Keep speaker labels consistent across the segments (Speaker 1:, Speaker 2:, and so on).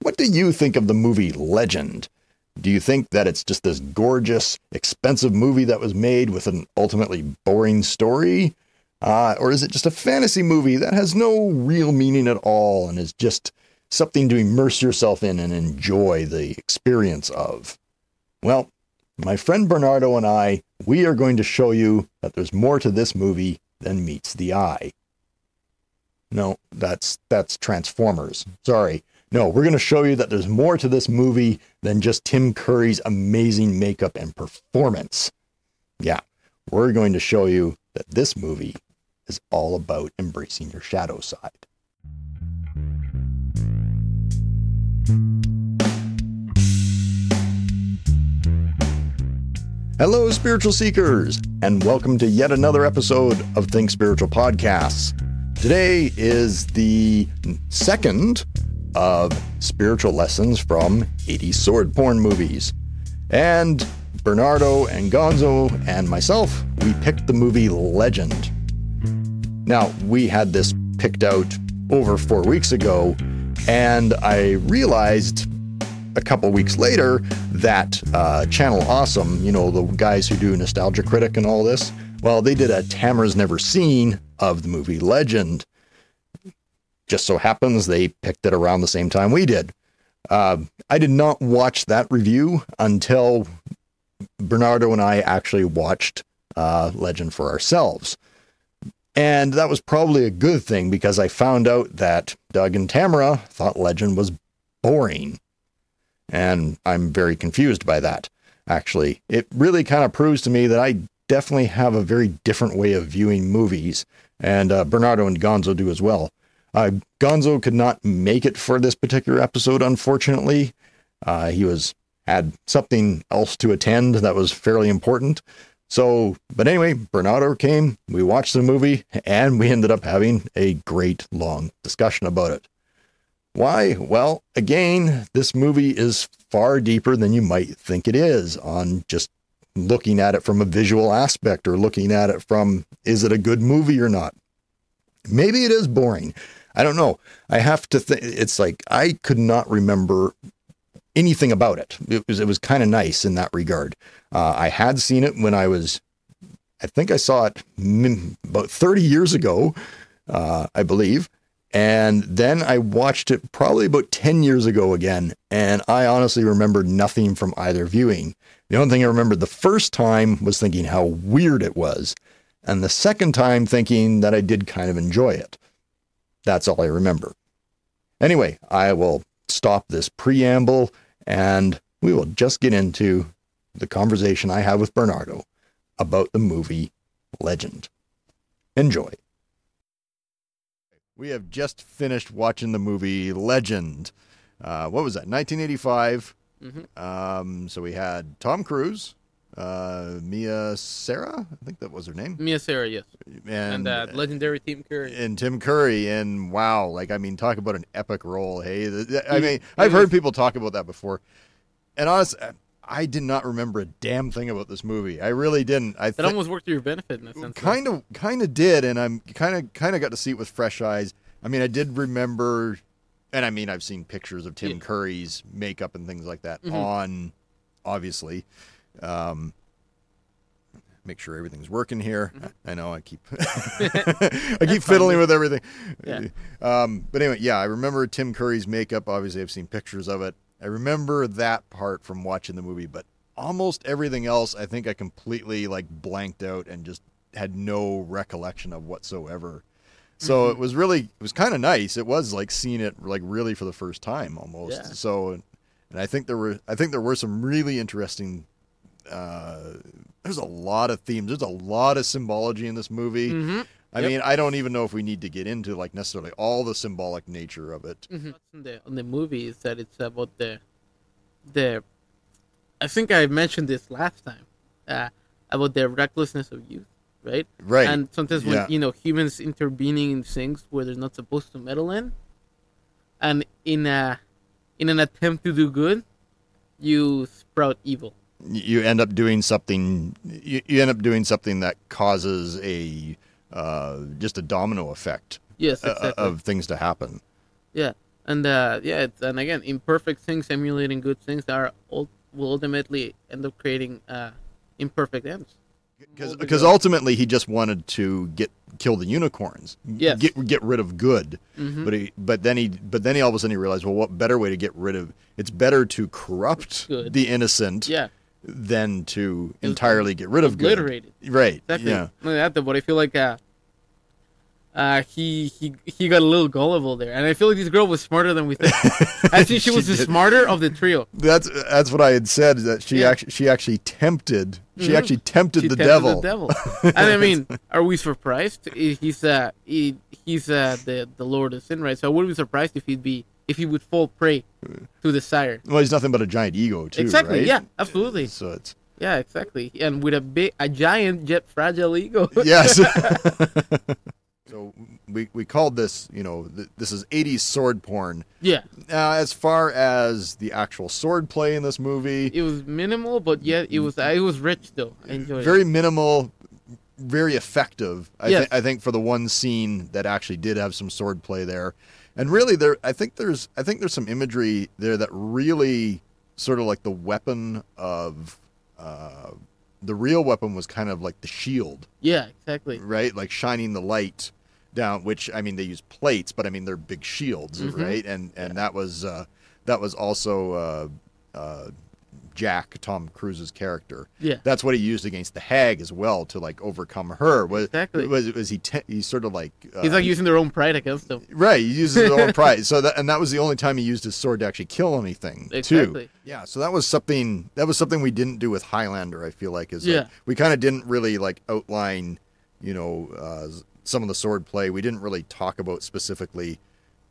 Speaker 1: What do you think of the movie Legend? Do you think that it's just this gorgeous, expensive movie that was made with an ultimately boring story? Uh, or is it just a fantasy movie that has no real meaning at all and is just something to immerse yourself in and enjoy the experience of? Well, my friend Bernardo and I, we are going to show you that there's more to this movie than meets the eye. No, that's that's Transformers. Sorry. No, we're going to show you that there's more to this movie than just Tim Curry's amazing makeup and performance. Yeah, we're going to show you that this movie is all about embracing your shadow side. Hello, spiritual seekers, and welcome to yet another episode of Think Spiritual Podcasts. Today is the second of spiritual lessons from 80 sword porn movies. And Bernardo and Gonzo and myself, we picked the movie Legend. Now, we had this picked out over four weeks ago, and I realized a couple weeks later that uh, Channel Awesome, you know, the guys who do Nostalgia Critic and all this, well, they did a Tamara's Never Seen of the movie Legend. Just so happens they picked it around the same time we did. Uh, I did not watch that review until Bernardo and I actually watched uh, Legend for ourselves. And that was probably a good thing because I found out that Doug and Tamara thought Legend was boring. And I'm very confused by that, actually. It really kind of proves to me that I definitely have a very different way of viewing movies, and uh, Bernardo and Gonzo do as well. Uh, Gonzo could not make it for this particular episode, unfortunately. Uh, he was had something else to attend that was fairly important. So, but anyway, Bernardo came, we watched the movie, and we ended up having a great long discussion about it. Why? Well, again, this movie is far deeper than you might think it is on just looking at it from a visual aspect or looking at it from is it a good movie or not? Maybe it is boring. I don't know. I have to think it's like I could not remember anything about it. It was it was kind of nice in that regard. Uh, I had seen it when I was, I think I saw it about 30 years ago, uh, I believe. And then I watched it probably about 10 years ago again. And I honestly remembered nothing from either viewing. The only thing I remembered the first time was thinking how weird it was. And the second time thinking that I did kind of enjoy it. That's all I remember. Anyway, I will stop this preamble and we will just get into the conversation I have with Bernardo about the movie Legend. Enjoy. We have just finished watching the movie Legend. Uh, what was that? 1985.
Speaker 2: Mhm.
Speaker 1: Um, so we had Tom Cruise, uh, Mia Sarah, I think that was her name,
Speaker 2: Mia Sarah, yes,
Speaker 1: and
Speaker 2: and, uh, legendary Tim Curry.
Speaker 1: and Tim Curry, and wow, like I mean, talk about an epic role. Hey, th- th- I
Speaker 2: He-
Speaker 1: mean,
Speaker 2: he
Speaker 1: I've
Speaker 2: was-
Speaker 1: heard people talk about that before, and honestly, I did not remember a damn thing about this movie. I really didn't. I
Speaker 2: That
Speaker 1: thi-
Speaker 2: almost worked to your benefit in a sense. though.
Speaker 1: kind of kind of did, and I'm kind of kind of got to see it with fresh eyes. I mean, I did remember, and I mean, I've seen pictures of Tim
Speaker 2: Yeah.
Speaker 1: Curry's makeup and things like that
Speaker 2: Mhm.
Speaker 1: on, obviously. Um, make sure everything's working here. I know I keep I keep
Speaker 2: Mm-hmm. That's
Speaker 1: fiddling
Speaker 2: fine.
Speaker 1: with everything.
Speaker 2: Yeah.
Speaker 1: Um, but anyway, yeah, I remember Tim Curry's makeup. Obviously, I've seen pictures of it. I remember that part from watching the movie, but almost everything else, I think I completely like blanked out and just had no recollection of whatsoever. So
Speaker 2: Mm-hmm.
Speaker 1: it was really, it was kind of nice. It was like seeing it like really for the first time almost.
Speaker 2: Yeah.
Speaker 1: So, and I think there were, I think there were some really interesting. Uh, there's a lot of themes. There's a lot of symbology in this movie.
Speaker 2: Mhm.
Speaker 1: I
Speaker 2: Yep.
Speaker 1: mean, I don't even know if we need to get into like necessarily all the symbolic nature of it.
Speaker 2: Mhm. In the in the movie is that it's about the the. I think I mentioned this last time uh, about the recklessness of youth, right?
Speaker 1: Right.
Speaker 2: And sometimes when
Speaker 1: Yeah.
Speaker 2: you know humans intervening in things where they're not supposed to meddle in, and in a in an attempt to do good, you sprout evil.
Speaker 1: you end up doing something you, you end up doing something that causes a uh, just a domino effect
Speaker 2: Yes,
Speaker 1: uh,
Speaker 2: exactly.
Speaker 1: of things to happen.
Speaker 2: Yeah, And uh, yeah, it's, and again, imperfect things emulating good things are ult- will ultimately end up creating uh, imperfect ends. Well,
Speaker 1: Because ultimately he just wanted to get kill the unicorns,
Speaker 2: Yes.
Speaker 1: get get rid of good.
Speaker 2: Mhm.
Speaker 1: But he but then he but then he all of a sudden he realized well what better way to get rid of it's better to corrupt
Speaker 2: Good.
Speaker 1: the innocent
Speaker 2: Yeah,
Speaker 1: than to
Speaker 2: It-
Speaker 1: entirely get rid of good.
Speaker 2: obliterated.
Speaker 1: Right.
Speaker 2: Exactly.
Speaker 1: Yeah.
Speaker 2: Not that, though, but I feel like uh, uh, he he he got a little gullible there, and I feel like this girl was smarter than we think. I think she,
Speaker 1: She
Speaker 2: was the
Speaker 1: did.
Speaker 2: smarter of the trio.
Speaker 1: That's that's what I had said that she
Speaker 2: Yeah.
Speaker 1: actually she actually tempted she
Speaker 2: Mhm.
Speaker 1: actually tempted
Speaker 2: She
Speaker 1: the
Speaker 2: tempted
Speaker 1: devil.
Speaker 2: The devil. and I mean, are we surprised? He- He's uh, he, he's uh, the the Lord of Sin, right? So I wouldn't be surprised if he'd be if he would fall prey to desire.
Speaker 1: Well, he's nothing but a giant ego too,
Speaker 2: exactly.
Speaker 1: right?
Speaker 2: Yeah. Absolutely.
Speaker 1: So it's
Speaker 2: Yeah. Exactly. And with a big, a giant, yet fragile ego.
Speaker 1: yes. so we we called this, you know, th- this is 80s sword porn.
Speaker 2: yeah.
Speaker 1: Now, as far as the actual sword play in this movie,
Speaker 2: It was minimal, but yet it was it was rich though. I enjoyed it.
Speaker 1: very minimal, very effective. I,
Speaker 2: Yes.
Speaker 1: thi- I think for the one scene that actually did have some sword play there, and really there, I think there's, I think there's some imagery there that really sort of like the weapon of. Uh, the real weapon was kind of like the shield,
Speaker 2: Yeah. Exactly.
Speaker 1: right? Like shining the light down, which I mean they use plates, but I mean they're big shields,
Speaker 2: Mhm.
Speaker 1: right? And and that was uh, that was also uh, uh, Jack Tom Cruise's character.
Speaker 2: Yeah.
Speaker 1: That's what he used against the hag as well to like overcome her. Was
Speaker 2: Exactly.
Speaker 1: was, was he? Te- he's sort of like uh,
Speaker 2: He's like using their own pride against them.
Speaker 1: right. He uses his own pride. So that and that was the only time he used his sword to actually kill anything too.
Speaker 2: Exactly.
Speaker 1: Yeah, so that was something that was something we didn't do with Highlander. I feel like is like,
Speaker 2: Yeah.
Speaker 1: we kind of didn't really like outline, you know, uh, s- some of the sword play. We didn't really talk about specifically.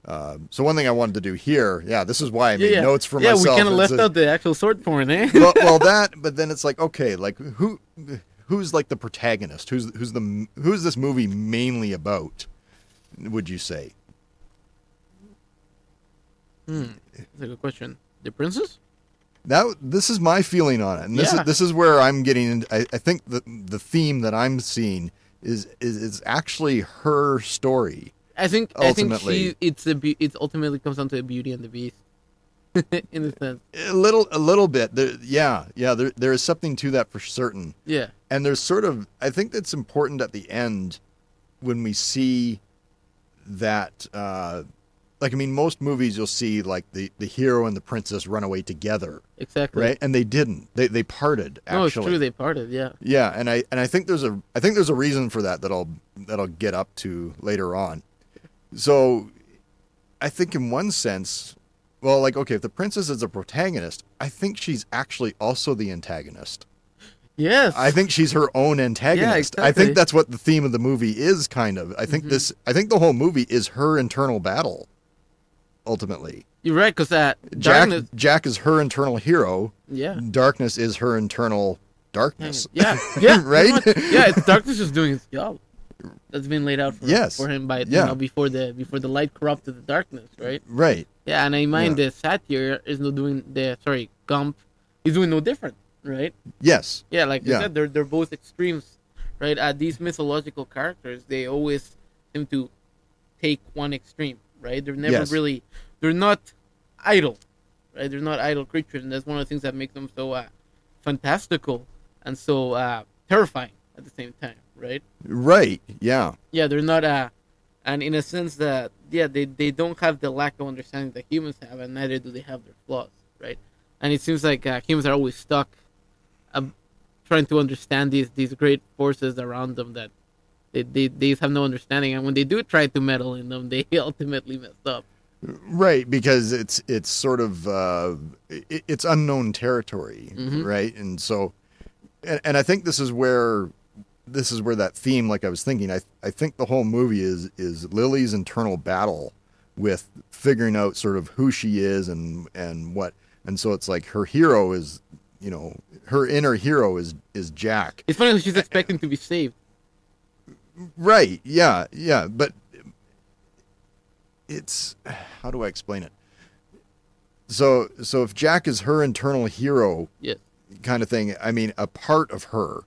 Speaker 1: Um, so one thing I wanted to do here, yeah, this is why I made
Speaker 2: yeah.
Speaker 1: notes for
Speaker 2: yeah,
Speaker 1: myself.
Speaker 2: we kind of
Speaker 1: It's
Speaker 2: left
Speaker 1: a-
Speaker 2: out the actual sword porn, eh?
Speaker 1: well, well, that, but then it's like okay, like who, who's like the protagonist? Who's who's the who's this movie mainly about? Would you say?
Speaker 2: Hmm. That's a good question. The princess?
Speaker 1: That this is my feeling on it, and this
Speaker 2: Yeah.
Speaker 1: is this is where I'm getting. in- I, I think the the theme that I'm seeing is is, is actually her story.
Speaker 2: I think I
Speaker 1: Ultimately.
Speaker 2: think she it's a be- it ultimately comes down to the Beauty and the Beast, in a sense.
Speaker 1: A little a little bit. There, yeah, yeah. There there is something to that for certain.
Speaker 2: Yeah,
Speaker 1: and there's sort of i think that's important at the end when we see that uh like i mean most movies you'll see like the the hero and the princess run away together
Speaker 2: exactly.
Speaker 1: right and they didn't they they parted actually
Speaker 2: No, it's true. They parted. Yeah.
Speaker 1: yeah and i and i think there's a i think there's a reason for that that i'll that i'll get up to later on so i think in one sense well like okay if the princess is a protagonist i think she's actually also the antagonist
Speaker 2: Yes.
Speaker 1: I think she's her own antagonist. I
Speaker 2: exactly. Mm-hmm.
Speaker 1: think that's what the theme of the movie is kind of. I think this I think the whole movie is her internal battle ultimately.
Speaker 2: you're right because that
Speaker 1: Jack
Speaker 2: darkness.
Speaker 1: Jack is her internal hero.
Speaker 2: Yeah.
Speaker 1: Darkness is her internal
Speaker 2: Dang
Speaker 1: darkness.
Speaker 2: it. Yeah. Yeah. pretty
Speaker 1: Right?
Speaker 2: much. Yeah. It's darkness is doing its job. That's been laid out for,
Speaker 1: Yes.
Speaker 2: for him by
Speaker 1: Yeah.
Speaker 2: you know before the before the light corrupted the darkness, right?
Speaker 1: Right.
Speaker 2: Yeah, and I mind
Speaker 1: Yeah.
Speaker 2: the satire is not doing the sorry Gump is doing no different, right?
Speaker 1: Yes.
Speaker 2: Yeah, like you
Speaker 1: Yeah.
Speaker 2: said, they're they're both extremes, right? Uh, these mythological characters, they always seem to take one extreme, right? They're never
Speaker 1: Yes.
Speaker 2: really, they're not idle, right? They're not idle creatures, and that's one of the things that make them so uh, fantastical and so uh, terrifying at the same time, right?
Speaker 1: Right. Yeah.
Speaker 2: Yeah, they're not, uh, and in a sense that yeah, they they don't have the lack of understanding that humans have, and neither do they have their flaws, right? And it seems like uh, humans are always stuck um, trying to understand these these great forces around them that they, they they have no understanding, and when they do try to meddle in them, they ultimately mess up.
Speaker 1: Right, because it's it's sort of uh, it, it's unknown territory,
Speaker 2: Mhm.
Speaker 1: right? And so, and, and I think this is where this is where that theme, like I was thinking, I I think the whole movie is is Lily's internal battle with figuring out sort of who she is and and what, and so it's like her hero is, you know, her inner hero is is Jack,
Speaker 2: It's funny how she's expecting to be saved.
Speaker 1: Right. Yeah. Yeah. But it's how do I explain it? So so if Jack is her internal hero
Speaker 2: Yes.
Speaker 1: kind of thing, I mean a part of her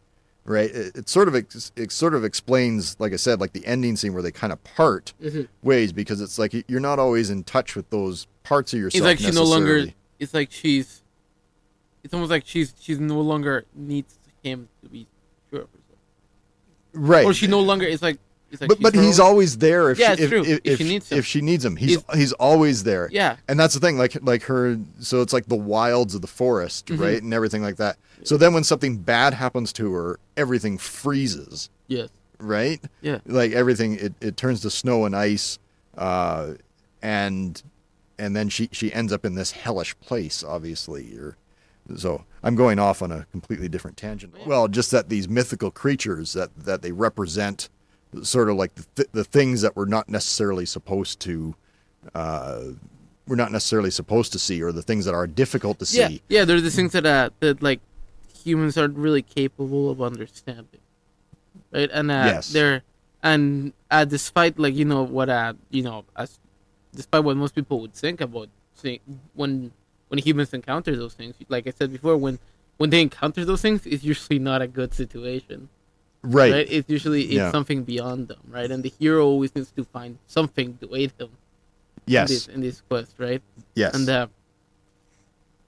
Speaker 1: right? It, it sort of ex- it sort of explains, like I said, like the ending scene where they kind of part
Speaker 2: Mhm.
Speaker 1: ways because it's like you're not always in touch with those parts of yourself.
Speaker 2: it's like she no longer. Oh,
Speaker 1: necessarily.
Speaker 2: It's like she's. It's almost like she's she's no longer needs him to be sure of herself,
Speaker 1: right.
Speaker 2: or she no longer. It's like it's like.
Speaker 1: but
Speaker 2: she's
Speaker 1: but
Speaker 2: her
Speaker 1: he's
Speaker 2: own-
Speaker 1: always there if
Speaker 2: Yeah,
Speaker 1: she,
Speaker 2: it's
Speaker 1: if,
Speaker 2: true.
Speaker 1: If,
Speaker 2: If she
Speaker 1: if-
Speaker 2: needs him.
Speaker 1: if she needs him he's he's always there
Speaker 2: Yeah,
Speaker 1: and that's the thing like like her so it's like the wilds of the forest right and everything like that so then when something bad happens to her everything freezes
Speaker 2: yes,
Speaker 1: right
Speaker 2: yeah,
Speaker 1: like everything it, it turns to snow and ice uh and and then she she ends up in this hellish place obviously or so i'm going off on a completely different tangent
Speaker 2: Yeah.
Speaker 1: well just that these mythical creatures that that they represent sort of like the, th- the things that we're not necessarily supposed to uh we're not necessarily supposed to see or the things that are difficult to see
Speaker 2: yeah, yeah. There's these things that uh, that like humans aren't really capable of understanding, right? And uh,
Speaker 1: Yes.
Speaker 2: they're and uh, despite like you know what uh you know as despite what most people would think about think, when when humans encounter those things, like I said before, when when they encounter those things, it's usually not a good situation.
Speaker 1: right,
Speaker 2: right? It's usually it's
Speaker 1: Yeah.
Speaker 2: something beyond them, right? And the hero always needs to find something to aid him
Speaker 1: yes
Speaker 2: in this in this quest, right?
Speaker 1: yes
Speaker 2: And uh,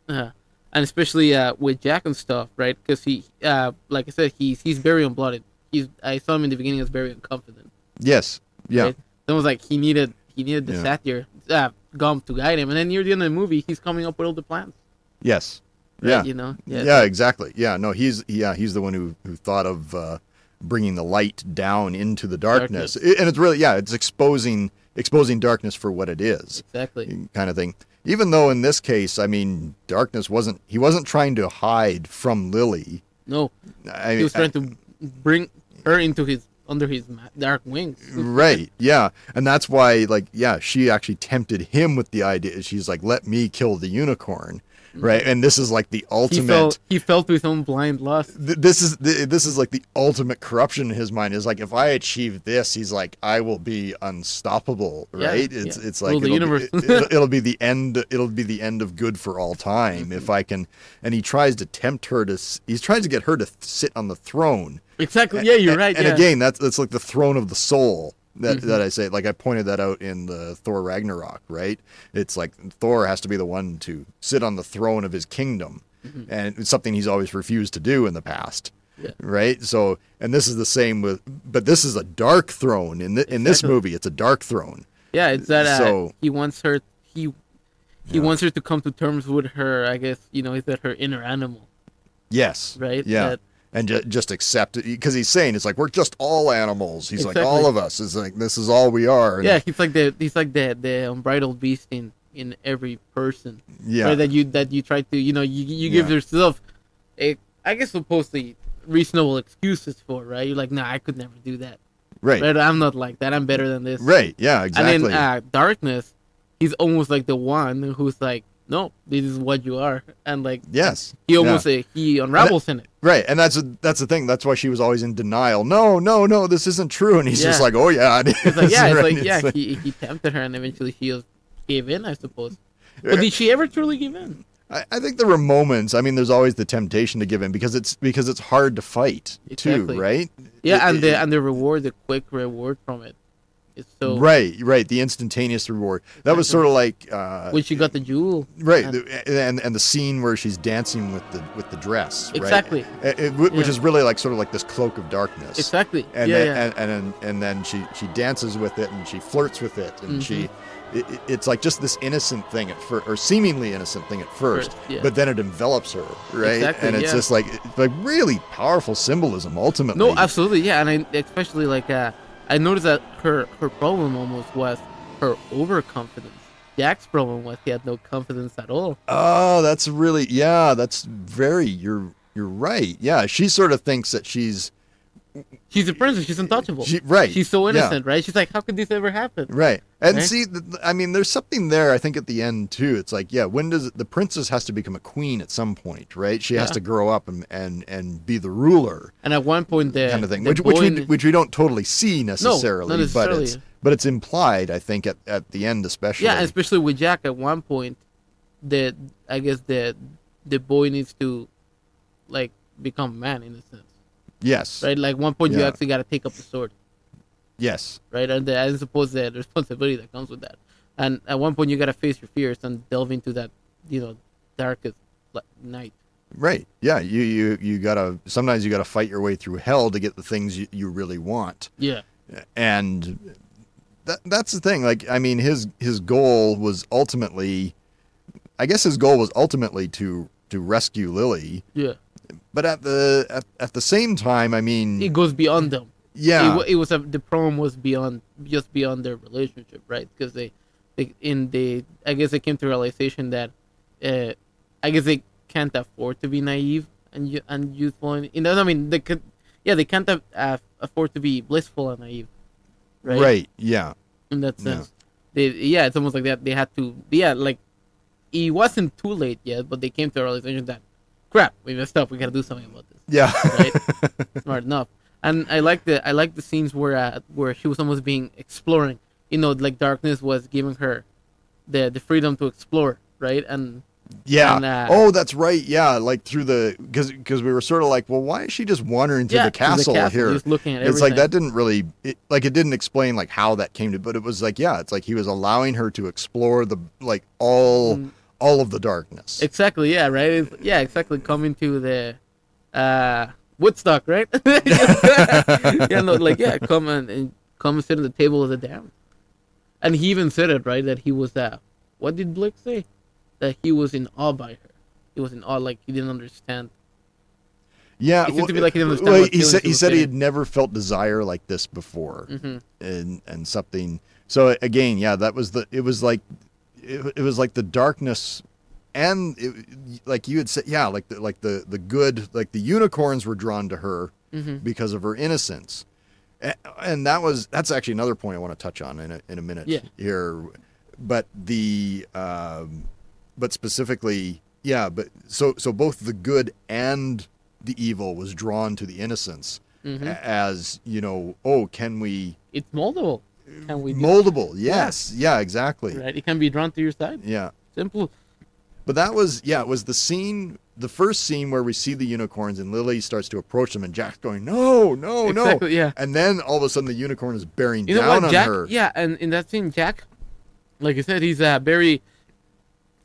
Speaker 2: uh, and especially uh with Jack and stuff, right? Because he uh like I said, he's he's very unblooded. He's I saw him in the beginning as very unconfident.
Speaker 1: yes yeah
Speaker 2: Right? It was like he needed he needed the
Speaker 1: Yeah.
Speaker 2: satyr uh Gump to guide him, and then near the end of the movie, he's coming up with all the plans.
Speaker 1: yes
Speaker 2: Right?
Speaker 1: yeah
Speaker 2: you know,
Speaker 1: Yeah,
Speaker 2: yeah,
Speaker 1: exactly. Yeah, no, he's yeah, he's the one who who thought of uh, bringing the light down into the darkness, I- and it's really yeah, it's exposing exposing darkness for what it is,
Speaker 2: exactly.
Speaker 1: kind of thing. Even though in this case, I mean, darkness wasn't he wasn't trying to hide from Lily.
Speaker 2: No,
Speaker 1: I,
Speaker 2: he was trying to bring her into his under his ma- dark wings.
Speaker 1: right yeah and that's why like yeah she actually tempted him with the idea she's like let me kill the unicorn right and this is like the
Speaker 2: Mm-hmm. he
Speaker 1: ultimate
Speaker 2: fell he fell to his own blind lust.
Speaker 1: th- this is th- this is like the ultimate corruption in his mind is like if I achieve this, he's like I will be unstoppable,
Speaker 2: Yeah,
Speaker 1: right? It's
Speaker 2: yeah.
Speaker 1: it's like
Speaker 2: Rule the
Speaker 1: it'll,
Speaker 2: universe.
Speaker 1: Be, it- it'll, it'll be the end. It'll be the end of good for all time
Speaker 2: Mm-hmm.
Speaker 1: if I can. And he tries to tempt her to. s- He tries to get her to sit on the throne.
Speaker 2: Exactly. Yeah, you're right.
Speaker 1: And
Speaker 2: yeah. Mm-hmm.
Speaker 1: again, that's that's like the throne of the soul that that I say. Like I pointed that out in the Thor Ragnarok, right? It's like Thor has to be the one to sit on the throne of his kingdom, and it's something he's always refused to do in the past.
Speaker 2: Mm-hmm. Yeah.
Speaker 1: Right, so and this is the same with, but this is a dark throne in the, in this
Speaker 2: Exactly.
Speaker 1: movie. It's a dark throne.
Speaker 2: yeah, it's that uh,
Speaker 1: so-
Speaker 2: he wants her he he wants her to come to terms with her, I guess, you know, is that her inner animal.
Speaker 1: Yes.
Speaker 2: Right,
Speaker 1: Yeah.
Speaker 2: that-
Speaker 1: and ju- just accept it because he's saying it's like we're just all animals. He's like
Speaker 2: Exactly.
Speaker 1: all of us. It's like this is all we are. And-
Speaker 2: Yeah, he's like the he's like the the unbridled beast in in every person.
Speaker 1: Yeah.
Speaker 2: Right, that you that you try to, you know, you you give
Speaker 1: Yeah.
Speaker 2: yourself a I guess supposedly reasonable excuses for, right? You're like, nah, I could never do that.
Speaker 1: Right.
Speaker 2: Right? I'm not like that. I'm better than this.
Speaker 1: Right. Yeah. Exactly.
Speaker 2: And then uh, darkness, he's almost like the one who's like, no, this is what you are, and like
Speaker 1: yes.
Speaker 2: he
Speaker 1: Yeah.
Speaker 2: almost uh, he unravels in it.
Speaker 1: Right, and that's that's the thing. That's why she was always in denial. No, no, no, this isn't true. And he's just
Speaker 2: Yeah.
Speaker 1: like, oh yeah, it
Speaker 2: It's like
Speaker 1: is,"
Speaker 2: yeah, it's
Speaker 1: right?
Speaker 2: like
Speaker 1: It's
Speaker 2: yeah,
Speaker 1: like-
Speaker 2: he he tempted her, and eventually she gave in, I suppose. But did she ever truly give in?
Speaker 1: I, I think there were moments. I mean, there's always the temptation to give in because it's because it's hard to fight
Speaker 2: Exactly.
Speaker 1: too, right? It-
Speaker 2: Yeah, and
Speaker 1: it-
Speaker 2: the and the reward, the quick reward from it, it's so
Speaker 1: right, right, the instantaneous reward. That was sort of like uh,
Speaker 2: when she got the jewel.
Speaker 1: right,
Speaker 2: and-
Speaker 1: the- and and the scene where she's dancing with the with the dress, right? Uh,
Speaker 2: Exactly.
Speaker 1: It- it- which
Speaker 2: Yeah.
Speaker 1: is really like sort of like this cloak of darkness.
Speaker 2: Exactly.
Speaker 1: and
Speaker 2: yeah,
Speaker 1: then,
Speaker 2: yeah.
Speaker 1: And, and and then she she dances with it and she flirts with it and
Speaker 2: Mhm.
Speaker 1: she it, it- it's like just this innocent thing at first or seemingly innocent thing at first,
Speaker 2: First, yeah.
Speaker 1: but then it envelops her right
Speaker 2: Exactly,
Speaker 1: and it's
Speaker 2: yeah.
Speaker 1: just like it's like really powerful symbolism ultimately
Speaker 2: No, absolutely, yeah, and I, especially like uh, I noticed that her her problem almost was her overconfidence. Jack's problem was he had no confidence at all.
Speaker 1: oh that's really yeah that's very you're you're right yeah she sort of thinks that she's
Speaker 2: She's a princess. She's untouchable.
Speaker 1: She- right,
Speaker 2: She's so
Speaker 1: yeah.
Speaker 2: innocent, right? She's like, how could this ever happen?
Speaker 1: Right. And
Speaker 2: Right?
Speaker 1: see, th- th- I mean, there's something there, I think, at the end, too. It's like, yeah, when does the princess has to become a queen at some point, right? She has
Speaker 2: Yeah.
Speaker 1: to grow up and, and, and be the ruler
Speaker 2: And at one point, the
Speaker 1: kind of thing,
Speaker 2: the
Speaker 1: which, which,
Speaker 2: boy
Speaker 1: we,
Speaker 2: in-
Speaker 1: d- which we don't totally see necessarily,
Speaker 2: not
Speaker 1: but
Speaker 2: necessarily.
Speaker 1: it's but it's implied, I think, at, at the end, especially.
Speaker 2: yeah, especially with Jack. At one point, the I guess the the boy needs to like become a man in a sense.
Speaker 1: Yes.
Speaker 2: right? Like one point, you
Speaker 1: Yeah.
Speaker 2: actually got to take up the sword,
Speaker 1: Yes.
Speaker 2: right? And the, I suppose the responsibility that comes with that. And at one point, you got to face your fears and delve into that, you know, darkest like, night.
Speaker 1: Right. Yeah. You you you gotta sometimes you gotta fight your way through hell to get the things you, you really want.
Speaker 2: Yeah,
Speaker 1: and that, that's the thing like i mean his his goal was ultimately i guess his goal was ultimately to to rescue lily
Speaker 2: yeah.
Speaker 1: but at the at, at the same time i mean
Speaker 2: It goes beyond them. It
Speaker 1: yeah
Speaker 2: wa- it, was a, the problem was beyond just beyond their relationship, right? Because they, they in the I guess they came to realization that, uh, I guess they can't afford to be naive and yo- and youthful. And, you know, I mean, they could, yeah, they can't af- af- afford to be blissful and naive, right?
Speaker 1: right yeah
Speaker 2: in that
Speaker 1: Yeah.
Speaker 2: sense. They, yeah, it's almost like that. They had to, yeah, like it wasn't too late yet, but they came to a realization that, crap, we messed up. We gotta do something about this,
Speaker 1: yeah
Speaker 2: right? Smart enough. And I like the I like the scenes where uh, where she was almost being exploring. You know, like darkness was giving her the the freedom to explore, right? And
Speaker 1: yeah
Speaker 2: And, uh,
Speaker 1: oh that's right yeah like through the because because we were sort of like well why is she just wandering through
Speaker 2: yeah,
Speaker 1: the castle here
Speaker 2: just looking at
Speaker 1: it's like
Speaker 2: everything.
Speaker 1: that didn't really it, like it didn't explain like how that came to but it was like yeah it's like he was allowing her to explore the like all
Speaker 2: Mm.
Speaker 1: all of the darkness
Speaker 2: Exactly. Yeah. Right. It's, yeah. Exactly. Coming to the uh, Woodstock, right? yeah. No. Like yeah. Come and, and come and sit at the table of the damned. And he even said it right that he was uh, what did Blake say? That he was in awe by her. He was in awe, like he didn't understand.
Speaker 1: yeah
Speaker 2: It seemed
Speaker 1: well,
Speaker 2: to be like he didn't understand what
Speaker 1: he
Speaker 2: feelings
Speaker 1: said
Speaker 2: he
Speaker 1: he
Speaker 2: was
Speaker 1: said he
Speaker 2: feeling.
Speaker 1: had never felt desire like this before
Speaker 2: hmm
Speaker 1: and and something so again yeah that was the it was like it, it was like the darkness and it, like you had said yeah like the like the the good like the unicorns were drawn to her
Speaker 2: hmm
Speaker 1: because of her innocence. A- And that was that's actually another point I want to touch on in a, in a minute
Speaker 2: Yeah.
Speaker 1: here, but the um, but specifically yeah, but so so both the good and the evil was drawn to the innocence
Speaker 2: hmm
Speaker 1: a- as you know oh can we
Speaker 2: It's moldable. Can we do
Speaker 1: moldable yes yeah, exactly
Speaker 2: right? It can be drawn to your side.
Speaker 1: yeah
Speaker 2: Simple.
Speaker 1: but that was yeah it was the scene the first scene where we see the unicorns and Lily starts to approach them and Jack's going no no no
Speaker 2: exactly, Yeah.
Speaker 1: And then all of a sudden, the unicorn is bearing
Speaker 2: You know
Speaker 1: down
Speaker 2: what,
Speaker 1: on
Speaker 2: Jack?
Speaker 1: her.
Speaker 2: Yeah, and in that scene, Jack, like I said, he's uh, very,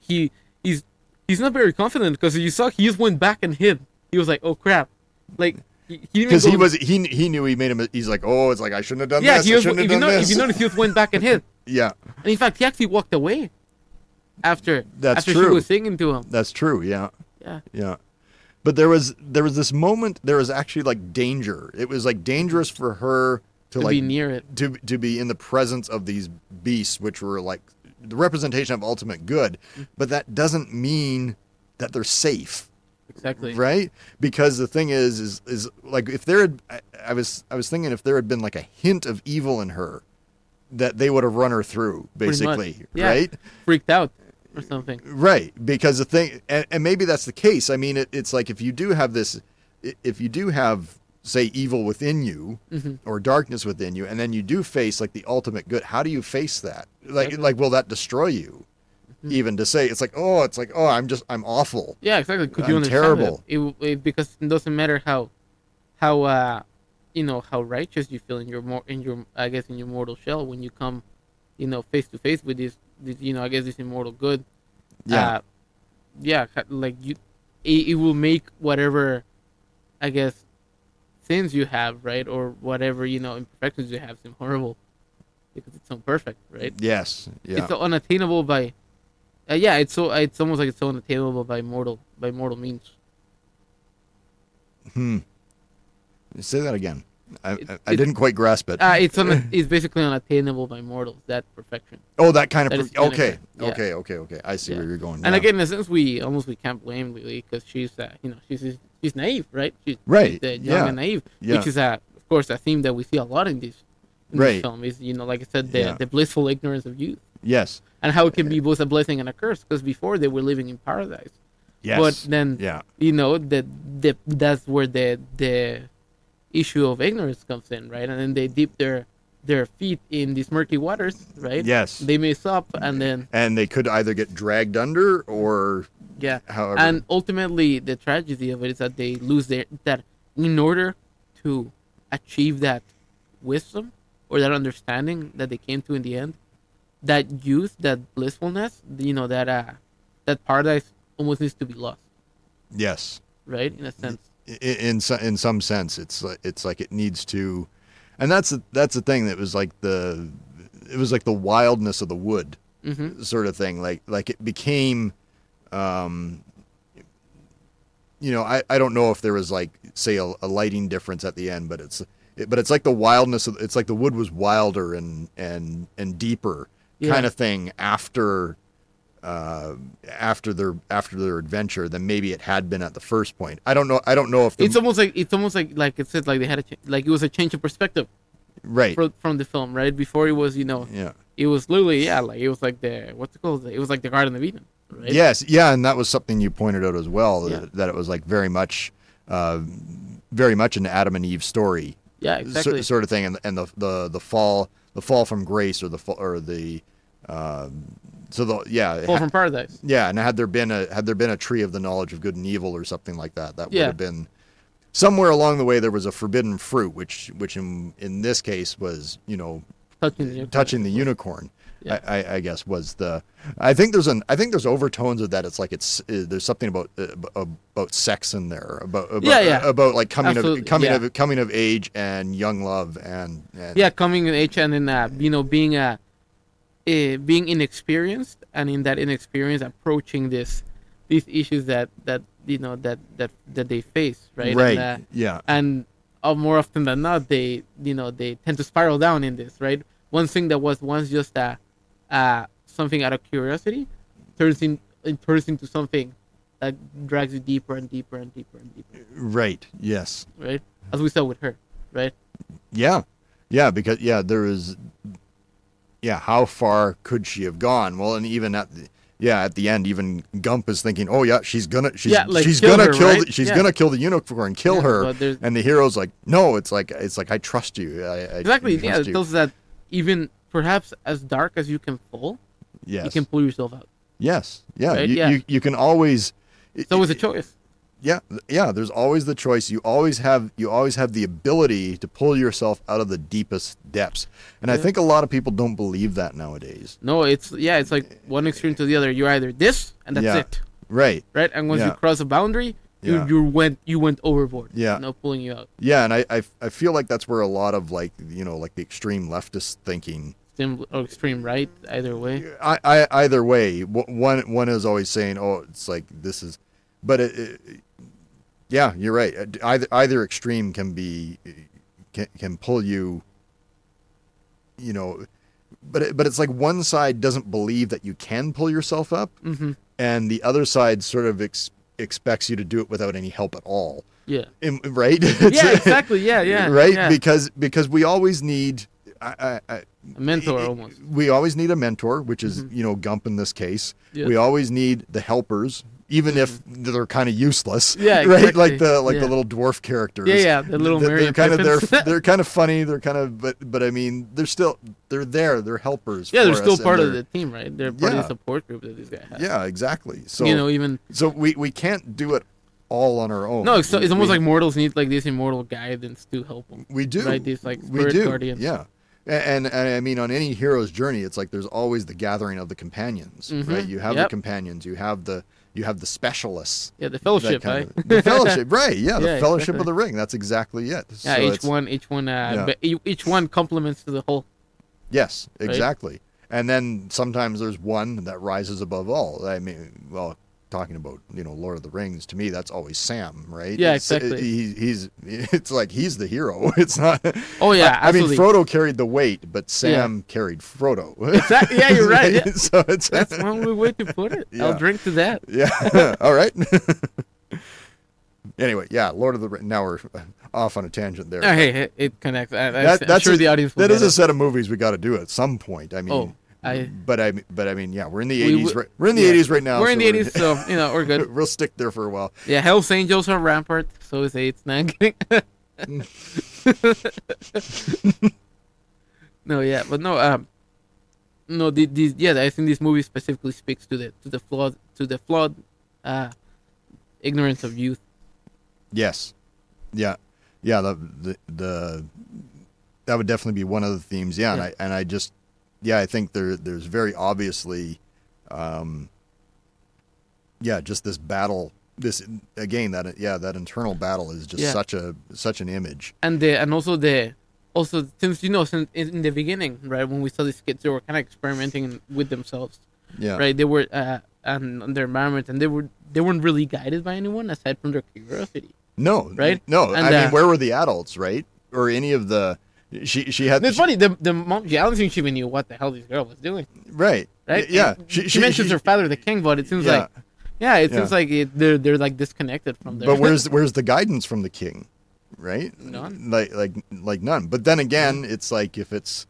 Speaker 2: he he's he's not very confident because you saw he just went back and hid. He was like, "Oh crap!" Like he
Speaker 1: because
Speaker 2: because
Speaker 1: he was he he knew he made him. He's like, oh, it's like I shouldn't have done
Speaker 2: yeah.
Speaker 1: this.
Speaker 2: he
Speaker 1: I
Speaker 2: was,
Speaker 1: shouldn't
Speaker 2: if
Speaker 1: have
Speaker 2: you
Speaker 1: done
Speaker 2: know,
Speaker 1: this.
Speaker 2: if you notice, he just went back and hid.
Speaker 1: yeah,
Speaker 2: And in fact, he actually walked away after
Speaker 1: That's
Speaker 2: after she
Speaker 1: true.
Speaker 2: was singing to him.
Speaker 1: that's true. Yeah,
Speaker 2: Yeah,
Speaker 1: yeah. But there was there was this moment. There was actually like danger. It was like dangerous for her to,
Speaker 2: to
Speaker 1: like
Speaker 2: be near it.
Speaker 1: to to be in the presence of these beasts, which were like the representation of ultimate good. But that doesn't mean that they're safe.
Speaker 2: Exactly.
Speaker 1: right because the thing is is is like if there had I, I was i was thinking if there had been like a hint of evil in her that they would have run her through
Speaker 2: Pretty much.
Speaker 1: basically
Speaker 2: Yeah.
Speaker 1: right
Speaker 2: Freaked out or something.
Speaker 1: right because the thing and, and maybe that's the case i mean it, it's like if you do have this i- if you do have say evil within you
Speaker 2: Mhm.
Speaker 1: or darkness within you and then you do face like the ultimate good how do you face that like
Speaker 2: Exactly.
Speaker 1: like will that destroy you
Speaker 2: Mm-hmm.
Speaker 1: even to say it's like oh it's like oh i'm just i'm awful
Speaker 2: Yeah, exactly. Could you
Speaker 1: I'm
Speaker 2: understand
Speaker 1: terrible.
Speaker 2: It? It, it because it doesn't matter how, how uh, you know how righteous you feel in your more in your I guess in your mortal shell when you come, you know, face to face with this, this you know I guess this immortal good.
Speaker 1: yeah
Speaker 2: Uh, yeah, ca- like you, it, it will make whatever, I guess, sins you have right or whatever you know imperfections you have seem horrible, because it's so perfect, right?
Speaker 1: yes yeah
Speaker 2: It's so unattainable by, uh, yeah. It's so it's almost like it's so unattainable by mortal by mortal means.
Speaker 1: Hmm. Say that again. I,
Speaker 2: It-
Speaker 1: I, I
Speaker 2: it-
Speaker 1: didn't quite grasp it.
Speaker 2: Uh, it's un- it's basically unattainable by mortals. That perfection.
Speaker 1: oh, that kind of.
Speaker 2: that
Speaker 1: per-
Speaker 2: is kind of
Speaker 1: okay.
Speaker 2: it, yeah.
Speaker 1: Okay. Okay. Okay. I see
Speaker 2: Yeah.
Speaker 1: where you're going.
Speaker 2: And
Speaker 1: now.
Speaker 2: again, in a sense, we almost we can't blame Lily because she's uh, you know she's she's- she's naive, right? She's,
Speaker 1: Right,
Speaker 2: She's, uh, young
Speaker 1: yeah,
Speaker 2: and naive,
Speaker 1: yeah.
Speaker 2: which is uh, of course a theme that we see a lot in this, in
Speaker 1: Right.
Speaker 2: this film. Is you know like I said, the
Speaker 1: Yeah. Eh.
Speaker 2: the blissful ignorance of youth
Speaker 1: yes.
Speaker 2: and how it can be both a blessing and a curse. Because before they were living in paradise,
Speaker 1: Yes.
Speaker 2: but then
Speaker 1: yeah.
Speaker 2: you know that the, that's where the the issue of ignorance comes in, right? And then they dip their their feet in these murky waters, right?
Speaker 1: Yes.
Speaker 2: They mess up, and then
Speaker 1: and they could either get dragged under or
Speaker 2: yeah,
Speaker 1: however.
Speaker 2: and ultimately the tragedy of it is that they lose their that in order to achieve that wisdom or that understanding that they came to in the end, that youth, that blissfulness, you know, that uh, that paradise almost needs to be lost,
Speaker 1: Yes.
Speaker 2: right? In a sense.
Speaker 1: I- i- in so- in some sense it's like it's like it needs to and that's the- that's the thing that was like the it was like the wildness of the wood
Speaker 2: Mm-hmm.
Speaker 1: sort of thing like like it became um you know I, I don't know if there was like say a, a lighting difference at the end but it's it, but it's like the wildness of, it's like the wood was wilder and and and deeper
Speaker 2: Yeah.
Speaker 1: kind of thing after uh after their after their adventure than maybe it had been at the first point i don't know i don't know if the,
Speaker 2: It's almost like it's almost like like it said like they had a ch- like it was a change of perspective
Speaker 1: right
Speaker 2: from from the film, right? Before it was you know
Speaker 1: yeah
Speaker 2: it was literally yeah like it was like the what's it called? It was like the Garden of Eden, right?
Speaker 1: Yes, yeah, and that was something you pointed out as well
Speaker 2: Yeah.
Speaker 1: that, that it was like very much, uh, very much an Adam and Eve story
Speaker 2: yeah,
Speaker 1: so-
Speaker 2: exactly.
Speaker 1: sort of thing, and and the the the fall the fall from grace or the fall or the, uh, so the yeah it
Speaker 2: Fall
Speaker 1: ha-
Speaker 2: from Paradise.
Speaker 1: yeah, and had there been a had there been a tree of the knowledge of good and evil or something like that, that would
Speaker 2: Yeah.
Speaker 1: have been somewhere along the way there was a forbidden fruit, which which in in this case was you know
Speaker 2: Touching the unicorn.
Speaker 1: touching the unicorn.
Speaker 2: Yeah.
Speaker 1: I, I, I guess was the. I think there's an. I think there's overtones of that. It's like it's uh, there's something about uh, ab- about sex in there. About, about
Speaker 2: Yeah, yeah.
Speaker 1: About like coming
Speaker 2: Absolutely,
Speaker 1: of coming
Speaker 2: yeah.
Speaker 1: of coming of age and young love and, and
Speaker 2: yeah coming in age and in uh, you know being uh, uh being inexperienced and in that inexperience approaching this these issues that that you know that that that they face right
Speaker 1: right
Speaker 2: and, uh,
Speaker 1: yeah
Speaker 2: and uh, more often than not they you know they tend to spiral down in this right one thing that was once just uh, uh something out of curiosity turns in it turns into something that drags you deeper and deeper and deeper and deeper
Speaker 1: right yes
Speaker 2: right as we saw with her right
Speaker 1: yeah yeah because yeah there is yeah how far could she have gone well and even at the, yeah at the end even Gump is thinking oh yeah she's gonna she's
Speaker 2: Yeah, like,
Speaker 1: she's
Speaker 2: kill
Speaker 1: gonna
Speaker 2: her,
Speaker 1: kill
Speaker 2: right?
Speaker 1: the, she's
Speaker 2: Yeah.
Speaker 1: gonna kill the unicorn kill
Speaker 2: Yeah,
Speaker 1: her
Speaker 2: but there's-
Speaker 1: and the hero's like no it's like it's like I trust you I, I
Speaker 2: exactly
Speaker 1: trust
Speaker 2: yeah it
Speaker 1: you.
Speaker 2: tells that even perhaps as dark as you can fall
Speaker 1: yes
Speaker 2: you can pull yourself out
Speaker 1: yes yeah.
Speaker 2: Right?
Speaker 1: You,
Speaker 2: Yeah.
Speaker 1: you you can always it-
Speaker 2: it's always a
Speaker 1: it-
Speaker 2: choice
Speaker 1: yeah th- yeah there's always the choice you always have you always have the ability to pull yourself out of the deepest depths and i
Speaker 2: Yeah.
Speaker 1: think a lot of people don't believe that nowadays
Speaker 2: no it's yeah it's like one extreme to the other you're either this and that's
Speaker 1: Yeah.
Speaker 2: it
Speaker 1: right
Speaker 2: right and once you
Speaker 1: Yeah.
Speaker 2: cross a boundary you,
Speaker 1: Yeah.
Speaker 2: you went you went overboard
Speaker 1: Yeah.
Speaker 2: no pulling you out
Speaker 1: yeah and I, I i feel like that's where a lot of like you know like the extreme leftist thinking
Speaker 2: extreme, or extreme right either way
Speaker 1: I, I either way wh- one one is always saying oh it's like this is but it, it, yeah you're right Uh, either either extreme can be can, can pull you you know but it, but it's like one side doesn't believe that you can pull yourself up
Speaker 2: hmm
Speaker 1: and the other side sort of ex- expects you to do it without any help at all
Speaker 2: yeah
Speaker 1: Am- right
Speaker 2: yeah exactly yeah yeah
Speaker 1: right
Speaker 2: yeah.
Speaker 1: because because we always need I, I, I,
Speaker 2: a mentor
Speaker 1: it-
Speaker 2: almost Mm-hmm.
Speaker 1: we always need a mentor, which is you know Gump in this case.
Speaker 2: Yeah. Mm-hmm.
Speaker 1: We always need the helpers, even if they're kind of useless.
Speaker 2: Yeah,
Speaker 1: right. Like
Speaker 2: exactly.
Speaker 1: the like
Speaker 2: Yeah.
Speaker 1: the little dwarf characters.
Speaker 2: Yeah, yeah, the little
Speaker 1: They're,
Speaker 2: Mary
Speaker 1: kind of they're
Speaker 2: Pippins.
Speaker 1: they're kind of funny. They're kind of but but I mean they're still they're there. They're helpers.
Speaker 2: yeah they're
Speaker 1: for
Speaker 2: still
Speaker 1: us, and
Speaker 2: part of the
Speaker 1: they're-
Speaker 2: team right they're part of
Speaker 1: Yeah.
Speaker 2: the support group that these guys have
Speaker 1: Yeah, exactly. So
Speaker 2: you know even
Speaker 1: so we we can't do it all on our own.
Speaker 2: no it's,
Speaker 1: We-
Speaker 2: it's almost
Speaker 1: we-
Speaker 2: like mortals need like this immortal guidance to help them
Speaker 1: We do.
Speaker 2: Right, these, like,
Speaker 1: we
Speaker 2: spirit
Speaker 1: do.
Speaker 2: guardians.
Speaker 1: Yeah. A- And, and I mean, on any hero's journey, it's like there's always the gathering of the companions,
Speaker 2: Mhm.
Speaker 1: right? You have the
Speaker 2: Yep.
Speaker 1: companions, you have the you have the specialists,
Speaker 2: yeah the
Speaker 1: that
Speaker 2: fellowship
Speaker 1: kind
Speaker 2: right
Speaker 1: of- the fellowship, right? Yeah, the
Speaker 2: Yeah,
Speaker 1: fellowship of
Speaker 2: exactly.
Speaker 1: the ring. That's exactly it.
Speaker 2: Yeah,
Speaker 1: So
Speaker 2: each
Speaker 1: it's-
Speaker 2: one, each one, uh,
Speaker 1: Yeah.
Speaker 2: but e- each one complements to the whole.
Speaker 1: Yes, exactly. And then sometimes there's one that rises above all. I mean, well, talking about you know Lord of the Rings, to me that's always Sam, right?
Speaker 2: Yeah,
Speaker 1: It's- uh,
Speaker 2: exactly.
Speaker 1: he- he's it's like he's the hero. It's not.
Speaker 2: Oh yeah,
Speaker 1: I, I mean,
Speaker 2: absolutely.
Speaker 1: Frodo carried the weight, but Sam carried Frodo.
Speaker 2: Exact- yeah, you're right. Yeah.
Speaker 1: so it's
Speaker 2: That's one good way to put it.
Speaker 1: Yeah.
Speaker 2: I'll drink to that.
Speaker 1: yeah. All right. anyway, yeah, Lord of the Ri- now we're off on a tangent there.
Speaker 2: Oh, hey, hey, it connects. I, I,
Speaker 1: That-
Speaker 2: am sure
Speaker 1: a,
Speaker 2: the audience will
Speaker 1: That
Speaker 2: get
Speaker 1: is a
Speaker 2: it.
Speaker 1: set of movies we got to do at some point. I mean,
Speaker 2: Oh, I-
Speaker 1: but I but I mean, yeah, we're in the
Speaker 2: We
Speaker 1: 80s.
Speaker 2: would-
Speaker 1: right, we're in the
Speaker 2: yeah.
Speaker 1: 80s right now.
Speaker 2: We're in
Speaker 1: so
Speaker 2: the 80s, so you know we're good.
Speaker 1: We'll stick there for a while.
Speaker 2: Yeah, Hell's Angels are Rampart, so is AIDS. Not kidding. no, yeah, but no, um, no, the, the, yeah, I think this movie specifically speaks to the to the flawed to the flawed, uh, ignorance of youth.
Speaker 1: Yes. Yeah. yeah, the, the the that would definitely be one of the themes. Yeah, and
Speaker 2: Yeah.
Speaker 1: I and I just yeah, I think there there's very obviously, um, yeah, just this battle. This again, that yeah, that internal battle is just
Speaker 2: Yeah.
Speaker 1: such a such an image.
Speaker 2: and the and also the also since you know since in, in the beginning right when we saw these kids they were kind of experimenting with themselves
Speaker 1: Yeah,
Speaker 2: right they were uh and on their environment and they were they weren't really guided by anyone aside from their curiosity
Speaker 1: No,
Speaker 2: Right?
Speaker 1: No,
Speaker 2: And,
Speaker 1: I
Speaker 2: uh,
Speaker 1: mean, where were the adults, right? Or any of the she she had
Speaker 2: and it's funny the the mom yeah, i don't think she even knew what the hell this girl was doing
Speaker 1: right
Speaker 2: right
Speaker 1: yeah
Speaker 2: And she, mentions her father the king but it seems
Speaker 1: yeah.
Speaker 2: like yeah it
Speaker 1: Yeah.
Speaker 2: seems like it, they're they're like disconnected from their
Speaker 1: but where's where's the guidance from the king right
Speaker 2: None. Mm.
Speaker 1: like like like none but then again it's like if it's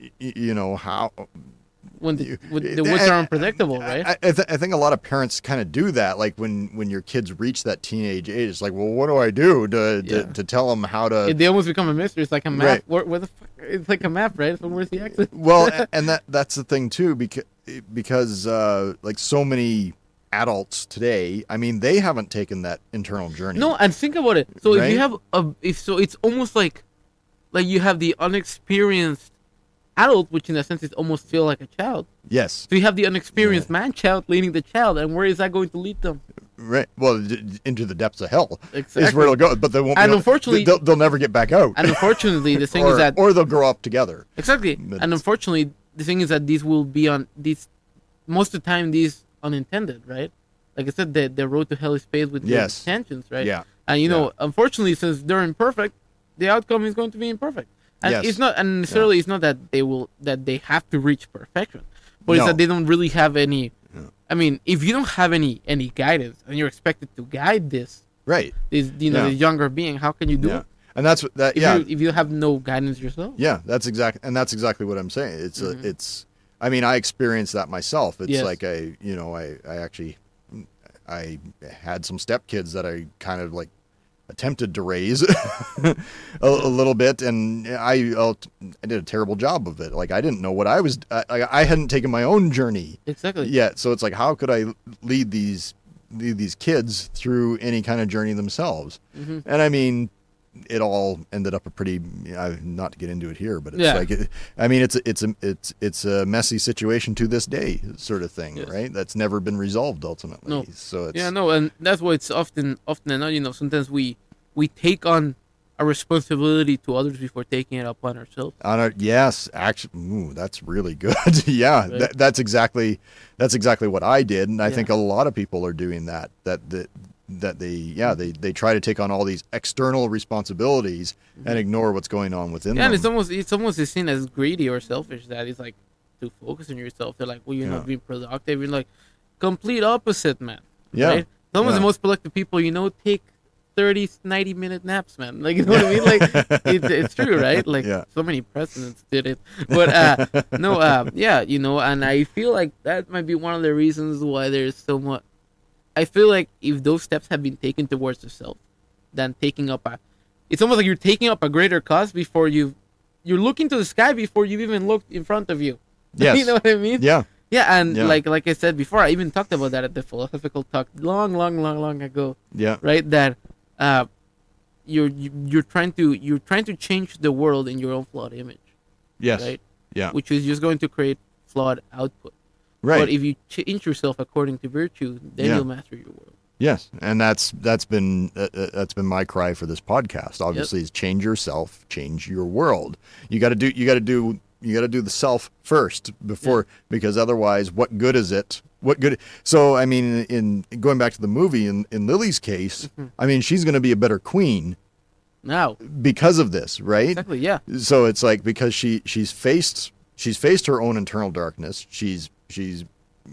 Speaker 1: y- y- you know how
Speaker 2: when the,
Speaker 1: you-
Speaker 2: when the woods are
Speaker 1: I-
Speaker 2: unpredictable right
Speaker 1: I, I, th- I think a lot of parents kind of do that like when when your kids reach that teenage age it's like well what do i do to
Speaker 2: Yeah.
Speaker 1: to, to tell them how to
Speaker 2: It- they almost become a mystery. It's like a map.
Speaker 1: Right.
Speaker 2: Where, where the fuck? It's like a map, right? So where's the exit?
Speaker 1: well a- and that that's the thing too because because uh like so many adults today i mean they haven't taken that internal journey
Speaker 2: No, and think about it. So if
Speaker 1: Right?
Speaker 2: you have a, if so, it's almost like, like you have the unexperienced adult, which in a sense is almost feel like a child.
Speaker 1: yes
Speaker 2: So you have the unexperienced man child leading the child, and where is that going to lead them?
Speaker 1: right well d- d- into the depths of hell is
Speaker 2: Exactly.
Speaker 1: where it'll go but they won't be
Speaker 2: And
Speaker 1: able-
Speaker 2: unfortunately-
Speaker 1: they'll, they'll never get back out
Speaker 2: And unfortunately, the thing
Speaker 1: or,
Speaker 2: is that
Speaker 1: or they'll grow up together
Speaker 2: exactly.
Speaker 1: But-
Speaker 2: And unfortunately, the thing is that these will be on these most of the time these unintended, right? Like I said, the the road to hell is paved with good
Speaker 1: Yes.
Speaker 2: intentions, right?
Speaker 1: yeah
Speaker 2: And you
Speaker 1: Yeah.
Speaker 2: know, unfortunately, since they're imperfect, the outcome is going to be imperfect. And
Speaker 1: Yes.
Speaker 2: it's not, and necessarily, it's not that they will that they have to reach perfection, but it's
Speaker 1: No.
Speaker 2: that they don't really have any.
Speaker 1: No.
Speaker 2: I mean, if you don't have any any guidance and you're expected to guide this
Speaker 1: right
Speaker 2: this you know
Speaker 1: Yeah.
Speaker 2: this younger being, how can you do
Speaker 1: yeah
Speaker 2: it?
Speaker 1: and that's what that
Speaker 2: If
Speaker 1: yeah
Speaker 2: you if you have no guidance yourself.
Speaker 1: Yeah, that's exactly, and that's exactly what I'm saying. It's
Speaker 2: Mhm.
Speaker 1: a, it's. I mean, I experienced that myself. It's
Speaker 2: Yes.
Speaker 1: like I, you know, I, I actually, I had some stepkids that I kind of like attempted to raise a, a little bit, and I, I'll- I did a terrible job of it. Like I didn't know what I was. I, I I hadn't taken my own journey
Speaker 2: Exactly.
Speaker 1: yet, so it's like, how could I lead these lead these kids through any kind of journey themselves?
Speaker 2: hmm
Speaker 1: And I mean, it all ended up a pretty. I not to get into it here, but it's
Speaker 2: Yeah.
Speaker 1: like, it, I mean, it's it's a it's it's a messy situation to this day, sort of thing,
Speaker 2: Yes.
Speaker 1: right? That's never been resolved ultimately.
Speaker 2: No.
Speaker 1: So it's
Speaker 2: Yeah, no, and that's why it's often often and you know sometimes we we take on a responsibility to others before taking it upon ourselves.
Speaker 1: on our yes, actually, ooh, that's really good. yeah,
Speaker 2: Right.
Speaker 1: that, that's exactly that's exactly what I did, and I
Speaker 2: Yeah.
Speaker 1: think a lot of people are doing that. That that that they yeah they they try to take on all these external responsibilities and ignore what's going on within
Speaker 2: Mm-hmm. Yeah, and
Speaker 1: them.
Speaker 2: it's almost it's almost is seen as greedy or selfish that it's like to focus on yourself. They're like, well, you're
Speaker 1: Yeah.
Speaker 2: not being productive. You're like complete opposite, man.
Speaker 1: yeah.
Speaker 2: Right? Some of
Speaker 1: Yeah.
Speaker 2: the most productive people you know take 30, 90 minute naps, man. Like you know what I mean? Like it's it's true, right? Like
Speaker 1: Yeah.
Speaker 2: so many presidents did it, but uh, no, uh, yeah, you know, and I feel like that might be one of the reasons why there's so much. I feel like if those steps have been taken towards yourself, than taking up a, it's almost like you're taking up a greater cause before you, you're looking to the sky before you've even looked in front of you. you
Speaker 1: Yes.
Speaker 2: know what I mean?
Speaker 1: yeah.
Speaker 2: Yeah, and
Speaker 1: Yeah.
Speaker 2: like like I said before, I even talked about that at the philosophical talk long, long, long, long ago,
Speaker 1: Yeah.
Speaker 2: right? That uh, you're you- you're trying to you're trying to change the world in your own flawed image,
Speaker 1: Yes.
Speaker 2: right?
Speaker 1: Yeah.
Speaker 2: Which is just going to create flawed output.
Speaker 1: Right.
Speaker 2: But if you change yourself according to virtue, then
Speaker 1: Yeah.
Speaker 2: you'll master your world.
Speaker 1: yes. And that's that's been uh, uh, that's been my cry for this podcast. Obviously, is change yourself, change your world. You got to do you got to do you got to do the self first before because otherwise, what good is it? What good? So I mean, in going back to the movie, in in Lily's case,
Speaker 2: Mm-hmm.
Speaker 1: I mean, she's going to be a better queen
Speaker 2: Now,
Speaker 1: because of this, right?
Speaker 2: exactly, yeah,
Speaker 1: so it's like because she she's faced she's faced her own internal darkness she's she's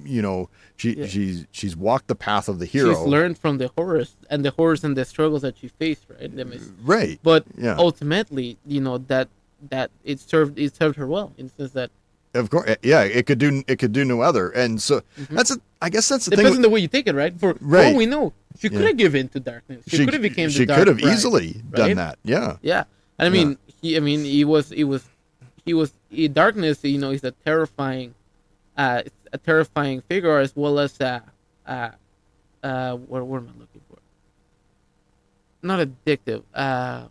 Speaker 1: you know she
Speaker 2: Yeah.
Speaker 1: she's she's walked the path of the hero
Speaker 2: she's learned from the horrors and the horrors and the struggles that she faced, right? The mis-
Speaker 1: right
Speaker 2: but
Speaker 1: Yeah.
Speaker 2: ultimately, you know that that it served it served her well in the sense that
Speaker 1: of course yeah it could do it could do no other and so
Speaker 2: Mhm.
Speaker 1: that's a I guess that's the
Speaker 2: depends on
Speaker 1: thing
Speaker 2: the way you take it, right? For
Speaker 1: Right.
Speaker 2: all we know, she
Speaker 1: Yeah.
Speaker 2: could have given to darkness. She, could have became the
Speaker 1: she
Speaker 2: dark
Speaker 1: could have
Speaker 2: bride.
Speaker 1: easily done
Speaker 2: right?
Speaker 1: that yeah
Speaker 2: Yeah, and I mean, he. I mean, he was. He was. He was. He, darkness. You know, is a terrifying, uh, it's a terrifying figure as well as uh, uh, uh, what, what am I looking for? not addictive, uh,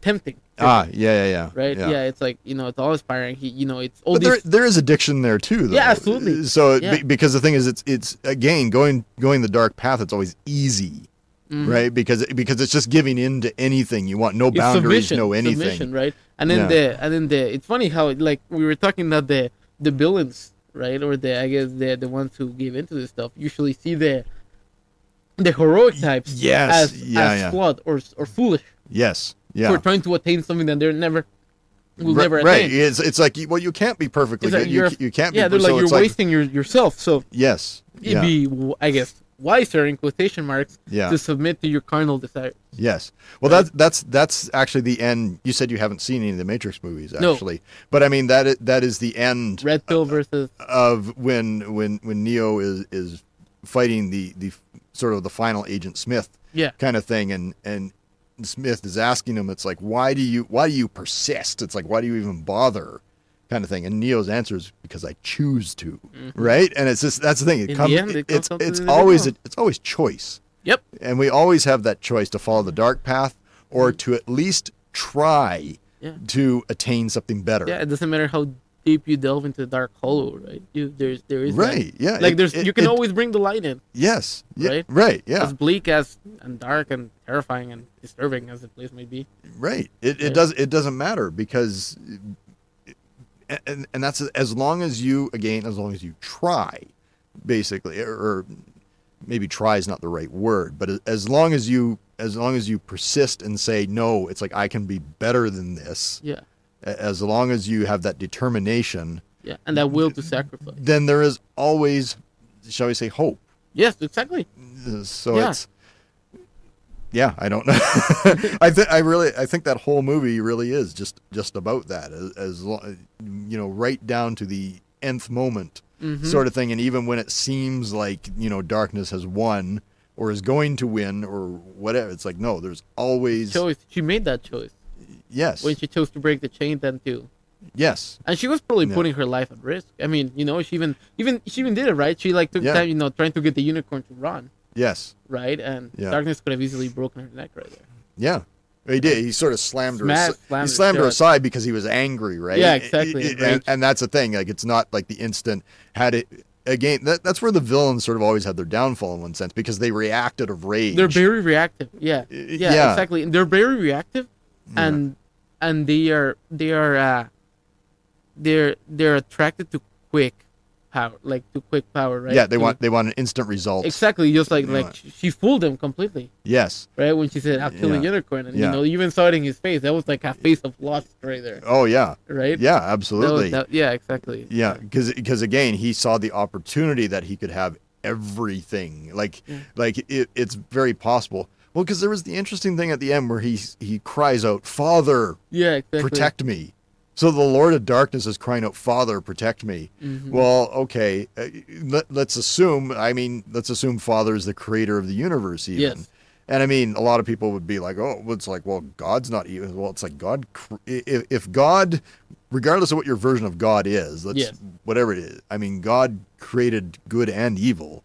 Speaker 2: tempting.
Speaker 1: Ah, yeah, yeah, yeah.
Speaker 2: right? Yeah. it's like you know, it's all inspiring. He, you know, it's all
Speaker 1: But
Speaker 2: these.
Speaker 1: there, there is addiction there too. Though. Uh,
Speaker 2: Yeah, absolutely.
Speaker 1: So
Speaker 2: Yeah.
Speaker 1: be- because the thing is, it's it's again going going the dark path. It's always easy,
Speaker 2: Mhm.
Speaker 1: right? Because because it's just giving in to anything you want. No
Speaker 2: It's
Speaker 1: boundaries,
Speaker 2: submission,
Speaker 1: no anything.
Speaker 2: submission, right? And then
Speaker 1: Yeah.
Speaker 2: the and then the it's funny how like we were talking about the the villains, right? Or the I guess the the ones who give into this stuff usually see the the heroic types
Speaker 1: yes,
Speaker 2: as
Speaker 1: yeah,
Speaker 2: as
Speaker 1: yeah.
Speaker 2: flawed or or foolish
Speaker 1: Yes. Yeah.
Speaker 2: for trying to attain something that they're never will
Speaker 1: Ri-
Speaker 2: never
Speaker 1: right,
Speaker 2: attain.
Speaker 1: It's it's like you- well, you can't be perfectly
Speaker 2: It's like
Speaker 1: good. You,
Speaker 2: you're-
Speaker 1: ca- you can't
Speaker 2: Yeah,
Speaker 1: be.
Speaker 2: they're
Speaker 1: so
Speaker 2: like you're
Speaker 1: it's like-
Speaker 2: wasting your yourself. So
Speaker 1: Yes.
Speaker 2: it'd
Speaker 1: yeah.
Speaker 2: be w- I guess wiser in quotation marks
Speaker 1: Yeah.
Speaker 2: to submit to your carnal desires.
Speaker 1: Yes. Well, that's that's that's actually the end. You said you haven't seen any of the Matrix movies,
Speaker 2: No.
Speaker 1: actually, but I mean that is, that is the end
Speaker 2: Red pill versus
Speaker 1: of when when when Neo is is fighting the the sort of the final Agent Smith
Speaker 2: yeah.
Speaker 1: kind of thing, and and Smith is asking him, it's like, why do you why do you persist? It's like, why do you even bother? Kind of thing, and Neo's answer is because I choose to, right? And it's just that's the thing. It
Speaker 2: Mm-hmm. In
Speaker 1: comes.
Speaker 2: the end, it comes
Speaker 1: it's
Speaker 2: down to
Speaker 1: it's
Speaker 2: the
Speaker 1: always
Speaker 2: individual.
Speaker 1: it's always choice
Speaker 2: Yep.
Speaker 1: and we always have that choice to follow the dark path or to at least try
Speaker 2: Mm-hmm. Yeah.
Speaker 1: to attain something better.
Speaker 2: Yeah, it doesn't matter how deep you delve into the dark hollow, right? You there's there is that.
Speaker 1: Right. Yeah.
Speaker 2: Like
Speaker 1: it-
Speaker 2: there's
Speaker 1: it-
Speaker 2: you can
Speaker 1: it-
Speaker 2: always bring the light in.
Speaker 1: Yes. Yeah,
Speaker 2: right?
Speaker 1: Right. Yeah.
Speaker 2: As bleak as and dark and terrifying and disturbing as the place may be.
Speaker 1: Right. It,
Speaker 2: Yeah.
Speaker 1: it does it doesn't matter because and and that's as long as you again as long as you try basically or, or maybe try is not the right word but as long as you as long as you persist and say no it's like I can be better than this
Speaker 2: Yeah.
Speaker 1: a- as long as you have that determination
Speaker 2: Yeah. And that will to sacrifice.
Speaker 1: then there is always, shall we say, hope.
Speaker 2: Yes, exactly.
Speaker 1: So
Speaker 2: Yeah.
Speaker 1: it's, yeah, I don't know. I think I really, I think that whole movie really is just just about that, as, as lo- you know, right down to the nth moment,
Speaker 2: Mhm.
Speaker 1: sort of thing. And even when it seems like you know darkness has won or is going to win or whatever, it's like no, there's always
Speaker 2: Choice. She made that choice.
Speaker 1: yes,
Speaker 2: When she chose to break the chain then too.
Speaker 1: yes,
Speaker 2: And she was probably
Speaker 1: Yeah.
Speaker 2: putting her life at risk. I mean, you know, she even even she even did it, right? She like took
Speaker 1: Yeah.
Speaker 2: time, you know, trying to get the unicorn to run,
Speaker 1: yes,
Speaker 2: right? And
Speaker 1: Yeah.
Speaker 2: darkness could have easily broken her neck right there.
Speaker 1: yeah. He did. He sort of slammed her.
Speaker 2: Smash-
Speaker 1: asi-
Speaker 2: slammed
Speaker 1: he
Speaker 2: her
Speaker 1: slammed her
Speaker 2: shut.
Speaker 1: aside because he was angry, right?
Speaker 2: Yeah, exactly,
Speaker 1: It- it-
Speaker 2: enraged.
Speaker 1: and, and that's the thing. Like, it's not like the instant had it. Again, that, that's where the villains sort of always had their downfall in one sense because they react out of rage.
Speaker 2: They're very reactive. Yeah. Yeah,
Speaker 1: yeah.
Speaker 2: exactly. They're very reactive
Speaker 1: Yeah.
Speaker 2: and and they are they are uh they're they're attracted to quick power, like to quick power, right? Mm-hmm.
Speaker 1: Yeah, they
Speaker 2: To-
Speaker 1: want they want an instant result.
Speaker 2: Exactly, just like
Speaker 1: They
Speaker 2: like
Speaker 1: want-
Speaker 2: she she fooled them completely,
Speaker 1: Yes.
Speaker 2: right? When she said I'll kill a
Speaker 1: Yeah.
Speaker 2: unicorn and
Speaker 1: Yeah.
Speaker 2: you know, you even saw it in his face. That was like a face of lust right there.
Speaker 1: Oh yeah.
Speaker 2: Right?
Speaker 1: Yeah.
Speaker 2: That
Speaker 1: Absolutely.
Speaker 2: was- that- yeah, exactly.
Speaker 1: Yeah, because again, he saw the opportunity that he could have everything. Like
Speaker 2: Yeah.
Speaker 1: like it, it's very possible. Well, because there was the interesting thing at the end where he he cries out, "Father,
Speaker 2: Yeah, exactly.
Speaker 1: protect me." So the Lord of Darkness is crying out, "Father, protect me."
Speaker 2: Mhm.
Speaker 1: Well, okay, uh, let, let's assume. I mean, let's assume Father is the creator of the universe, even.
Speaker 2: Yes.
Speaker 1: And I mean, a lot of people would be like, "Oh, well, it's like, well, God's not even." Well, it's like God. cr- i- If, if God, regardless of what your version of God is, let's
Speaker 2: Yes.
Speaker 1: whatever it is. I mean, God created good and evil.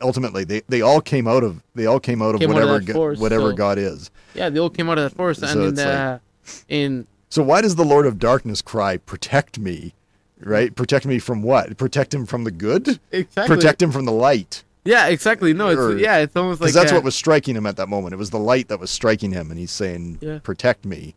Speaker 1: Ultimately, they, they all came out of they all came out of
Speaker 2: Came out of
Speaker 1: whatever
Speaker 2: that
Speaker 1: go-
Speaker 2: force,
Speaker 1: whatever
Speaker 2: so-
Speaker 1: God is.
Speaker 2: Yeah, they all came out of that forest and
Speaker 1: So
Speaker 2: in
Speaker 1: it's
Speaker 2: the in
Speaker 1: So why does the Lord of Darkness cry, "Protect me"? Right? Protect me from what? Protect him from the good.
Speaker 2: exactly
Speaker 1: Protect him from the light.
Speaker 2: Yeah, exactly. No, it's
Speaker 1: Or-
Speaker 2: yeah, it's almost like
Speaker 1: Because that's
Speaker 2: uh,
Speaker 1: what was striking him at that moment. It was the light that was striking him, and he's saying,
Speaker 2: Yeah.
Speaker 1: "Protect me."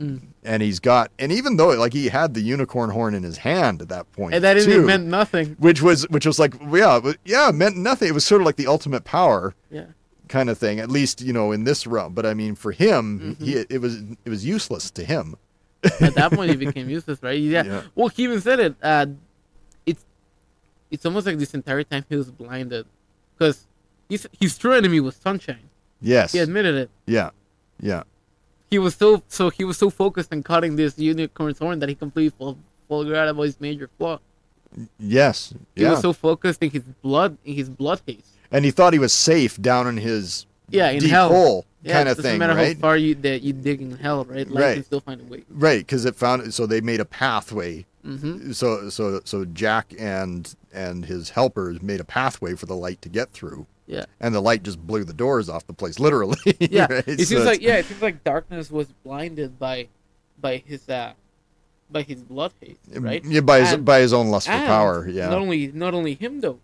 Speaker 2: Mm.
Speaker 1: And he's got, and even though like he had the unicorn horn in his hand at that point,
Speaker 2: and that didn't
Speaker 1: too,
Speaker 2: even meant nothing.
Speaker 1: which was which was like yeah it was- yeah it meant nothing. It was sort of like the ultimate power
Speaker 2: Yeah.
Speaker 1: kind of thing, at least you know in this realm. But I mean, for him,
Speaker 2: Mm-hmm.
Speaker 1: he, it was it was useless to him.
Speaker 2: At that point, it became useless, right? Yeah.
Speaker 1: Yeah.
Speaker 2: Well, he even said it. Uh, it's it's almost like this entire time he was blinded, because his his true enemy was sunshine.
Speaker 1: Yes.
Speaker 2: He admitted it.
Speaker 1: Yeah. Yeah.
Speaker 2: He was so so he was so focused on cutting this unicorn's horn that he completely fol- forgot about his major flaw.
Speaker 1: Yes.
Speaker 2: He
Speaker 1: Yeah.
Speaker 2: was so focused in his blood in his blood taste.
Speaker 1: and he thought he was safe down in his
Speaker 2: Yeah, in
Speaker 1: deep
Speaker 2: hell.
Speaker 1: hole
Speaker 2: Yeah,
Speaker 1: kind
Speaker 2: it
Speaker 1: of
Speaker 2: doesn't
Speaker 1: thing,
Speaker 2: matter
Speaker 1: right?
Speaker 2: how far you that you dig in hell, right? Life
Speaker 1: Right.
Speaker 2: can still find a way.
Speaker 1: Right, because it found so they made a pathway.
Speaker 2: Mm-hmm.
Speaker 1: So so so Jack and and his helpers made a pathway for the light to get through.
Speaker 2: Yeah.
Speaker 1: and the light just blew the doors off the place, literally.
Speaker 2: Yeah.
Speaker 1: right?
Speaker 2: It
Speaker 1: So
Speaker 2: seems like
Speaker 1: it's-
Speaker 2: yeah, it seems like darkness was blinded by by his uh by his blood hate, right?
Speaker 1: Yeah, by his
Speaker 2: And-
Speaker 1: by his own lust for
Speaker 2: And
Speaker 1: power. Yeah,
Speaker 2: Not only not only him though.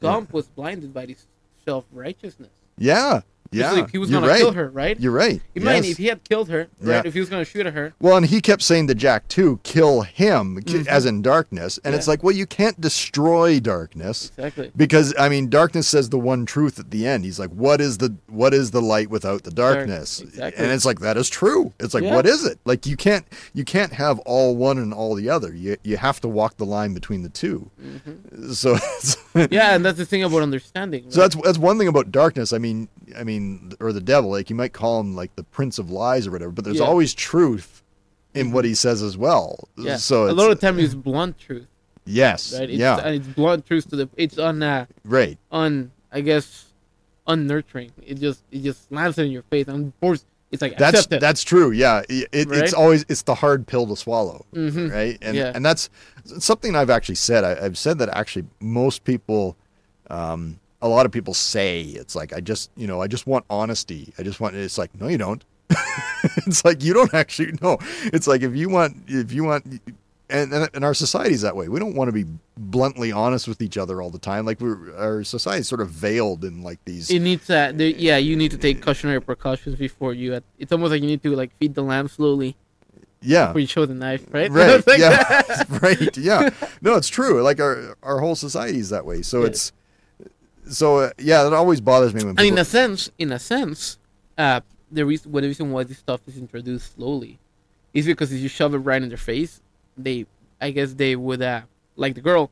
Speaker 2: Gump was blinded by this self righteousness.
Speaker 1: yeah, yeah.
Speaker 2: Like he was
Speaker 1: You're
Speaker 2: gonna
Speaker 1: right.
Speaker 2: kill her, right?
Speaker 1: You're right.
Speaker 2: Imagine
Speaker 1: yes.
Speaker 2: if he had killed her, right?
Speaker 1: Yeah.
Speaker 2: If he was gonna shoot at her.
Speaker 1: Well, and he kept saying to Jack too, kill him, ki-
Speaker 2: Mhm.
Speaker 1: as in darkness. And it's
Speaker 2: Yeah.
Speaker 1: like, well, you can't destroy darkness
Speaker 2: Exactly.
Speaker 1: because I mean, darkness says the one truth at the end. He's like, what is the what is the light without the darkness?
Speaker 2: exactly.
Speaker 1: And it's like that is true. It's like,
Speaker 2: Yeah.
Speaker 1: what is it? Like you can't you can't have all one and all the other. You you have to walk the line between the two.
Speaker 2: Mhm.
Speaker 1: So
Speaker 2: yeah, and that's the thing about understanding.
Speaker 1: So
Speaker 2: right?
Speaker 1: that's that's one thing about darkness. I mean, I mean, or the devil. Like you might call him like the prince of lies or whatever. But there's
Speaker 2: Yeah. Mm-hmm.
Speaker 1: always truth in what he says as well.
Speaker 2: yeah.
Speaker 1: So
Speaker 2: a
Speaker 1: it's,
Speaker 2: lot of time it's blunt truth,
Speaker 1: yes,
Speaker 2: right? It's,
Speaker 1: yeah,
Speaker 2: and it's blunt truth to the it's on uh,
Speaker 1: right,
Speaker 2: on I guess unnurturing. It just it just slams it in your face and force. It's like
Speaker 1: that's
Speaker 2: accept it.
Speaker 1: that's true. Yeah, It- it-
Speaker 2: Right?
Speaker 1: it's always it's the hard pill to swallow,
Speaker 2: Mhm.
Speaker 1: right? And
Speaker 2: Yeah.
Speaker 1: and that's something I've actually said. I, I've said that actually most people. Um, a lot of people say it's like I just, you know, I just want honesty. I just want. It's like no, you don't. it's like you don't actually know. It's like if you want, if you want, and and, and our society's that way. We don't want to be bluntly honest with each other all the time. Like we're our society's sort of veiled in like these.
Speaker 2: It needs uh, the, yeah. You need to take cautionary precautions before you. At, it's almost like you need to like feed the lamb slowly
Speaker 1: yeah,
Speaker 2: before you show the knife, right?
Speaker 1: right
Speaker 2: It's like
Speaker 1: yeah
Speaker 2: that.
Speaker 1: right yeah no it's true like our our whole society is that way so
Speaker 2: Yeah.
Speaker 1: it's so uh, yeah it always bothers me when
Speaker 2: And in
Speaker 1: people
Speaker 2: a sense, in a sense, uh, the reason well, the reason why this stuff is introduced slowly is because if you shove it right in their face, they I guess they would uh, like the girl,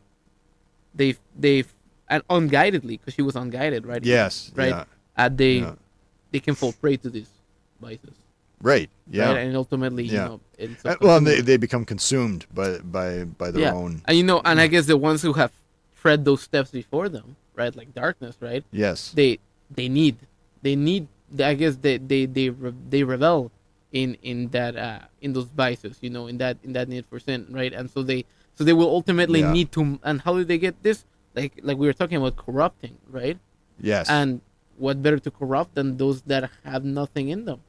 Speaker 2: they they and unguidedly because she was unguided, right?
Speaker 1: yes yeah,
Speaker 2: right. Uh, they
Speaker 1: yeah.
Speaker 2: they can fall prey to these vices.
Speaker 1: right yeah
Speaker 2: Right? And ultimately,
Speaker 1: Yeah.
Speaker 2: you know, it's
Speaker 1: Uh, well and they, they become consumed by by by their
Speaker 2: yeah.
Speaker 1: own
Speaker 2: And you know, and I guess the ones who have tread those steps before them, right? Like darkness, right?
Speaker 1: yes
Speaker 2: They they need they need. I guess they they they re, they revel in in that uh in those vices, you know, in that in that need for sin, right? And so they so they will ultimately
Speaker 1: Yeah.
Speaker 2: need to. And how do they get this? Like like we were talking about corrupting, right?
Speaker 1: yes
Speaker 2: And what better to corrupt than those that have nothing in them,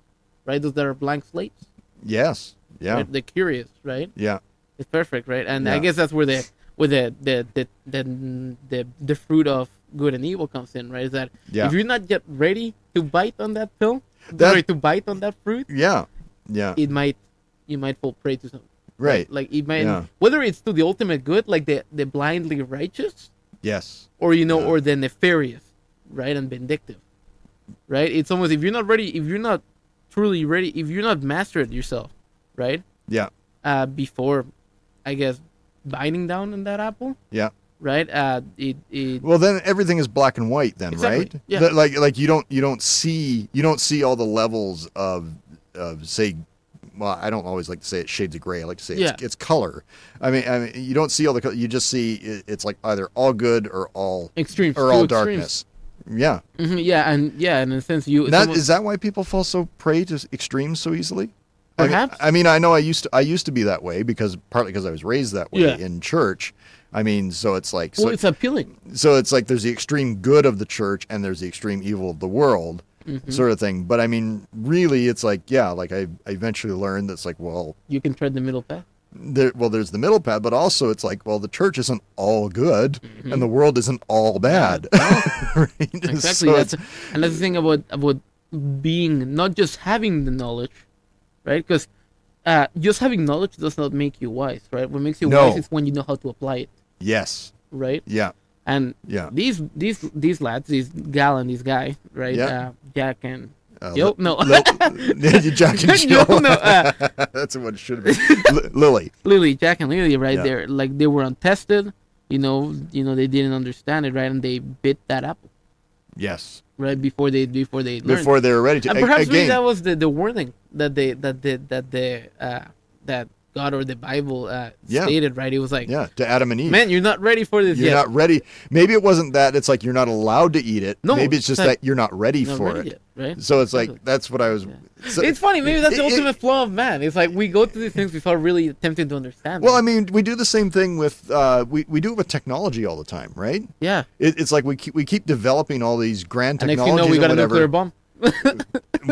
Speaker 2: right? Those that are blank slates,
Speaker 1: yes yeah
Speaker 2: right? They're curious, right?
Speaker 1: yeah
Speaker 2: It's perfect, right? And I
Speaker 1: Yeah.
Speaker 2: guess that's where the where the the, the the the the fruit of good and evil comes in, right? Is that
Speaker 1: Yeah.
Speaker 2: if you're not yet ready to bite on that pill,
Speaker 1: That-
Speaker 2: sorry, to bite on that fruit,
Speaker 1: yeah yeah
Speaker 2: it might you might fall prey to something.
Speaker 1: right
Speaker 2: Like it might
Speaker 1: Yeah.
Speaker 2: whether it's to the ultimate good, like the the blindly righteous,
Speaker 1: yes
Speaker 2: or you know,
Speaker 1: Yeah.
Speaker 2: or the nefarious, right, and vindictive, right? It's almost if you're not ready, if you're not truly ready, if you're not mastered yourself, right?
Speaker 1: yeah
Speaker 2: uh, before, I guess, biting down on that apple,
Speaker 1: yeah
Speaker 2: right? Uh, it, it,
Speaker 1: well then everything is black and white then
Speaker 2: Exactly,
Speaker 1: right
Speaker 2: yeah.
Speaker 1: Th- like like you don't you don't see you don't see all the levels of of say well i don't always like to say it's shades of gray i like to say it's,
Speaker 2: Yeah.
Speaker 1: it's color i mean i mean you don't see all the color you just see it, it's like either all good or all
Speaker 2: extremes,
Speaker 1: or
Speaker 2: two
Speaker 1: all darkness
Speaker 2: extremes.
Speaker 1: yeah
Speaker 2: Mhm, yeah, and yeah, and in a sense, you it's
Speaker 1: that,
Speaker 2: almost-
Speaker 1: is that why people fall so prey to extremes so easily I mean-
Speaker 2: Perhaps.
Speaker 1: I mean, I know I used to. I used to be that way because partly because I was raised that way
Speaker 2: Yeah.
Speaker 1: in church. I mean, so it's like so
Speaker 2: well, it's appealing.
Speaker 1: so it's like there's the extreme good of the church and there's the extreme evil of the world
Speaker 2: Mm-hmm.
Speaker 1: sort of thing but i mean really it's like yeah like i, I eventually learned that's like well
Speaker 2: You can tread the middle path.
Speaker 1: there, well there's the middle path but also it's like well the church isn't all good and the world isn't all bad right?
Speaker 2: Mm-hmm. Exactly.
Speaker 1: So
Speaker 2: that's
Speaker 1: it's-
Speaker 2: and that's the thing about about being not just having the knowledge, right? Because uh, just having knowledge does not make you wise, right? What makes you
Speaker 1: No.
Speaker 2: wise is when you know how to apply it,
Speaker 1: yes
Speaker 2: right?
Speaker 1: yeah
Speaker 2: And
Speaker 1: yeah
Speaker 2: these these these lads, these gal and these guy, right?
Speaker 1: Yeah.
Speaker 2: Uh, Jack and
Speaker 1: Uh,
Speaker 2: Yo, no,
Speaker 1: Lil- yeah, you Jack and
Speaker 2: Yo,
Speaker 1: Jill.
Speaker 2: no, uh,
Speaker 1: That's what it should have been. Li- Lily.
Speaker 2: Lily, Jack and Lily, right
Speaker 1: Yeah.
Speaker 2: there, like they were untested. You know, you know they didn't understand it, right? And they bit that apple
Speaker 1: Yes.
Speaker 2: right before they before they learned.
Speaker 1: Before
Speaker 2: Uh,
Speaker 1: they were ready to.
Speaker 2: and
Speaker 1: a-
Speaker 2: perhaps maybe
Speaker 1: again,
Speaker 2: that was the, the warning that they that the that the uh, that God or the Bible uh,
Speaker 1: Yeah.
Speaker 2: stated, right? It was like,
Speaker 1: Yeah, to Adam and Eve.
Speaker 2: man, you're not ready for this
Speaker 1: you're
Speaker 2: yet.
Speaker 1: not ready. Maybe it wasn't that. It's like you're not allowed to eat it.
Speaker 2: No,
Speaker 1: Maybe it's just
Speaker 2: it's not-
Speaker 1: that you're not ready
Speaker 2: Not
Speaker 1: for
Speaker 2: ready
Speaker 1: it.
Speaker 2: yet, right?
Speaker 1: So it's like
Speaker 2: Exactly.
Speaker 1: that's what I was. so-
Speaker 2: it's funny. Maybe that's the
Speaker 1: it- it-
Speaker 2: ultimate flaw of man. It's like we go through these things without really attempting to understand.
Speaker 1: well, I
Speaker 2: them.
Speaker 1: mean, we do the same thing with uh, we we do it with technology all the time, right?
Speaker 2: yeah.
Speaker 1: It, it's like we keep we keep developing all these grand
Speaker 2: And next thing you
Speaker 1: technologies
Speaker 2: know, we got a
Speaker 1: and whatever.
Speaker 2: nuclear bomb.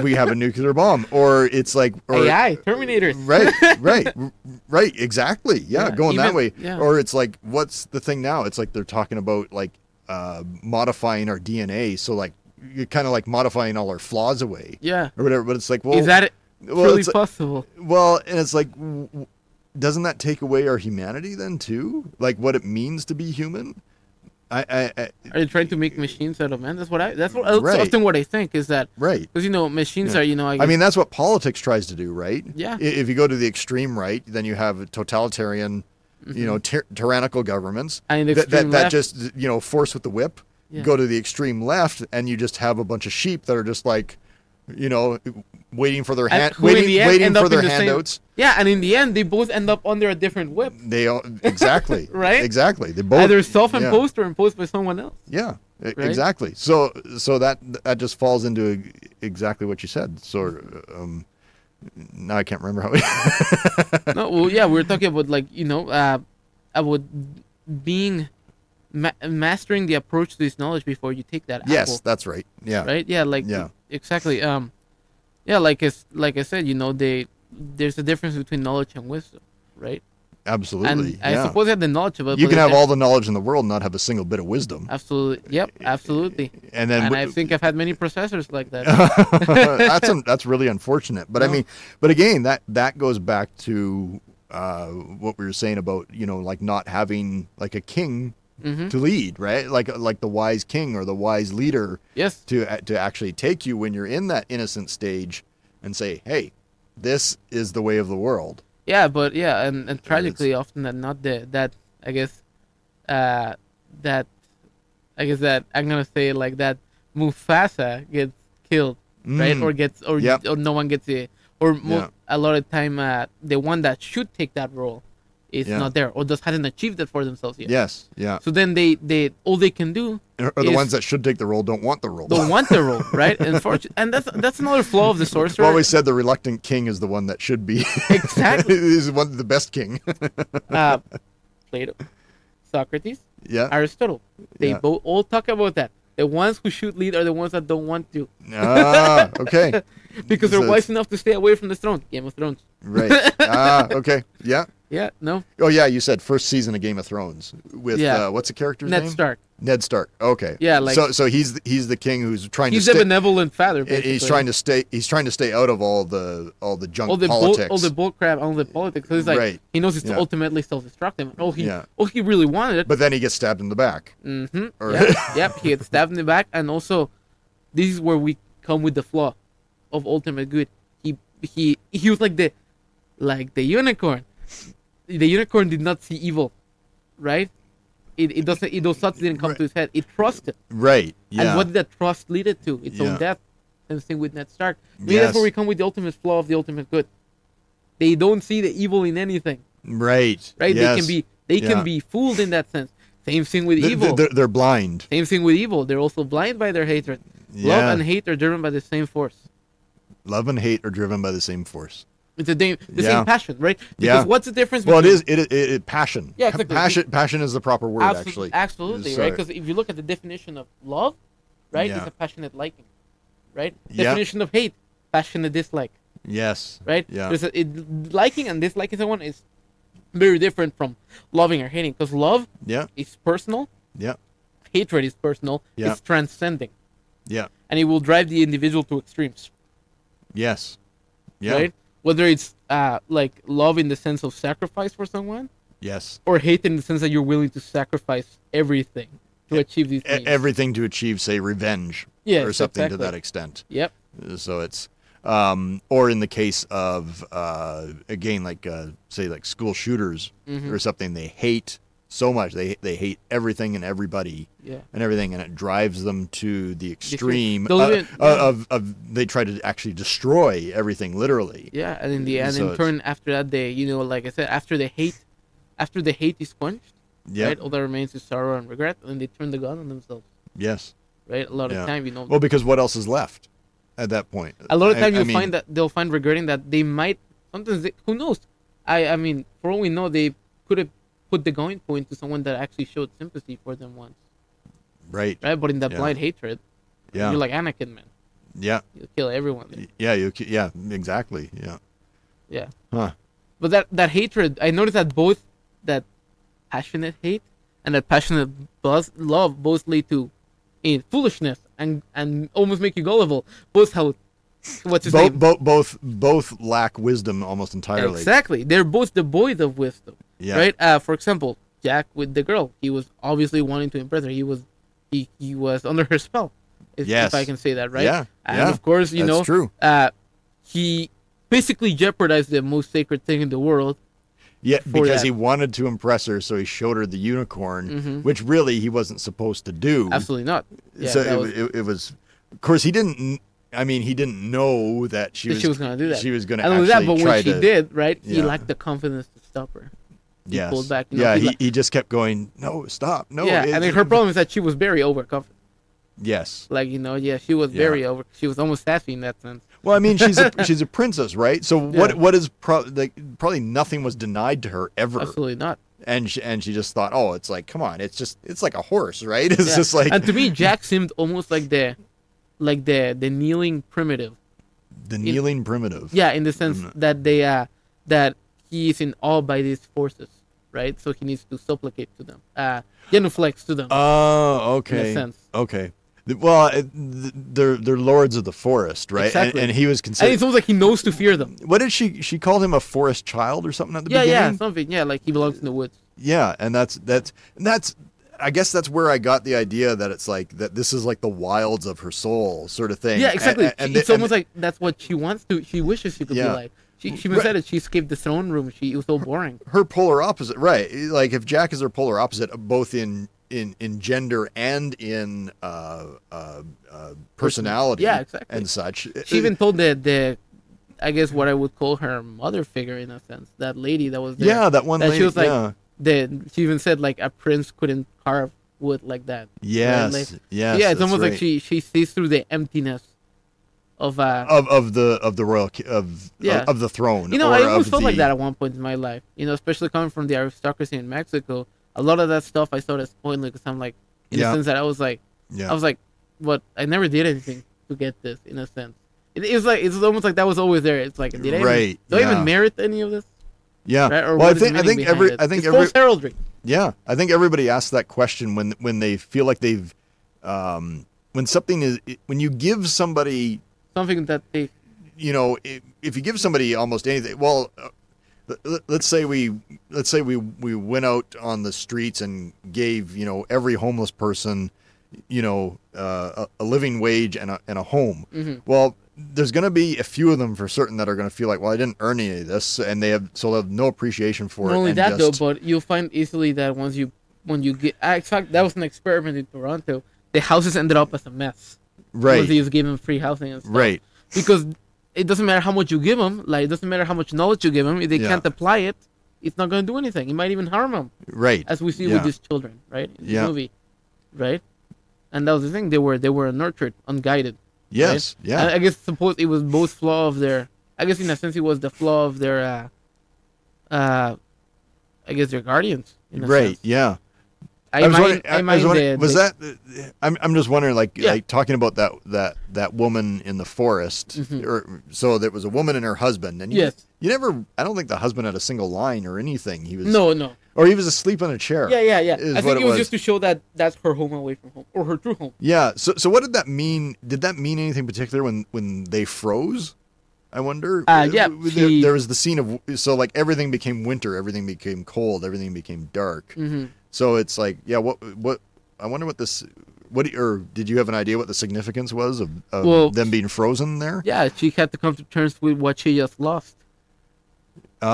Speaker 1: we have a nuclear bomb, or it's like or,
Speaker 2: AI, Terminators.
Speaker 1: right, right, r- right, exactly. Yeah,
Speaker 2: Yeah,
Speaker 1: going that
Speaker 2: even-
Speaker 1: way.
Speaker 2: yeah.
Speaker 1: Or it's like, what's the thing now? It's like they're talking about like uh, modifying our DNA, so like you're kind of like modifying all our flaws away
Speaker 2: Yeah.
Speaker 1: or whatever. But it's like, well,
Speaker 2: Is that
Speaker 1: well,
Speaker 2: truly
Speaker 1: it's like-
Speaker 2: possible?
Speaker 1: well, and it's like, w- w- doesn't that take away our humanity then too? Like what it means to be human. I, I, I
Speaker 2: Are they trying to make machines out of man? That's what I. That's what. That's
Speaker 1: Right.
Speaker 2: often what I think is that
Speaker 1: right.
Speaker 2: because you know machines
Speaker 1: Yeah.
Speaker 2: are you know I,
Speaker 1: I
Speaker 2: guess,
Speaker 1: mean, that's what politics tries to do, right?
Speaker 2: Yeah.
Speaker 1: I- If you go to the extreme right, then you have totalitarian, you know,
Speaker 2: Mm-hmm.
Speaker 1: tyr- tyrannical governments
Speaker 2: And
Speaker 1: that, that,
Speaker 2: extreme
Speaker 1: that
Speaker 2: left.
Speaker 1: just, you know, force with the whip.
Speaker 2: Yeah.
Speaker 1: Go to the extreme left, and you just have a bunch of sheep that are just like, you know, waiting for their
Speaker 2: and
Speaker 1: hand,
Speaker 2: who in
Speaker 1: waiting,
Speaker 2: the end
Speaker 1: waiting
Speaker 2: end
Speaker 1: for
Speaker 2: up
Speaker 1: their
Speaker 2: in the same-
Speaker 1: handouts.
Speaker 2: yeah, and in the end, they both end up under a different whip,
Speaker 1: They all exactly
Speaker 2: Right?
Speaker 1: exactly. They both
Speaker 2: either
Speaker 1: yeah.
Speaker 2: self-imposed or imposed by someone else.
Speaker 1: Yeah, e-
Speaker 2: Right?
Speaker 1: exactly. So so that that just falls into e- exactly what you said. So um, now I can't remember how. We,
Speaker 2: no, well, yeah, we were talking about like you know, uh, about being ma- mastering the approach to this knowledge before you take that.
Speaker 1: yes,
Speaker 2: apple,
Speaker 1: that's right. Yeah.
Speaker 2: right. Yeah, like
Speaker 1: Yeah.
Speaker 2: exactly. Um, yeah, like it's like I said, you know, they there's a difference between knowledge and wisdom, right?
Speaker 1: Absolutely.
Speaker 2: And
Speaker 1: yeah.
Speaker 2: I suppose I have the knowledge of it.
Speaker 1: you
Speaker 2: but
Speaker 1: can
Speaker 2: it's
Speaker 1: have
Speaker 2: like-
Speaker 1: all the knowledge in the world and not have a single bit of wisdom.
Speaker 2: Absolutely. Yep. Absolutely.
Speaker 1: And then
Speaker 2: And I
Speaker 1: w-
Speaker 2: think I've had many processors like that.
Speaker 1: that's un- that's really unfortunate. But I
Speaker 2: No.
Speaker 1: mean, but again, that that goes back to uh, what we were saying about you know like not having like a king
Speaker 2: hmm
Speaker 1: to lead, right? Like like the wise king or the wise leader
Speaker 2: Yes.
Speaker 1: to uh, to actually take you when you're in that innocent stage and say, hey, this is the way of the world.
Speaker 2: Yeah, but yeah, and, and
Speaker 1: Yeah, it's-
Speaker 2: tragically, often that not the that I guess, uh, that I guess that I'm gonna say like that Mufasa gets killed, right?
Speaker 1: Mm,
Speaker 2: Or gets or,
Speaker 1: Yep.
Speaker 2: or no one gets it, or mo-
Speaker 1: Yeah.
Speaker 2: a lot of time uh, the one that should take that role is
Speaker 1: Yeah.
Speaker 2: not there or just hasn't achieved it for themselves yet.
Speaker 1: Yes, yeah.
Speaker 2: So then they they all they can do
Speaker 1: Or or the
Speaker 2: If-
Speaker 1: ones that should take the role don't want the role.
Speaker 2: don't want the role, right? Unfortunately, and that's that's another flaw of the sorcerer.
Speaker 1: I've always said the reluctant king is the one that should be.
Speaker 2: Exactly.
Speaker 1: is one the best king.
Speaker 2: uh, Plato, Socrates,
Speaker 1: yeah.
Speaker 2: Aristotle. They
Speaker 1: Yeah.
Speaker 2: both all talk about that. The ones who should lead are the ones that don't want to
Speaker 1: Ah, okay.
Speaker 2: because
Speaker 1: So
Speaker 2: they're
Speaker 1: it's-
Speaker 2: wise enough to stay away from the throne. Game of Thrones.
Speaker 1: Right. Ah, okay. Yeah.
Speaker 2: Yeah, no,
Speaker 1: Oh yeah, you said first season of Game of Thrones with
Speaker 2: Yeah.
Speaker 1: uh, what's the character's
Speaker 2: Ned
Speaker 1: name?
Speaker 2: Stark.
Speaker 1: Ned Stark. Okay.
Speaker 2: Yeah, like-
Speaker 1: so. So he's the, he's the king who's trying
Speaker 2: He's
Speaker 1: to.
Speaker 2: a
Speaker 1: Stay,
Speaker 2: benevolent father.
Speaker 1: he-
Speaker 2: Basically.
Speaker 1: he's trying to stay. He's trying to stay out of all the all the junk
Speaker 2: all the bull,
Speaker 1: politics.
Speaker 2: all the bull crap, all the politics. So he's like,
Speaker 1: Right.
Speaker 2: he knows it's
Speaker 1: Yeah.
Speaker 2: ultimately self-destructive. All he,
Speaker 1: Yeah.
Speaker 2: all he really wanted.
Speaker 1: but then he gets stabbed in the back.
Speaker 2: mm-hmm.
Speaker 1: Or-
Speaker 2: yep, yep, he gets stabbed in the back, and also, this is where we come with the flaw of ultimate good. He he he was like the, like the unicorn. The unicorn did not see evil, right? It, it doesn't. It, those thoughts didn't come to his head. It trusted,
Speaker 1: Right. Yeah.
Speaker 2: and what did that trust lead it to? Its
Speaker 1: Yeah.
Speaker 2: own death. Same thing with Ned Stark. Maybe that's where
Speaker 1: Yes.
Speaker 2: we come with the ultimate flaw of the ultimate good. They don't see the evil in anything,
Speaker 1: right.
Speaker 2: right?
Speaker 1: Yes.
Speaker 2: They can be they
Speaker 1: Yeah.
Speaker 2: can be fooled in that sense. Same thing with
Speaker 1: Th-
Speaker 2: evil.
Speaker 1: th- They're, they're blind.
Speaker 2: Same thing with evil. They're also blind by their hatred.
Speaker 1: Yeah.
Speaker 2: Love and hate are driven by the same force.
Speaker 1: Love and hate are driven by the same force.
Speaker 2: It's the, same- the
Speaker 1: Yeah.
Speaker 2: same passion, right?
Speaker 1: Yeah.
Speaker 2: Because what's the difference?
Speaker 1: Well, it
Speaker 2: between-
Speaker 1: is. It it, it passion.
Speaker 2: Yeah, exactly.
Speaker 1: Passion. Passion is the proper word,
Speaker 2: Absol-
Speaker 1: actually. uh,
Speaker 2: absolutely,
Speaker 1: So-
Speaker 2: right? Because if you look at the definition of love, right,
Speaker 1: Yeah.
Speaker 2: it's a passionate liking, right?
Speaker 1: Yeah.
Speaker 2: Definition of hate, passionate dislike,
Speaker 1: Yes.
Speaker 2: right?
Speaker 1: Yeah.
Speaker 2: There's a, it, liking and disliking someone is very different from loving or hating. Because love
Speaker 1: Yeah.
Speaker 2: is personal,
Speaker 1: Yeah.
Speaker 2: hatred is personal,
Speaker 1: Yeah.
Speaker 2: it's transcending,
Speaker 1: Yeah.
Speaker 2: and it will drive the individual to extremes.
Speaker 1: Yes. Yeah.
Speaker 2: right? Whether it's uh, like love in the sense of sacrifice for someone,
Speaker 1: Yes.
Speaker 2: or hate in the sense that you're willing to sacrifice everything to
Speaker 1: E-
Speaker 2: achieve these
Speaker 1: E-
Speaker 2: things.
Speaker 1: everything to achieve, say, revenge
Speaker 2: Yes,
Speaker 1: or something to
Speaker 2: exactly.
Speaker 1: that extent.
Speaker 2: Yep.
Speaker 1: So it's, um, or in the case of, uh, again, like, uh, say, like school shooters
Speaker 2: Mhm.
Speaker 1: or something, they hate so much. They they hate everything and everybody
Speaker 2: Yeah.
Speaker 1: and everything, and it drives them to the extreme
Speaker 2: They'll
Speaker 1: uh,
Speaker 2: even-
Speaker 1: uh,
Speaker 2: yeah.
Speaker 1: of, of they try to actually destroy everything literally.
Speaker 2: Yeah, and in the end,
Speaker 1: Mm-hmm. So
Speaker 2: in
Speaker 1: it's-
Speaker 2: turn, after that, they you know, like I said, after the hate, after the hate is quenched,
Speaker 1: Yeah.
Speaker 2: right? All that remains is sorrow and regret, and they turn the gun on themselves,
Speaker 1: Yes.
Speaker 2: right? A lot
Speaker 1: Yeah.
Speaker 2: of time, you know,
Speaker 1: Well, because what else is left at that point?
Speaker 2: a lot of
Speaker 1: I-
Speaker 2: time
Speaker 1: I
Speaker 2: you'll
Speaker 1: mean,
Speaker 2: find that they'll find regretting that they might sometimes they, who knows i i mean for all we know they could have put the going point to someone that actually showed sympathy for them once
Speaker 1: right.
Speaker 2: right but in that
Speaker 1: Yeah.
Speaker 2: blind hatred
Speaker 1: Yeah.
Speaker 2: you're like anakin man
Speaker 1: yeah.
Speaker 2: you kill everyone
Speaker 1: Y- Yeah. You. c- Yeah. Exactly. Yeah.
Speaker 2: yeah
Speaker 1: Huh.
Speaker 2: but that that hatred i noticed that both that passionate hate and that passionate buzz, love both lead to in foolishness and and almost make you gullible both how what's his
Speaker 1: Both,
Speaker 2: name
Speaker 1: both both both lack wisdom almost entirely.
Speaker 2: Exactly. They're both devoid of wisdom.
Speaker 1: Yeah.
Speaker 2: Right? Uh, for example, Jack with the girl. He was obviously wanting to impress her. He was he, he was under her spell. If,
Speaker 1: Yes.
Speaker 2: if I can say that right.
Speaker 1: Yeah,
Speaker 2: And
Speaker 1: yeah.
Speaker 2: of course, you
Speaker 1: That's
Speaker 2: know
Speaker 1: true.
Speaker 2: uh he basically jeopardized the most sacred thing in the world.
Speaker 1: Mm-hmm. Yeah,
Speaker 2: for
Speaker 1: because
Speaker 2: that. Mm-hmm.
Speaker 1: he wanted to impress her, so he showed her the unicorn, which really he wasn't supposed to do.
Speaker 2: Absolutely not. Yeah,
Speaker 1: so
Speaker 2: that
Speaker 1: it,
Speaker 2: was-
Speaker 1: it, it was, of course, he didn't. kn- I mean, he didn't know that she
Speaker 2: that
Speaker 1: was,
Speaker 2: she was gonna do that.
Speaker 1: She was gonna
Speaker 2: And
Speaker 1: actually
Speaker 2: only that, but
Speaker 1: try
Speaker 2: when she
Speaker 1: to.
Speaker 2: did, right, he
Speaker 1: Yeah.
Speaker 2: lacked the confidence to stop her. he
Speaker 1: yes.
Speaker 2: pulled back, you know,
Speaker 1: yeah,
Speaker 2: he
Speaker 1: he,
Speaker 2: like-
Speaker 1: he just kept going. No, stop. No.
Speaker 2: yeah,
Speaker 1: it-
Speaker 2: and then her problem is that she was very overconfident.
Speaker 1: Yes.
Speaker 2: Like you know, yeah, she was
Speaker 1: Yeah.
Speaker 2: very over. She was almost sassy in that sense.
Speaker 1: Well, I mean, she's a, she's a princess, right? So what
Speaker 2: Yeah.
Speaker 1: what is pro- like probably nothing was denied to her ever,
Speaker 2: Absolutely not.
Speaker 1: and she, and she just thought, oh, it's like come on, it's just it's like a horse, right? It's
Speaker 2: Yeah.
Speaker 1: just like
Speaker 2: and to me jack seemed almost like the like the the kneeling primitive
Speaker 1: the kneeling primitive.
Speaker 2: yeah in the sense
Speaker 1: Mm.
Speaker 2: that they uh that he is in awe by these forces right so he needs to supplicate to them uh genuflex to them
Speaker 1: Oh, okay.
Speaker 2: sense.
Speaker 1: Okay. Th- Well, it- th- they're they're lords of the forest, right?
Speaker 2: Exactly.
Speaker 1: And, and he was
Speaker 2: and it's
Speaker 1: considered.
Speaker 2: almost like he knows to fear them
Speaker 1: What did she she called him a forest child or something at the
Speaker 2: yeah yeah
Speaker 1: beginning?
Speaker 2: something yeah like he belongs in the woods
Speaker 1: Yeah, and that's that's and that's I guess that's where I got the idea that it's like that this is like the wilds of her soul sort of thing.
Speaker 2: yeah exactly
Speaker 1: And, and
Speaker 2: it's
Speaker 1: the- and-
Speaker 2: almost like that's what she wants to she wishes she could
Speaker 1: Yeah.
Speaker 2: be like she, she even
Speaker 1: Right.
Speaker 2: said it she escaped the throne room she it was so boring
Speaker 1: her polar opposite, right? Like if Jack is her polar opposite, both in in in gender and in uh, uh, uh, personality,
Speaker 2: Yeah, exactly.
Speaker 1: and such.
Speaker 2: she even told the the I guess what I would call her mother figure in a sense. That lady that was there.
Speaker 1: yeah, that one.
Speaker 2: that
Speaker 1: lady,
Speaker 2: she was like
Speaker 1: yeah.
Speaker 2: the she even said like a prince couldn't carve wood like that.
Speaker 1: Yes.
Speaker 2: like-
Speaker 1: yes.
Speaker 2: yeah,
Speaker 1: that's
Speaker 2: it's almost
Speaker 1: right.
Speaker 2: like she she sees through the emptiness of uh
Speaker 1: of of the of the royal ki- of
Speaker 2: Yeah.
Speaker 1: of, the throne.
Speaker 2: you know,
Speaker 1: or
Speaker 2: I always
Speaker 1: of
Speaker 2: felt like
Speaker 1: the-
Speaker 2: that at one point in my life. You know, especially coming from the aristocracy in Mexico, a lot of that stuff I saw as pointless because I'm like, in
Speaker 1: Yeah.
Speaker 2: the sense that I was like,
Speaker 1: Yeah.
Speaker 2: I was like, what? I never did anything to get this. In a sense, it, it's like it's almost like that was always there. It's like, did I even,
Speaker 1: Right,
Speaker 2: do I
Speaker 1: yeah.
Speaker 2: even merit any of this?
Speaker 1: yeah.
Speaker 2: right? Or
Speaker 1: well, I
Speaker 2: what is the
Speaker 1: think I
Speaker 2: meaning
Speaker 1: think
Speaker 2: behind
Speaker 1: every
Speaker 2: it?
Speaker 1: I think
Speaker 2: it's
Speaker 1: every
Speaker 2: false heraldry.
Speaker 1: yeah I think everybody asks that question when when they feel like they've um, when something is when you give somebody
Speaker 2: Something that they
Speaker 1: you know if, if you give somebody almost anything well uh, let- let- let's say we let's say we we went out on the streets and gave you know every homeless person you know uh, a, a living wage and a, and a home
Speaker 2: Mm-hmm.
Speaker 1: well there's going to be a few of them for certain that are going to feel like well i didn't earn any of this and they have so they have no appreciation for
Speaker 2: not
Speaker 1: it
Speaker 2: only
Speaker 1: and
Speaker 2: that
Speaker 1: just-
Speaker 2: though, but you'll find easily that once you when you get ah, in fact that was an experiment in Toronto. The houses ended up as a mess.
Speaker 1: right
Speaker 2: Once you give them free housing and stuff.
Speaker 1: right
Speaker 2: Because it doesn't matter how much you give them. Like it doesn't matter how much knowledge you give them. If they
Speaker 1: Yeah.
Speaker 2: can't apply it, it's not going to do anything. It might even harm them,
Speaker 1: right
Speaker 2: as we see
Speaker 1: Yeah.
Speaker 2: with these children, right? In
Speaker 1: Yeah.
Speaker 2: the movie, right? And that was the thing. They were they were nurtured, unguided.
Speaker 1: yes
Speaker 2: right?
Speaker 1: yeah
Speaker 2: And I guess suppose it was both flaw of their. I guess in a sense it was the flaw of their. Uh, uh, I guess their guardians. In a
Speaker 1: right
Speaker 2: sense.
Speaker 1: yeah
Speaker 2: I,
Speaker 1: was
Speaker 2: mind.
Speaker 1: wondering-
Speaker 2: I,
Speaker 1: I
Speaker 2: mind
Speaker 1: was wondering-
Speaker 2: the,
Speaker 1: was
Speaker 2: the-
Speaker 1: that? uh, I'm I'm just wondering, like
Speaker 2: Yeah.
Speaker 1: like talking about that that that woman in the forest, or so there was a woman and her husband, and you,
Speaker 2: Mm-hmm. Yes.
Speaker 1: you never. I don't think the husband had a single line or anything. He was
Speaker 2: No, no.
Speaker 1: or he was asleep on a chair.
Speaker 2: Yeah, yeah, yeah.
Speaker 1: is
Speaker 2: I
Speaker 1: what
Speaker 2: think
Speaker 1: it
Speaker 2: it was
Speaker 1: was.
Speaker 2: just to show that that's her home away from home or her true home.
Speaker 1: Yeah. So so what did that mean? Did that mean anything particular when when they froze? I wonder.
Speaker 2: Uh, yeah,
Speaker 1: There,
Speaker 2: he-
Speaker 1: there was the scene of so like everything became winter, everything became cold, everything became dark.
Speaker 2: Mm-hmm.
Speaker 1: So it's like, yeah, what, what? I wonder what this, what, do you- or did you have an idea what the significance was of, of
Speaker 2: Well-
Speaker 1: them being frozen there?
Speaker 2: Yeah, she had to come to terms with what she just lost.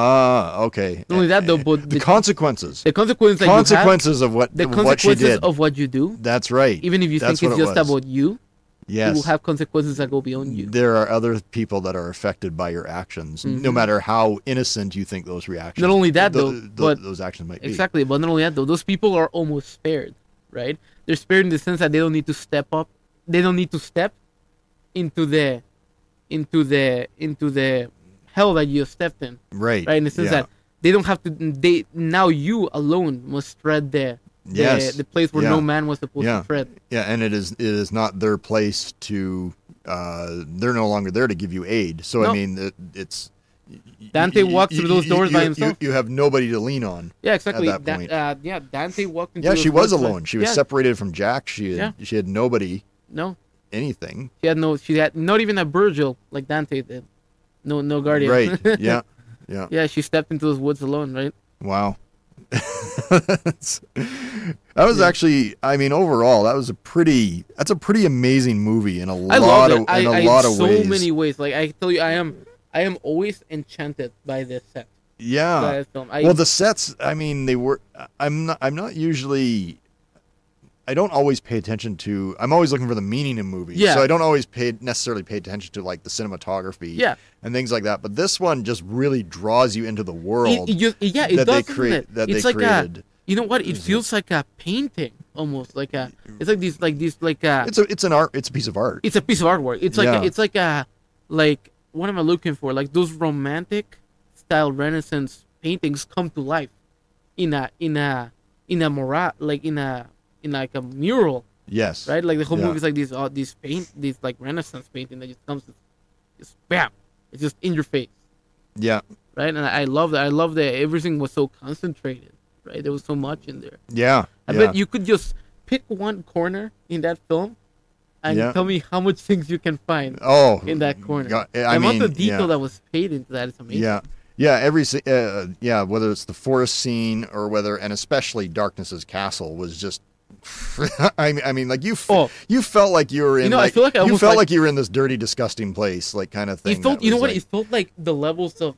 Speaker 1: Ah, okay.
Speaker 2: Not only that, though, but
Speaker 1: The
Speaker 2: the,
Speaker 1: consequences.
Speaker 2: the consequences that you have-
Speaker 1: consequences of what
Speaker 2: the
Speaker 1: what she
Speaker 2: consequences
Speaker 1: did.
Speaker 2: of what you do,
Speaker 1: That's right.
Speaker 2: even if you
Speaker 1: That's
Speaker 2: think it's
Speaker 1: what it
Speaker 2: just
Speaker 1: was.
Speaker 2: about you,
Speaker 1: yes. Mm-hmm.
Speaker 2: it will have consequences that go beyond you.
Speaker 1: There are other people that are affected by your actions, no
Speaker 2: Mhm.
Speaker 1: matter how innocent you think those reactions.
Speaker 2: Not only that, though,
Speaker 1: tho-
Speaker 2: but-
Speaker 1: those actions might
Speaker 2: Exactly, but not only that though, those people are almost spared, right? They're spared in the sense that they don't need to step up, they don't need to step into the, into the, into the hell that you stepped in,
Speaker 1: be right.
Speaker 2: right? In the sense
Speaker 1: yeah.
Speaker 2: that they don't have to. They now you alone must tread the, the
Speaker 1: yes,
Speaker 2: the place where
Speaker 1: Yeah.
Speaker 2: no man was supposed
Speaker 1: Yeah.
Speaker 2: to tread.
Speaker 1: yeah, and it is it is not their place to. Uh, they're no longer there to give you aid. So I
Speaker 2: No.
Speaker 1: mean, it, it's
Speaker 2: Dante walked
Speaker 1: you-
Speaker 2: through those
Speaker 1: you-
Speaker 2: doors by
Speaker 1: you-
Speaker 2: himself.
Speaker 1: You, you have nobody to lean on.
Speaker 2: Yeah, exactly.
Speaker 1: that
Speaker 2: Da-
Speaker 1: point.
Speaker 2: uh, yeah, Dante walked into.
Speaker 1: Yeah, she
Speaker 2: those
Speaker 1: was
Speaker 2: doors by-
Speaker 1: alone. She was
Speaker 2: yeah,
Speaker 1: separated from Jack. She had, she had nobody,
Speaker 2: No,
Speaker 1: anything.
Speaker 2: she had no. She had not even a Virgil like Dante did. No, no guardian.
Speaker 1: Right. Yeah. Yeah.
Speaker 2: Yeah, she stepped into those woods alone, right?
Speaker 1: Wow. That's- that was
Speaker 2: Yeah.
Speaker 1: actually, I mean, overall, that was a pretty. That's a pretty amazing movie in a
Speaker 2: I
Speaker 1: lot
Speaker 2: love it.
Speaker 1: of
Speaker 2: I,
Speaker 1: in a
Speaker 2: I-
Speaker 1: lot of
Speaker 2: so
Speaker 1: ways.
Speaker 2: many ways. Like I tell you, I am, I am always enchanted by this set,
Speaker 1: yeah.
Speaker 2: by this film. I,
Speaker 1: well, the sets. I mean, they were. I'm not. I'm not usually. I don't always pay attention to. I'm always looking for the meaning in movies.
Speaker 2: Yeah.
Speaker 1: So I don't always pay necessarily pay attention to like the cinematography.
Speaker 2: yeah,
Speaker 1: And things like that. But this one just really draws you into the world
Speaker 2: it, it just, yeah, it
Speaker 1: that
Speaker 2: does.
Speaker 1: they
Speaker 2: doesn't
Speaker 1: create.
Speaker 2: it?
Speaker 1: That
Speaker 2: it's
Speaker 1: they
Speaker 2: like
Speaker 1: created.
Speaker 2: a, you know what? It
Speaker 1: Mhm.
Speaker 2: feels like a painting almost, like a. It's like these, like these, like a.
Speaker 1: it's
Speaker 2: It's,
Speaker 1: a. It's an art. It's a piece of art.
Speaker 2: a piece of artwork. It's like
Speaker 1: Yeah.
Speaker 2: a, it's like a, like what am I looking for? Like those romantic style Renaissance paintings come to life, in a in a in a mora like in a in like a mural
Speaker 1: yes.
Speaker 2: right? Like the whole
Speaker 1: Yeah.
Speaker 2: movie's like this, uh, this paint, this like Renaissance painting that just comes, just bam, it's just in your face,
Speaker 1: Yeah.
Speaker 2: right? And I, I love that. I love that everything was so concentrated, right? There was so much in there.
Speaker 1: Yeah.
Speaker 2: I
Speaker 1: yeah.
Speaker 2: bet you could just pick one corner in that film, and
Speaker 1: Yeah.
Speaker 2: tell me how much things you can find
Speaker 1: oh
Speaker 2: in that corner.
Speaker 1: God, I
Speaker 2: the amount
Speaker 1: mean,
Speaker 2: of detail
Speaker 1: yeah,
Speaker 2: that was paid into that is amazing.
Speaker 1: yeah, yeah. Every se- uh, yeah, whether it's the forest scene or whether, and especially Darkness's castle was just. I mean, I mean, like you, f-
Speaker 2: Oh.
Speaker 1: you felt like you were in.
Speaker 2: You know, I
Speaker 1: like,
Speaker 2: feel like I
Speaker 1: you
Speaker 2: almost
Speaker 1: felt like,
Speaker 2: like-
Speaker 1: you were in this dirty, disgusting place, like kind of thing.
Speaker 2: It felt,
Speaker 1: that
Speaker 2: you know
Speaker 1: was
Speaker 2: what?
Speaker 1: like-
Speaker 2: It felt like the levels of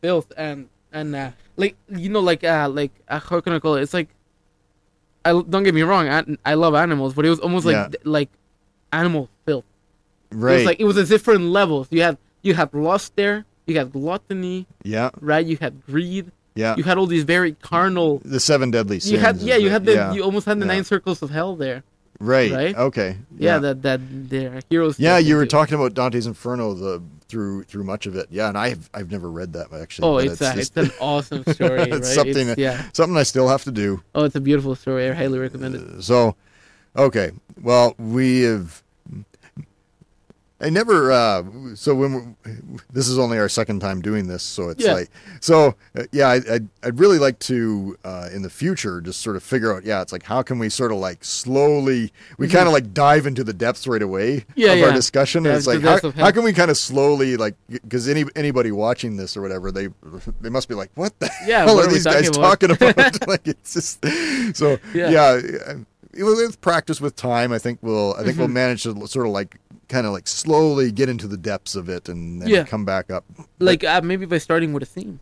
Speaker 2: filth and and uh, like you know, like uh, like uh, how can I call it? It's like I don't get me wrong. I, I love animals, but it was almost
Speaker 1: Yeah.
Speaker 2: like th- like animal filth. It
Speaker 1: right?
Speaker 2: was like it was a different levels. You had you had lust there. You had gluttony,
Speaker 1: yeah,
Speaker 2: right? You had greed.
Speaker 1: yeah.
Speaker 2: You had all these very carnal.
Speaker 1: the seven deadly sins.
Speaker 2: You had
Speaker 1: is
Speaker 2: yeah. You
Speaker 1: the-
Speaker 2: had the
Speaker 1: yeah,
Speaker 2: you almost had the
Speaker 1: yeah.
Speaker 2: nine circles of hell there.
Speaker 1: right,
Speaker 2: right?
Speaker 1: Okay,
Speaker 2: Yeah, that that their heroes.
Speaker 1: Yeah,
Speaker 2: take
Speaker 1: you were
Speaker 2: into.
Speaker 1: talking about Dante's Inferno the through through much of it. Yeah, and I've I've never read that actually.
Speaker 2: Oh,
Speaker 1: but
Speaker 2: it's a,
Speaker 1: just-
Speaker 2: it's an awesome story.
Speaker 1: it's
Speaker 2: right?
Speaker 1: something that-
Speaker 2: It's, yeah.
Speaker 1: something I still have to do.
Speaker 2: Oh, it's a beautiful story. I highly recommend it.
Speaker 1: So, okay, well we have. I never. Uh, so when we this is only our second time doing this, so it's
Speaker 2: Yeah.
Speaker 1: like so. Uh, yeah, I, I'd I'd really like to uh, in the future just sort of figure out. Yeah, it's like how can we sort of like slowly we
Speaker 2: Mhm.
Speaker 1: kind of like dive into the depths right away
Speaker 2: Yeah,
Speaker 1: of our
Speaker 2: yeah.
Speaker 1: discussion. and
Speaker 2: Dive
Speaker 1: it's
Speaker 2: into
Speaker 1: like
Speaker 2: the
Speaker 1: how,
Speaker 2: depths of
Speaker 1: how
Speaker 2: hell.
Speaker 1: can we kind of slowly like because any anybody watching this or whatever they they must be like what the
Speaker 2: Yeah,
Speaker 1: hell
Speaker 2: what
Speaker 1: are
Speaker 2: are we
Speaker 1: these guys talking
Speaker 2: talking
Speaker 1: about? like it's just so yeah.
Speaker 2: Yeah.
Speaker 1: um, it was- with practice with time, I think we'll I think we'll
Speaker 2: Mhm.
Speaker 1: manage to l- sort of like kind of like slowly get into the depths of it and then
Speaker 2: Yeah.
Speaker 1: come back up.
Speaker 2: Like uh, maybe by starting with a theme.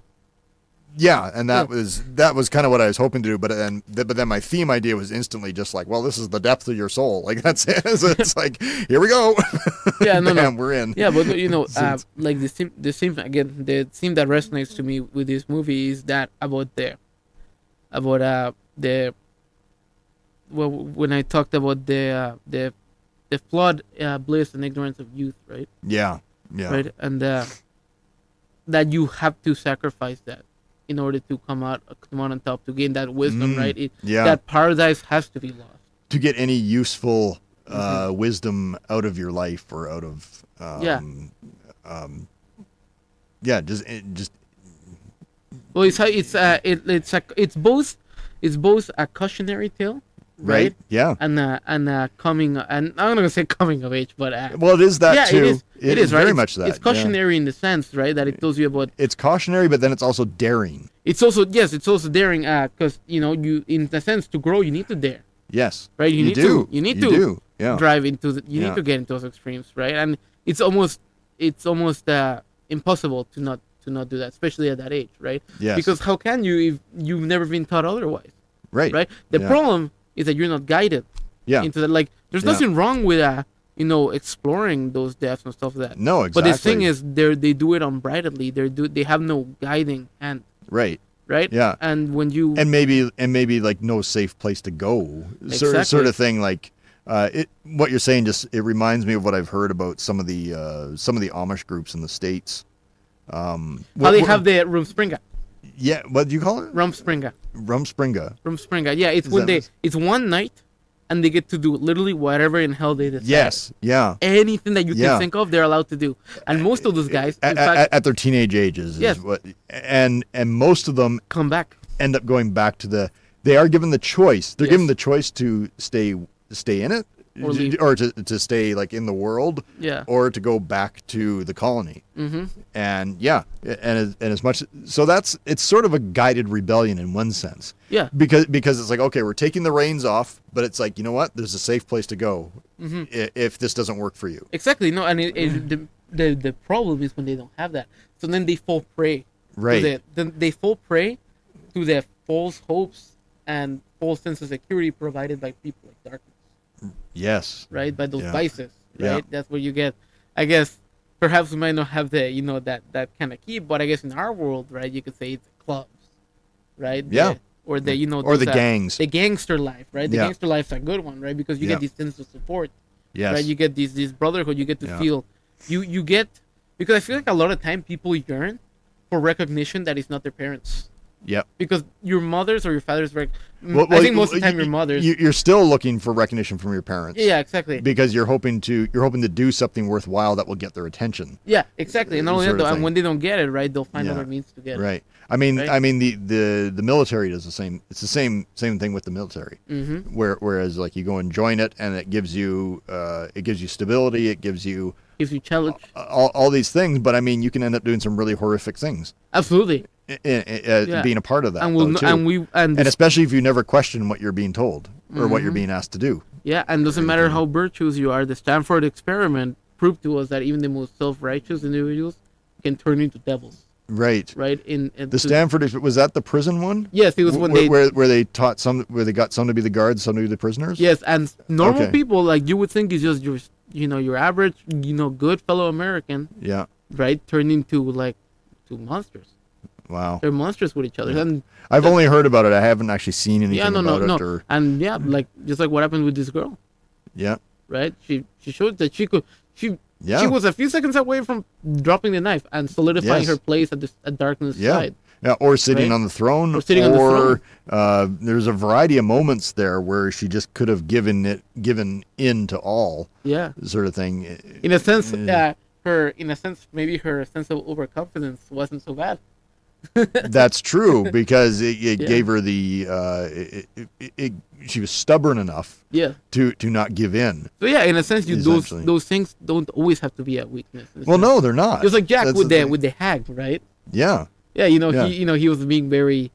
Speaker 1: Yeah, and that
Speaker 2: Yeah.
Speaker 1: was that was kind of what I was hoping to do, but then th- but then my theme idea was instantly just like, well, this is the depth of your soul. Like that's it. So it's like here we go.
Speaker 2: Yeah, no, no.
Speaker 1: Bam, we're in.
Speaker 2: Yeah, but you know, uh,
Speaker 1: Since-
Speaker 2: like the theme, the theme again, the theme that resonates to me with this movie is that about the, about uh the. Well, when I talked about the uh, the, the flawed uh, bliss and ignorance of youth, right,
Speaker 1: Yeah. Yeah.
Speaker 2: right, and uh, that you have to sacrifice that in order to come out come out on top to gain that wisdom,
Speaker 1: Mm,
Speaker 2: right? It,
Speaker 1: yeah.
Speaker 2: That paradise has to be lost.
Speaker 1: to get any useful uh, wisdom out of your life or out of um,
Speaker 2: Mm-hmm. Yeah.
Speaker 1: um, yeah, just eh, just
Speaker 2: Well, it's how it's uh, it, it's a, it's both it's both a cautionary tale,
Speaker 1: right,
Speaker 2: right?
Speaker 1: yeah.
Speaker 2: And uh, and uh, coming and I'm not gonna say coming of age, but uh,
Speaker 1: Well, it is that
Speaker 2: yeah,
Speaker 1: too.
Speaker 2: it is it is right.
Speaker 1: very
Speaker 2: It's-
Speaker 1: much that.
Speaker 2: It's
Speaker 1: yeah.
Speaker 2: cautionary in the sense, right? That it tells you about.
Speaker 1: It's cautionary, but then it's also daring.
Speaker 2: It's also yes, it's also daring, uh, because you know you in the sense to grow you need to dare,
Speaker 1: Yes,
Speaker 2: right? You, need
Speaker 1: do.
Speaker 2: to you need
Speaker 1: you
Speaker 2: to
Speaker 1: do. Yeah,
Speaker 2: drive into the, you
Speaker 1: Oh. Yeah.
Speaker 2: need to get into those extremes, right? And it's almost it's almost uh, impossible to not to not do that, especially at that age, right?
Speaker 1: Yes.
Speaker 2: Because how can you if you've never been taught otherwise,
Speaker 1: right.
Speaker 2: right? The
Speaker 1: Yeah.
Speaker 2: problem is that you're not guided
Speaker 1: Yeah.
Speaker 2: into that. Like, there's
Speaker 1: Yeah.
Speaker 2: nothing wrong with uh, you know, exploring those depths and stuff like that.
Speaker 1: no,
Speaker 2: But
Speaker 1: exactly.
Speaker 2: the thing is, they are they do it unbridledly. They do they have no guiding hand,
Speaker 1: right.
Speaker 2: right?
Speaker 1: Yeah.
Speaker 2: And when you
Speaker 1: and maybe and maybe like no safe place to go sort,
Speaker 2: Exactly.
Speaker 1: sort of thing like uh, it, what you're saying just it reminds me of what I've heard about some of the uh, some of the Amish groups in the states. Um,
Speaker 2: how
Speaker 1: wh-
Speaker 2: they
Speaker 1: wh-
Speaker 2: have the Rumspringa,
Speaker 1: yeah, what do you call it?
Speaker 2: Rumspringa,
Speaker 1: Rumspringa.
Speaker 2: Rumspringa. Yeah, it's
Speaker 1: Is
Speaker 2: when
Speaker 1: that
Speaker 2: they
Speaker 1: this?
Speaker 2: it's one night, and they get to do literally whatever in hell they decide.
Speaker 1: Yes, yeah.
Speaker 2: Anything that you
Speaker 1: Yeah. Eh,
Speaker 2: can think of, they're allowed to do. And most of those guys,
Speaker 1: At,
Speaker 2: in
Speaker 1: at-
Speaker 2: fact,
Speaker 1: at their teenage ages, is
Speaker 2: Yes.
Speaker 1: what, and and most of them
Speaker 2: come back.
Speaker 1: end up going back to the. They are given the choice. They're
Speaker 2: Yes.
Speaker 1: given the choice to stay stay in it,
Speaker 2: Or leave.
Speaker 1: or to to stay like in the world,
Speaker 2: Yeah.
Speaker 1: or to go back to the colony.
Speaker 2: Mm-hmm.
Speaker 1: and yeah and as- and as much so that's it's sort of a guided rebellion in one sense
Speaker 2: Yeah.
Speaker 1: because because it's like okay we're taking the reins off but it's like you know what there's a safe place to go
Speaker 2: Mhm.
Speaker 1: i- if this doesn't work for you
Speaker 2: Exactly. No, and it, it, the, the the problem is when they don't have that. So then they fall prey.
Speaker 1: right
Speaker 2: To the, then they fall prey to the false hopes and false sense of security provided by people like darkness,
Speaker 1: yes
Speaker 2: right? By those
Speaker 1: Yeah.
Speaker 2: vices, right?
Speaker 1: Yeah.
Speaker 2: That's where you get. I guess perhaps we might not have the you know that that kind of key, but I guess in our world, right, you could say it's clubs, right? The-
Speaker 1: Yeah.
Speaker 2: or the you know
Speaker 1: or the
Speaker 2: those, uh,
Speaker 1: gangs
Speaker 2: The gangster life, right? The
Speaker 1: Yeah.
Speaker 2: gangster life's a good one, right? Because you
Speaker 1: Yeah.
Speaker 2: get this sense of support
Speaker 1: yes
Speaker 2: right? You get these this brotherhood. You get to
Speaker 1: Yeah.
Speaker 2: feel, you you get because I feel like a lot of time people yearn for recognition that is not their parents
Speaker 1: yep
Speaker 2: because your mothers or your fathers. Rec- m-
Speaker 1: Well- well,
Speaker 2: Mm-hmm. I think most of the
Speaker 1: you-
Speaker 2: time your mothers.
Speaker 1: you, you're still looking for recognition from your parents
Speaker 2: yeah, exactly.
Speaker 1: because you're hoping to you're hoping to do something worthwhile that will get their attention
Speaker 2: yeah, exactly. And not only
Speaker 1: sort
Speaker 2: that,
Speaker 1: of
Speaker 2: though, and
Speaker 1: thing.
Speaker 2: when they don't get it right, they'll find
Speaker 1: Yeah.
Speaker 2: other means to get
Speaker 1: right i mean
Speaker 2: Right.
Speaker 1: i mean the the the military does the same it's the same same thing with the military
Speaker 2: it. Mm-hmm.
Speaker 1: Where, whereas like you go and join it and it gives you uh, it gives you stability it gives you uh,
Speaker 2: If you challenge,
Speaker 1: all, all these things but i mean you can end up doing some really horrific things
Speaker 2: absolutely,
Speaker 1: i- i- uh,
Speaker 2: Yeah.
Speaker 1: being a part of that
Speaker 2: and we'll
Speaker 1: though,
Speaker 2: no-
Speaker 1: Oh, too.
Speaker 2: and we and,
Speaker 1: And especially if you never question what you're being told or what
Speaker 2: Mm-hmm.
Speaker 1: you're being asked to do
Speaker 2: yeah, and doesn't matter
Speaker 1: Mm-hmm.
Speaker 2: how virtuous you are. The Stanford experiment proved to us that even the most self-righteous individuals can turn into devils,
Speaker 1: right
Speaker 2: right? In, in
Speaker 1: the
Speaker 2: to-
Speaker 1: stanford was that the prison one
Speaker 2: Yes, it was when
Speaker 1: where,
Speaker 2: they
Speaker 1: where, where they taught some where they got some to be the guards some to be the prisoners
Speaker 2: Yes, and normal
Speaker 1: Okay.
Speaker 2: people like you would think is just your, you know, your average, you know, good fellow American,
Speaker 1: yeah
Speaker 2: right? Turned into like to monsters.
Speaker 1: wow
Speaker 2: They're monsters with each other,
Speaker 1: Yeah.
Speaker 2: and
Speaker 1: i've only heard about it i haven't actually seen anything
Speaker 2: yeah, no, no,
Speaker 1: about
Speaker 2: no,
Speaker 1: it or
Speaker 2: and yeah, like just like what happened with this girl,
Speaker 1: yeah
Speaker 2: right? She she showed that she could she
Speaker 1: yeah
Speaker 2: she was a few seconds away from dropping the knife and solidifying
Speaker 1: Yes.
Speaker 2: her place at this at darkness
Speaker 1: Yeah.
Speaker 2: side.
Speaker 1: Yeah, or sitting
Speaker 2: Right?
Speaker 1: on the throne, or,
Speaker 2: Or sitting on the
Speaker 1: Uh, there's a variety of moments there where she just could have given it, given in to all
Speaker 2: Yeah,
Speaker 1: sort of thing.
Speaker 2: in a sense,
Speaker 1: Yeah.
Speaker 2: uh, her in a sense maybe her sense of overconfidence wasn't so bad.
Speaker 1: That's true because it, it
Speaker 2: Yeah.
Speaker 1: gave her the uh, it, it, it, it, she was stubborn enough
Speaker 2: Yeah.
Speaker 1: to to not give in.
Speaker 2: So yeah, in a sense, you those
Speaker 1: Essentially.
Speaker 2: those things don't always have to be a weakness. in a
Speaker 1: Well,
Speaker 2: sense.
Speaker 1: no, they're not.
Speaker 2: just like Jack
Speaker 1: That's
Speaker 2: with
Speaker 1: the
Speaker 2: the,
Speaker 1: thing.
Speaker 2: with the hag, right?
Speaker 1: yeah.
Speaker 2: Yeah, you know,
Speaker 1: Yeah.
Speaker 2: he you know he was being very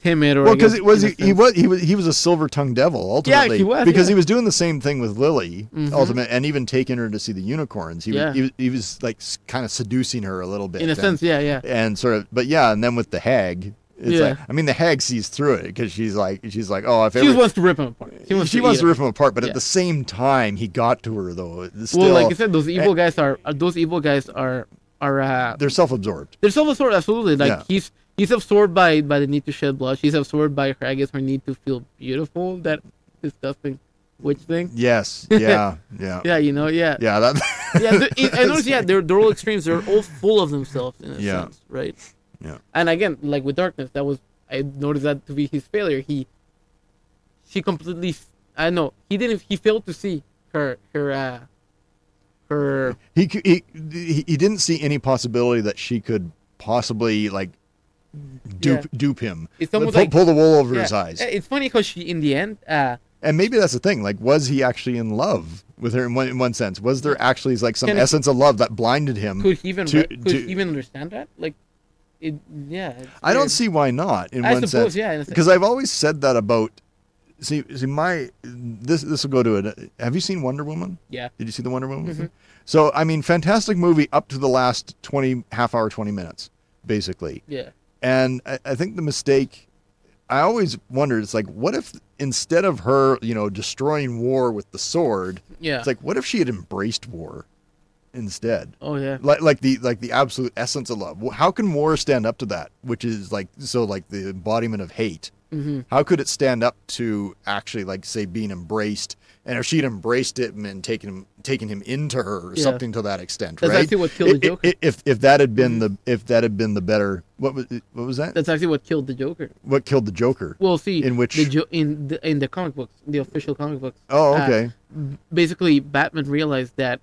Speaker 2: timid or I
Speaker 1: Well, because
Speaker 2: guess,
Speaker 1: it was
Speaker 2: in a
Speaker 1: he, he
Speaker 2: sense-
Speaker 1: was he was he was a silver tongued devil ultimately.
Speaker 2: he was,
Speaker 1: because
Speaker 2: yeah.
Speaker 1: he was doing the same thing with Lily
Speaker 2: Mhm.
Speaker 1: ultimate, and even taking her to see the unicorns. He
Speaker 2: Yeah.
Speaker 1: was, he was he was like kind of seducing her a little bit
Speaker 2: in a
Speaker 1: then.
Speaker 2: sense, yeah, yeah,
Speaker 1: and sort of but yeah and then with the hag it's
Speaker 2: Yeah.
Speaker 1: like i mean the hag sees through it because she's like she's like oh if
Speaker 2: she
Speaker 1: every,
Speaker 2: wants to rip him apart. She wants to, eat
Speaker 1: rip him apart but
Speaker 2: Yeah.
Speaker 1: at the same time he got to her though It's
Speaker 2: him.
Speaker 1: still
Speaker 2: Well, like I said, those evil guys are, are those evil guys are are uh,
Speaker 1: they're self-absorbed
Speaker 2: they're self-absorbed absolutely. Like
Speaker 1: Yeah.
Speaker 2: he's he's absorbed by by the need to shed blood. She's absorbed by her I guess her need to feel beautiful. That disgusting witch thing.
Speaker 1: yes yeah yeah yeah,
Speaker 2: Yeah, you know, yeah,
Speaker 1: that
Speaker 2: yeah, the- it- I notice. Yeah, they're they're all extremes. They're all full of themselves in a
Speaker 1: Yeah.
Speaker 2: sense, right?
Speaker 1: Yeah.
Speaker 2: And again, like with darkness, that was I noticed that to be his failure. He, she completely. I know he didn't. He failed to see her her uh, her.
Speaker 1: he, c- he he he didn't see any possibility that she could possibly like dupe dupe him
Speaker 2: It's
Speaker 1: pull,
Speaker 2: almost like
Speaker 1: pull the wool over his
Speaker 2: yeah.
Speaker 1: eyes
Speaker 2: Eh, It's funny because she in the end. Uh,
Speaker 1: and maybe that's the thing like was he actually in love with her in one, in one sense was there actually like some
Speaker 2: Can-
Speaker 1: essence of love that blinded him
Speaker 2: could he even
Speaker 1: To-
Speaker 2: re- could he
Speaker 1: to-
Speaker 2: even understand that? Like, it yeah. it's
Speaker 1: I don't
Speaker 2: weird.
Speaker 1: see why not in
Speaker 2: I
Speaker 1: one
Speaker 2: suppose
Speaker 1: sense.
Speaker 2: yeah. in a sense.
Speaker 1: Because I've always said that about. See, see, my this this will go to it. Have you seen Wonder Woman?
Speaker 2: yeah.
Speaker 1: Did you see the
Speaker 2: Mm-hmm.
Speaker 1: Wonder Woman? So I mean, fantastic movie up to the last 20 half hour, 20 minutes. basically.
Speaker 2: Yeah.
Speaker 1: And I, I think the mistake, I always wondered, it's like, what if instead of her, you know, destroying war with the sword,
Speaker 2: Yeah.
Speaker 1: it's like, what if she had embraced war instead?
Speaker 2: oh yeah.
Speaker 1: Like, like the like the absolute essence of love. How can war stand up to that? Which is like so like the embodiment of hate.
Speaker 2: hmm
Speaker 1: How could it stand up to actually like say being embraced? And if she'd embraced him and taken him taken him into her or
Speaker 2: Yeah.
Speaker 1: something to that extent,
Speaker 2: That's
Speaker 1: right?
Speaker 2: actually what killed the
Speaker 1: I- i-
Speaker 2: Joker. Mm-hmm.
Speaker 1: i- if if that had been the if that had been the better what was what was that?
Speaker 2: That's actually what killed the Joker.
Speaker 1: what killed the Joker?
Speaker 2: Well, see,
Speaker 1: In which-
Speaker 2: the jo- in the, in the comic books, the official comic books,
Speaker 1: Oh,
Speaker 2: uh,
Speaker 1: okay.
Speaker 2: basically Batman realized that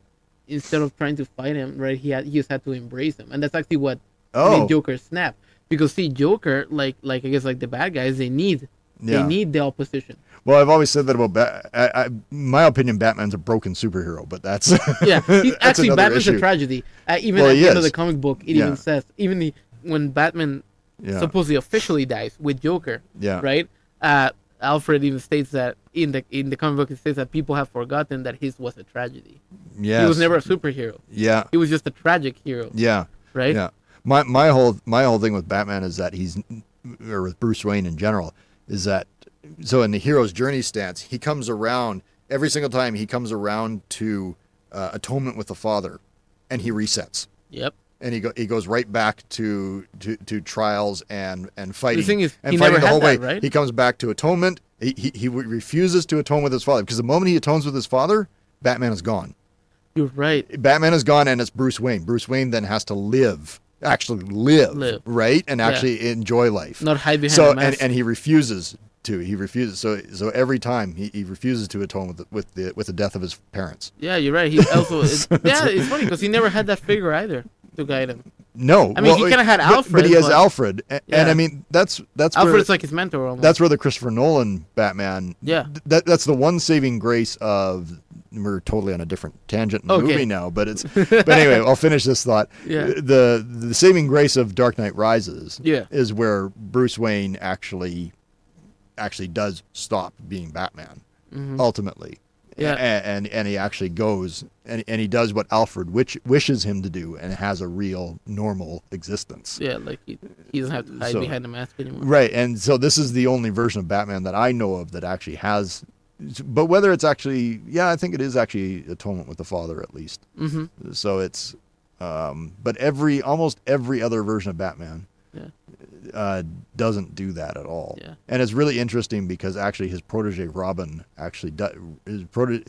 Speaker 2: instead of trying to fight him, right, he had he just had to embrace him, and that's actually what
Speaker 1: oh,
Speaker 2: made Joker snap. Because see, Joker, like like I guess like the bad guys, they need
Speaker 1: yeah.
Speaker 2: they need the opposition.
Speaker 1: well, I've always said that about Bat. I, I, my opinion, Batman's a broken superhero, but that's
Speaker 2: Yeah, he,
Speaker 1: That's
Speaker 2: actually,
Speaker 1: another
Speaker 2: Batman's
Speaker 1: issue.
Speaker 2: a tragedy. Uh, even
Speaker 1: Well,
Speaker 2: at
Speaker 1: he
Speaker 2: the end of
Speaker 1: is.
Speaker 2: the comic book, it
Speaker 1: Yeah.
Speaker 2: even says even the when Batman
Speaker 1: yeah,
Speaker 2: supposedly officially dies with Joker,
Speaker 1: yeah,
Speaker 2: right? Uh, Alfred even states that in the in the comic book it states that people have forgotten that his was a tragedy.
Speaker 1: yes,
Speaker 2: He was never a superhero.
Speaker 1: yeah,
Speaker 2: He was just a tragic hero,
Speaker 1: yeah,
Speaker 2: right?
Speaker 1: yeah. My my whole my whole thing with Batman is that he's or with Bruce Wayne in general is that so in the hero's journey stance, he comes around every single time he comes around to uh, atonement with the father, and he resets.
Speaker 2: Yep.
Speaker 1: and he, go, he goes right back to, to to trials and and fighting.
Speaker 2: thing is,
Speaker 1: and
Speaker 2: he
Speaker 1: fighting
Speaker 2: never
Speaker 1: the
Speaker 2: had
Speaker 1: whole way.
Speaker 2: that, right?
Speaker 1: He comes back to atonement. He, he he refuses to atone with his father because the moment he atones with his father, Batman is gone.
Speaker 2: You're right.
Speaker 1: Batman is gone, and it's Bruce Wayne. Bruce Wayne then has to live, actually live,
Speaker 2: Live.
Speaker 1: right, and
Speaker 2: Yeah.
Speaker 1: actually enjoy life.
Speaker 2: Not hide behind
Speaker 1: so
Speaker 2: a mask.
Speaker 1: and, and he refuses to. He refuses. So so every time he, he refuses to atone with the, with the with the death of his parents.
Speaker 2: yeah, you're right. He also it's, yeah, it's funny because he never had that figure either to guide him.
Speaker 1: No,
Speaker 2: I mean, he kinda had
Speaker 1: but- but,
Speaker 2: Alfred,
Speaker 1: he has
Speaker 2: but-
Speaker 1: Alfred, A- and,
Speaker 2: Yeah.
Speaker 1: I mean that's that's where-
Speaker 2: Alfred's like his mentor almost.
Speaker 1: that's where the Christopher Nolan Batman.
Speaker 2: Yeah.
Speaker 1: th- that that's the one saving grace of. We're totally on a different tangent in the
Speaker 2: Okay.
Speaker 1: movie now, but it's. But anyway, I'll finish this thought.
Speaker 2: Yeah.
Speaker 1: The the saving grace of Dark Knight Rises.
Speaker 2: Yeah.
Speaker 1: Is where Bruce Wayne actually, actually does stop being Batman
Speaker 2: Mhm.
Speaker 1: ultimately.
Speaker 2: Yeah.
Speaker 1: A- And, and he actually goes and, and he does what Alfred which, wishes him to do and has a real normal existence.
Speaker 2: Yeah, like he, he doesn't have to hide
Speaker 1: So-
Speaker 2: behind a mask anymore.
Speaker 1: Right, and so this is the only version of Batman that I know of that actually has. But whether it's actually, yeah, I think it is actually atonement with the father at least.
Speaker 2: Mm-hmm.
Speaker 1: So it's, um, but every almost every other version of Batman,
Speaker 2: Yeah.
Speaker 1: uh, doesn't do that at all.
Speaker 2: Yeah.
Speaker 1: And it's really interesting because actually his protege Robin actually do, his protege.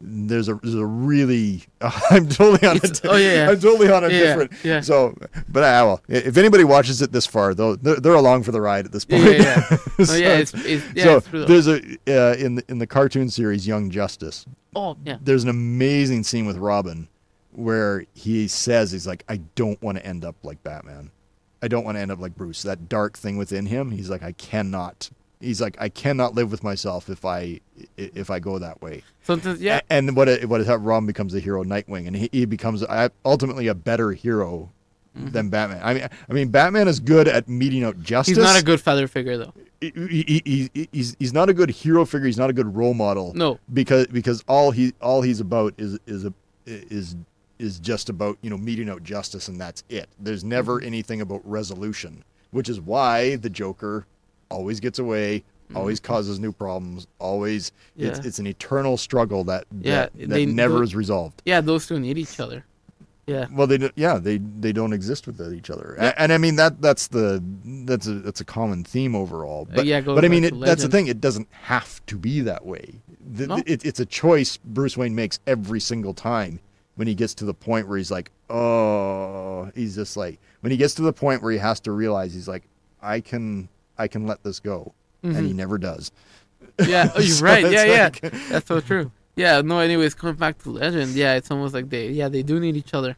Speaker 1: There's a there's a really I'm totally on
Speaker 2: It's-
Speaker 1: a,
Speaker 2: oh, yeah, yeah.
Speaker 1: I'm totally on a
Speaker 2: Yeah,
Speaker 1: different
Speaker 2: yeah.
Speaker 1: so but ah, I will if anybody watches it this far though they're, they're along for the ride at this
Speaker 2: Yeah,
Speaker 1: point
Speaker 2: yeah, yeah.
Speaker 1: so,
Speaker 2: Oh, yeah, it's, it's, yeah,
Speaker 1: so
Speaker 2: it's true.
Speaker 1: there's a uh, in the, in the cartoon series Young Justice.
Speaker 2: oh, yeah.
Speaker 1: There's an amazing scene with Robin where he says he's like, I don't want to end up like Batman. I don't want to end up like Bruce. That dark thing within him. He's like, I cannot. He's like, I cannot live with myself if I i- if I go that way.
Speaker 2: Sometimes, yeah.
Speaker 1: A- And what it, what is how Robin becomes the hero Nightwing, and he, he becomes uh, ultimately a better hero
Speaker 2: Mm-hmm.
Speaker 1: than Batman. I mean, I mean, Batman is good at meeting out justice
Speaker 2: He's not a good father figure, though.
Speaker 1: he, he, he, he's he's not a good hero figure. He's not a good role model.
Speaker 2: No.
Speaker 1: because because all he all he's about is is a is is just about you know meeting out justice and that's it. There's
Speaker 2: Mm-hmm.
Speaker 1: never anything about resolution, which is why the Joker always gets away, always causes new problems, always it's
Speaker 2: Mm-hmm. Yeah.
Speaker 1: it's an eternal struggle that
Speaker 2: Yeah,
Speaker 1: that,
Speaker 2: they
Speaker 1: that never
Speaker 2: don't-
Speaker 1: is resolved.
Speaker 2: Yeah, those two need each other. Yeah.
Speaker 1: Well, they do, yeah they they don't exist without each other, A- and, I mean that that's the that's a that's a common theme overall. But
Speaker 2: Uh, yeah, going
Speaker 1: but I mean
Speaker 2: back
Speaker 1: it,
Speaker 2: to
Speaker 1: that's the
Speaker 2: Legends.
Speaker 1: thing; it doesn't have to be that way. The,
Speaker 2: No.
Speaker 1: it, it's a choice Bruce Wayne makes every single time when he gets to the point where he's like, oh, he's just like when he gets to the point where he has to realize he's like, I can I can let this go, and
Speaker 2: Mm-hmm.
Speaker 1: he never does.
Speaker 2: Yeah, oh, you're
Speaker 1: So
Speaker 2: right.
Speaker 1: it's
Speaker 2: Yeah, yeah,
Speaker 1: like-
Speaker 2: that's so true. Yeah, no. Anyways, coming back to Legend, yeah, it's almost like they, yeah, they do need each other,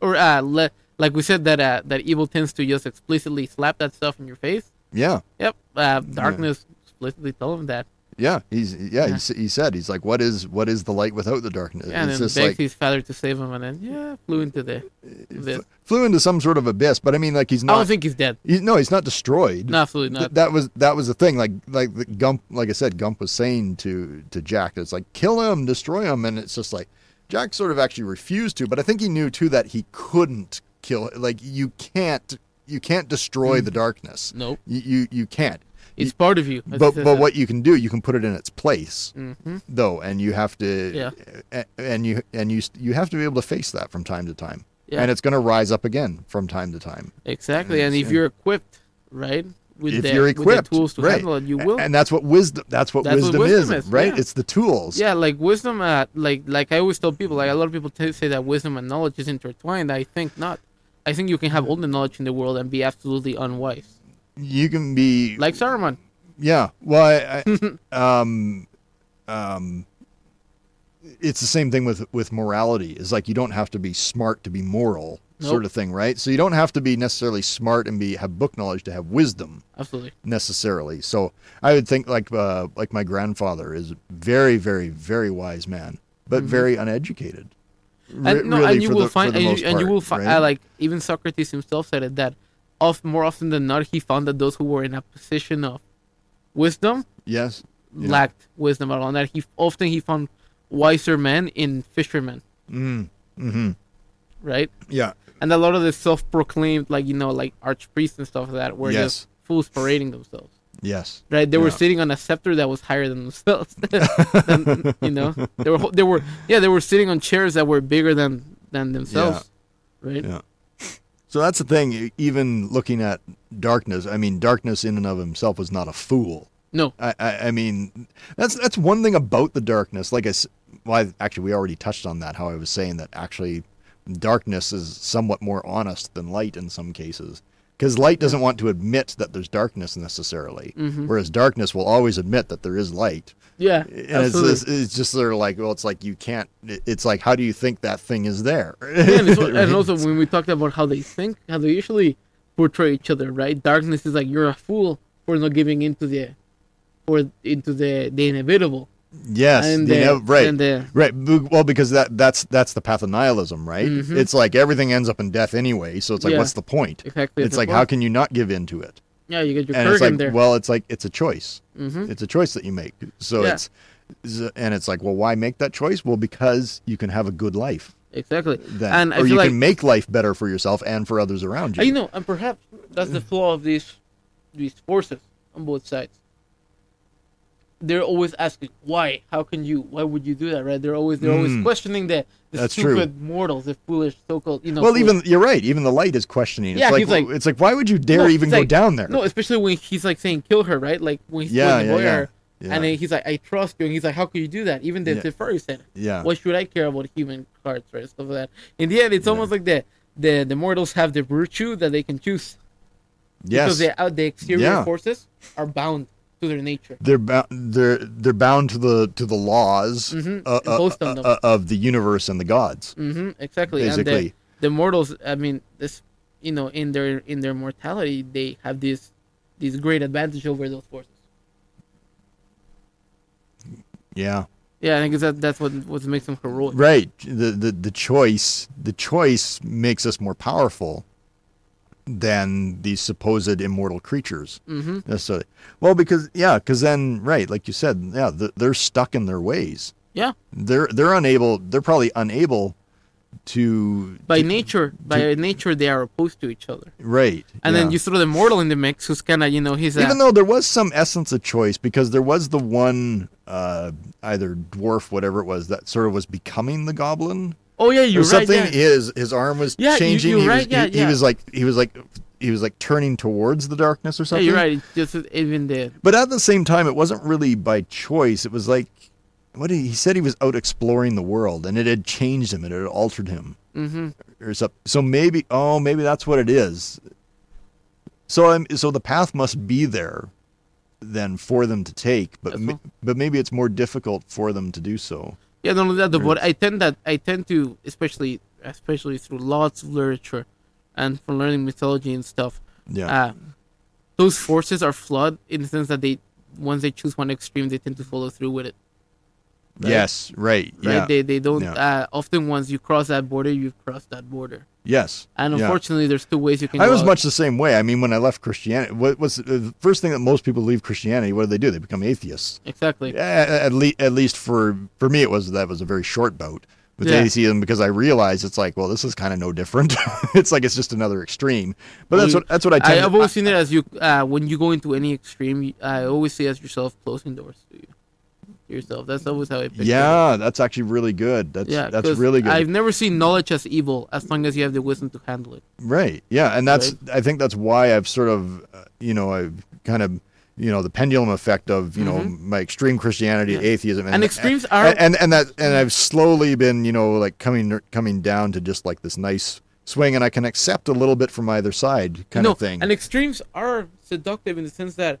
Speaker 2: or uh, le- like we said that uh, that evil tends to just explicitly slap that stuff in your face.
Speaker 1: Yeah,
Speaker 2: Yep, uh, darkness explicitly told him that,
Speaker 1: yeah, he's yeah,
Speaker 2: Yeah.
Speaker 1: He, s- he said he's like, what is what is the light without the darkness?
Speaker 2: and
Speaker 1: it's
Speaker 2: then
Speaker 1: just
Speaker 2: begs
Speaker 1: like
Speaker 2: his father to save him, and then yeah, flew into the. This.
Speaker 1: F- flew into some sort of abyss. But I mean, like he's
Speaker 2: I don't
Speaker 1: not.
Speaker 2: think he's dead.
Speaker 1: He's, no, he's not destroyed.
Speaker 2: No, absolutely
Speaker 1: Th-
Speaker 2: not.
Speaker 1: that was that was the thing. Like like the Gump, like I said, Gump was saying to to Jack, it's like kill him, destroy him, and it's just like Jack sort of actually refused to. But I think he knew too that he couldn't kill. Like you can't. you can't destroy
Speaker 2: Mm.
Speaker 1: the darkness.
Speaker 2: Nope.
Speaker 1: You you, you can't.
Speaker 2: It's part of you.
Speaker 1: But but what you can do, you can put it in its place
Speaker 2: hmm
Speaker 1: though, and you have to
Speaker 2: Yeah.
Speaker 1: a- and you and you you have to be able to face that from time to time.
Speaker 2: Yeah.
Speaker 1: And it's going to rise up again from time to time.
Speaker 2: Exactly, and if
Speaker 1: Yeah.
Speaker 2: you're equipped, right, with,
Speaker 1: If
Speaker 2: the,
Speaker 1: you're
Speaker 2: with
Speaker 1: equipped,
Speaker 2: the tools to
Speaker 1: right.
Speaker 2: handle it, you will.
Speaker 1: And that's what wisdom that's what,
Speaker 2: That's what
Speaker 1: wisdom,
Speaker 2: wisdom is,
Speaker 1: right?
Speaker 2: yeah.
Speaker 1: It's the tools.
Speaker 2: yeah, like wisdom, uh, like like I always tell people, like a lot of people t- say that wisdom and knowledge is intertwined. I think not. I think you can have all the knowledge in the world and be absolutely unwise,
Speaker 1: You can be
Speaker 2: like Saruman.
Speaker 1: Yeah. Well, I, I, um, um, it's the same thing with with morality. It's like you don't have to be smart to be moral, sort
Speaker 2: Nope.
Speaker 1: of thing, right? So you don't have to be necessarily smart and be have book knowledge to have wisdom
Speaker 2: Absolutely.
Speaker 1: necessarily. So I would think like uh, like my grandfather is very, very, very wise man, but
Speaker 2: Mhm.
Speaker 1: very uneducated. Re-
Speaker 2: and no,
Speaker 1: really
Speaker 2: and you
Speaker 1: for
Speaker 2: will
Speaker 1: the- for
Speaker 2: find,
Speaker 1: the
Speaker 2: and you,
Speaker 1: most
Speaker 2: and you
Speaker 1: part,
Speaker 2: will find,
Speaker 1: right?
Speaker 2: uh, like even Socrates himself said it that, of more often than not, he found that those who were in a position of wisdom
Speaker 1: yes, Yeah.
Speaker 2: lacked wisdom at all, and that he often he found wiser men in fishermen,
Speaker 1: mm, hmm
Speaker 2: right?
Speaker 1: yeah,
Speaker 2: And a lot of the self-proclaimed, like you know, like archpriests and stuff like that, were
Speaker 1: Yes.
Speaker 2: just fools parading themselves,
Speaker 1: yes,
Speaker 2: right? They were
Speaker 1: Yeah.
Speaker 2: sitting on a scepter that was higher than themselves, And, you know. They were, they were, yeah, they were sitting on chairs that were bigger than than themselves, right?
Speaker 1: Yeah. So that's the thing. e- Even looking at darkness, I mean, darkness in and of himself was not a fool.
Speaker 2: No,
Speaker 1: I, I, I mean, that's that's one thing about the darkness. Like I, s- well, I, actually, we already touched on that. How I was saying that actually, darkness is somewhat more honest than light in some cases, because light doesn't want to admit that there's darkness necessarily,
Speaker 2: Mhm.
Speaker 1: whereas darkness will always admit that there is light.
Speaker 2: yeah,
Speaker 1: And it's,
Speaker 2: absolutely.
Speaker 1: it's, it's just sort of like, well, it's like you can't. it- It's like, how do you think that thing is there?
Speaker 2: Yeah, and, it's what-
Speaker 1: Right?
Speaker 2: and also when we talked about how they think, how they usually portray each other, right? Darkness is like you're a fool for not giving into the, for into the the inevitable.
Speaker 1: Yes,
Speaker 2: and
Speaker 1: you
Speaker 2: the,
Speaker 1: know, right,
Speaker 2: And the,
Speaker 1: right. B- Well, because that that's that's the path of nihilism, right?
Speaker 2: Mhm.
Speaker 1: It's like everything ends up in death anyway, so it's like,
Speaker 2: Yeah.
Speaker 1: what's the point?
Speaker 2: exactly.
Speaker 1: It's
Speaker 2: the
Speaker 1: like, how
Speaker 2: point.
Speaker 1: can you not give in to it?
Speaker 2: yeah, you get your
Speaker 1: And
Speaker 2: curve
Speaker 1: it's like,
Speaker 2: in there.
Speaker 1: well, it's like it's a choice.
Speaker 2: hmm
Speaker 1: It's a choice that you make. So
Speaker 2: Yeah.
Speaker 1: it's z- and it's like, well, why make that choice? Well, because you can have a good life
Speaker 2: Exactly.
Speaker 1: then,
Speaker 2: and I
Speaker 1: or
Speaker 2: feel
Speaker 1: you
Speaker 2: like
Speaker 1: can make life better for yourself and for others around you.
Speaker 2: I know, and perhaps that's the flaw of these these forces on both sides. They're always asking why? How can you? Why would you do that? Right? They're always they're
Speaker 1: Mm.
Speaker 2: always questioning the, the
Speaker 1: That's true.
Speaker 2: stupid mortals, the foolish so-called you know.
Speaker 1: well,
Speaker 2: foolish-
Speaker 1: even you're right. Even the light is questioning.
Speaker 2: Yeah,
Speaker 1: it's like,
Speaker 2: he's like-
Speaker 1: it's like, why would you dare
Speaker 2: No,
Speaker 1: even
Speaker 2: it's
Speaker 1: go
Speaker 2: like-
Speaker 1: down there?
Speaker 2: No, especially when he's like saying kill her, right? Like when he's
Speaker 1: Yeah,
Speaker 2: yeah,
Speaker 1: yeah,
Speaker 2: the
Speaker 1: yeah,
Speaker 2: lawyer,
Speaker 1: yeah,
Speaker 2: and then he's like, "I trust you," and he's like, "How could you do that?" Even the,
Speaker 1: Yeah.
Speaker 2: the furry said,
Speaker 1: yeah,
Speaker 2: "What should I care about human cards, right?" Stuff like that. In the end, it's almost like the the the mortals have the virtue that they can choose
Speaker 1: yes.
Speaker 2: because the out the exterior
Speaker 1: Yeah.
Speaker 2: forces are bound to their nature.
Speaker 1: they're bound they're they're bound to the to the laws
Speaker 2: Mhm,
Speaker 1: uh, uh,
Speaker 2: imposed on
Speaker 1: uh,
Speaker 2: them.
Speaker 1: uh, of the universe and the gods
Speaker 2: hmm Exactly. And
Speaker 1: Basically.
Speaker 2: the, the mortals, I mean, this, you know, in their in their mortality, they have this this great advantage over those forces.
Speaker 1: yeah
Speaker 2: Yeah, I think that that's what what makes them heroic.
Speaker 1: right the, the the choice the choice makes us more powerful than these supposed immortal creatures
Speaker 2: hmm
Speaker 1: necessarily well because yeah because then right like you said yeah th they're stuck in their ways
Speaker 2: Yeah.
Speaker 1: they're they're unable they're probably unable to
Speaker 2: by
Speaker 1: to-
Speaker 2: nature by nature they are opposed to each other
Speaker 1: right
Speaker 2: and
Speaker 1: yeah.
Speaker 2: then you throw the mortal in the mix who's kind of you know he's a,
Speaker 1: Even though there was some essence of choice, because there was the one uh, either dwarf, whatever it was, that sort of was becoming the goblin
Speaker 2: oh yeah
Speaker 1: or
Speaker 2: you're right
Speaker 1: something.
Speaker 2: yeah.
Speaker 1: His his arm was
Speaker 2: Yeah, you-
Speaker 1: changing.
Speaker 2: you're
Speaker 1: he, was,
Speaker 2: right, yeah,
Speaker 1: he, he
Speaker 2: yeah.
Speaker 1: was like he was like he was like turning towards the darkness or
Speaker 2: Yeah,
Speaker 1: something.
Speaker 2: you're right it's just that even the
Speaker 1: But at the same time, it wasn't really by choice. It was like what did he, he said he was out exploring the world, and it had changed him, and it had altered him
Speaker 2: hmm
Speaker 1: or something. So maybe oh maybe that's what it is. So I'm so the path must be there then for them to take, but
Speaker 2: That's
Speaker 1: ma- but maybe it's more difficult for them to do so.
Speaker 2: yeah not only that
Speaker 1: Right.
Speaker 2: but i tend that i tend to especially especially through lots of literature and from learning mythology and stuff
Speaker 1: Yeah.
Speaker 2: uh, those forces are flawed in the sense that they once they choose one extreme they tend to follow through with it right.
Speaker 1: Yes, right.
Speaker 2: right
Speaker 1: Yeah.
Speaker 2: they they don't
Speaker 1: Yeah.
Speaker 2: uh, often once you cross that border you've crossed that border
Speaker 1: yes.
Speaker 2: and
Speaker 1: Yeah.
Speaker 2: unfortunately uh, there's two ways you can
Speaker 1: I
Speaker 2: go
Speaker 1: was
Speaker 2: out.
Speaker 1: much the same way. I mean, when I left Christianity, what was the first thing that most people leave Christianity? What do they do? They become atheists.
Speaker 2: exactly
Speaker 1: A- At, le- at least for for me, it was that was a very short bout. with
Speaker 2: Yeah.
Speaker 1: atheism because I realize it's like, well, this is kind of no different. it's like it's just another extreme. But that's
Speaker 2: You-
Speaker 1: what that's what I
Speaker 2: I,
Speaker 1: tend.
Speaker 2: have
Speaker 1: to,
Speaker 2: always seen it as you uh, when you go into any extreme. you- I always see as yourself closing doors to you yourself. That's always how I picture. it.
Speaker 1: yeah, that's actually really good. That's
Speaker 2: yeah,
Speaker 1: that's
Speaker 2: 'cause
Speaker 1: really good.
Speaker 2: I've never seen knowledge as evil as long as you have the wisdom to handle it.
Speaker 1: Right. Yeah, and that's I think that's why I've sort of uh, you know I've kind of you know the pendulum effect of you know my extreme Christianity,
Speaker 2: Mm-hmm. Yeah.
Speaker 1: atheism,
Speaker 2: And extremes are-
Speaker 1: and, and that and I've slowly been you know like coming coming down to just like this nice swing, and I can accept a little bit from either side kind
Speaker 2: no,
Speaker 1: of thing.
Speaker 2: and extremes are seductive in the sense that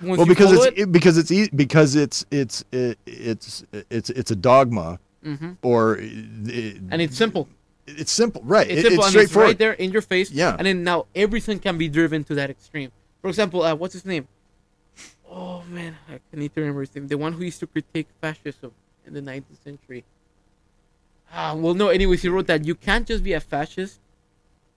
Speaker 2: once
Speaker 1: well,
Speaker 2: you
Speaker 1: because
Speaker 2: follow
Speaker 1: it's
Speaker 2: it,
Speaker 1: it- because it's ea- because it's it's it, it's it's it's a dogma
Speaker 2: Mhm.
Speaker 1: or it,
Speaker 2: and it's simple.
Speaker 1: it's simple, right?
Speaker 2: It's
Speaker 1: It-
Speaker 2: simple
Speaker 1: it's
Speaker 2: and it's
Speaker 1: straightforward.
Speaker 2: right there in your face.
Speaker 1: Yeah.
Speaker 2: And then now everything can be driven to that extreme. For example, uh, what's his name? Oh man, I need to remember his name. The one who used to critique fascism in the 19th century. Ah, well, no. Anyways, he wrote that you can't just be a fascist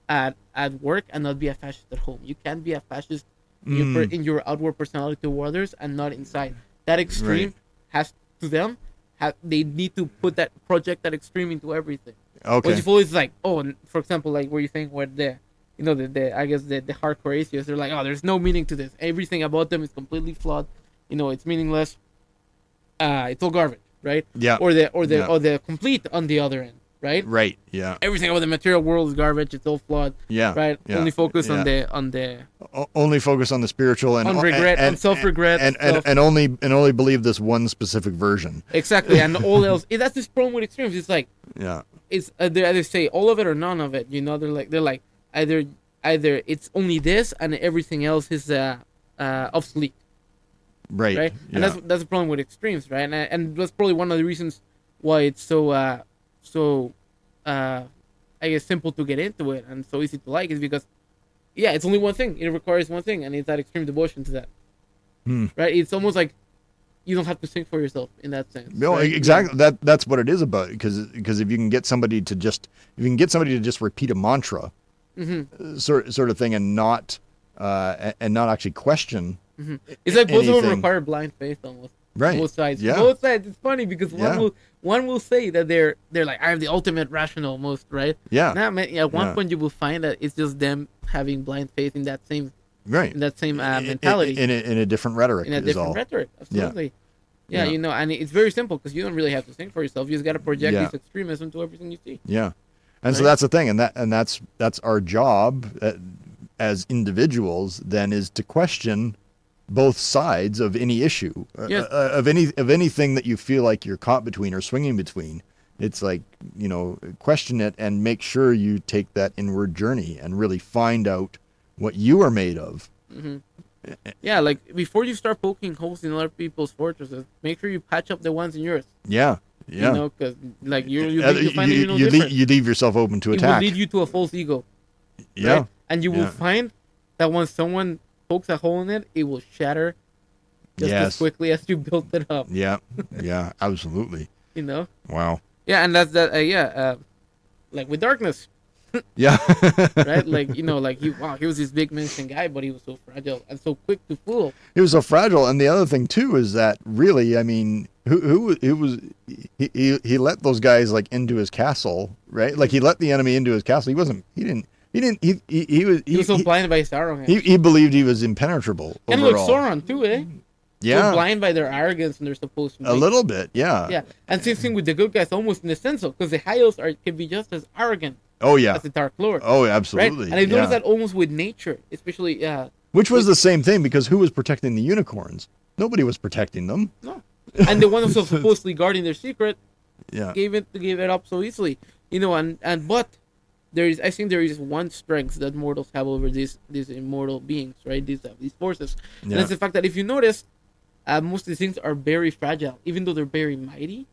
Speaker 2: at at work and not be a fascist at home. You can't be a fascist in, your,
Speaker 1: Mm.
Speaker 2: per- in your outward personality to others and not inside. That extreme
Speaker 1: Right.
Speaker 2: has to them. Have, they need to put that project that extreme into everything. What
Speaker 1: Okay.
Speaker 2: you've always like, oh, and for example, like where you think where the, you know, the, the I guess the, the hardcore atheists, they're like, oh, there's no meaning to this. Everything about them is completely flawed. You know, it's meaningless. Uh, it's all garbage, right?
Speaker 1: Yeah.
Speaker 2: Or the or the
Speaker 1: Yeah.
Speaker 2: or the complete on the other end, right?
Speaker 1: Right. Yeah.
Speaker 2: Everything about the material world is garbage. It's all flawed,
Speaker 1: Yeah.
Speaker 2: right?
Speaker 1: yeah,
Speaker 2: Only focus
Speaker 1: yeah.
Speaker 2: on the on the
Speaker 1: o- only focus on the spiritual and
Speaker 2: On regret,
Speaker 1: and,
Speaker 2: on self-regret,
Speaker 1: and and,
Speaker 2: self-
Speaker 1: and only and only believe this one specific version.
Speaker 2: exactly and all else. eh, That's this problem with extremes. It's like
Speaker 1: Yeah,
Speaker 2: it's uh, they either say all of it or none of it. You know, they're like they're like either either it's only this and everything else is uh, uh, obsolete,
Speaker 1: right.
Speaker 2: right?
Speaker 1: Yeah.
Speaker 2: And that's that's the problem with extremes, right? And I- and that's probably one of the reasons why it's so uh, so uh, I guess simple to get into it and so easy to like is because yeah, it's only one thing. It requires one thing, and it's that extreme devotion to that,
Speaker 1: Hmm.
Speaker 2: right? It's almost like you don't have to think for yourself in that sense.
Speaker 1: no,
Speaker 2: right?
Speaker 1: exactly. That that's what it is about. Because if you can get somebody to just if you can get somebody to just repeat a mantra,
Speaker 2: Mhm.
Speaker 1: uh, sort sort of thing, and not uh, a- and not actually question.
Speaker 2: It's like both of them
Speaker 1: anything.
Speaker 2: require blind faith almost.
Speaker 1: Right.
Speaker 2: Both sides.
Speaker 1: Yeah.
Speaker 2: Both sides. It's funny because one
Speaker 1: Yeah.
Speaker 2: will one will say that they're they're like I have the ultimate rational most right.
Speaker 1: Yeah.
Speaker 2: Nah, man, at one
Speaker 1: Yeah.
Speaker 2: point you will find that it's just them having blind faith in that same
Speaker 1: right.
Speaker 2: in that same
Speaker 1: I- I-
Speaker 2: uh, mentality
Speaker 1: in, a, in a different rhetoric
Speaker 2: in a
Speaker 1: is
Speaker 2: different
Speaker 1: all.
Speaker 2: rhetoric. Absolutely. Yeah.
Speaker 1: Yeah.
Speaker 2: you know, and it's very simple because you don't really have to think for yourself. You just got to project
Speaker 1: Yeah.
Speaker 2: this extremism to everything you see.
Speaker 1: Yeah, and so
Speaker 2: Right?
Speaker 1: that's the thing, and that and that's that's our job uh, as individuals. Then is to question both sides of any issue, uh,
Speaker 2: Yes.
Speaker 1: uh, of any of anything that you feel like you're caught between or swinging between. It's like you know, question it and make sure you take that inward journey and really find out what you are made of.
Speaker 2: Yeah, like before you start poking holes in other people's fortresses, make sure you patch up the ones in yours.
Speaker 1: Yeah, yeah.
Speaker 2: You know, because like you're, you
Speaker 1: Uh,
Speaker 2: you find that
Speaker 1: you-
Speaker 2: you know
Speaker 1: you
Speaker 2: different.
Speaker 1: leave, you leave yourself open to
Speaker 2: it will
Speaker 1: attack.
Speaker 2: lead you to a false ego.
Speaker 1: yeah,
Speaker 2: right? And you will
Speaker 1: Yeah.
Speaker 2: find that when someone pokes a hole in it, it will shatter just as
Speaker 1: Yes.
Speaker 2: quickly as you built it up.
Speaker 1: yeah, yeah. Absolutely.
Speaker 2: You know?
Speaker 1: Wow.
Speaker 2: Yeah, and that's that. Uh, yeah, uh, like with darkness,
Speaker 1: Yeah.
Speaker 2: right? like you know, like he wow, he was this big menacing guy, but he was so fragile and so quick to fool.
Speaker 1: he was so fragile. And the other thing too is that really, I mean, who who, who was he, he? He let those guys like into his castle, right? Like he let the enemy into his castle. He wasn't. He didn't. He didn't. He he, he was. He,
Speaker 2: He was so
Speaker 1: he,
Speaker 2: blinded by his arrogance.
Speaker 1: he, he believed he was impenetrable
Speaker 2: and look,
Speaker 1: overall.
Speaker 2: Sauron too, eh? So
Speaker 1: yeah,
Speaker 2: blind by their arrogance and they're supposed to.
Speaker 1: a little bit. Yeah.
Speaker 2: Yeah, and same thing with the good guys, almost in a sense, because the high elves are can be just as arrogant
Speaker 1: Oh yeah.
Speaker 2: as the dark lord.
Speaker 1: Oh,
Speaker 2: right?
Speaker 1: absolutely.
Speaker 2: And I
Speaker 1: yeah.
Speaker 2: noticed that almost with nature, especially uh,
Speaker 1: Which was the same thing because who was protecting the unicorns? Nobody was protecting them.
Speaker 2: no, and the one who was supposedly guarding their secret
Speaker 1: Yeah.
Speaker 2: gave it gave it up so easily, you know. And and but there is, I think there is one strength that mortals have over these these immortal beings, right? These uh, these forces, and
Speaker 1: Yeah.
Speaker 2: that's the fact that if you notice, uh, most of these things are very fragile, even though they're very mighty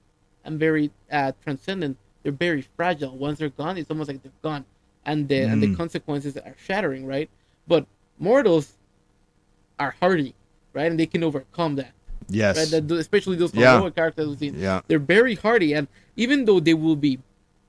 Speaker 2: and very uh, transcendent. They're very fragile. Once they're gone, it's almost like they're gone, and the and the
Speaker 1: Mm.
Speaker 2: consequences are shattering, right? But mortals are hardy, right? And they can overcome that,
Speaker 1: Yes.
Speaker 2: right? That, especially those
Speaker 1: Yeah.
Speaker 2: heroic characters we've seen
Speaker 1: yeah.
Speaker 2: they're very hardy and even though they will be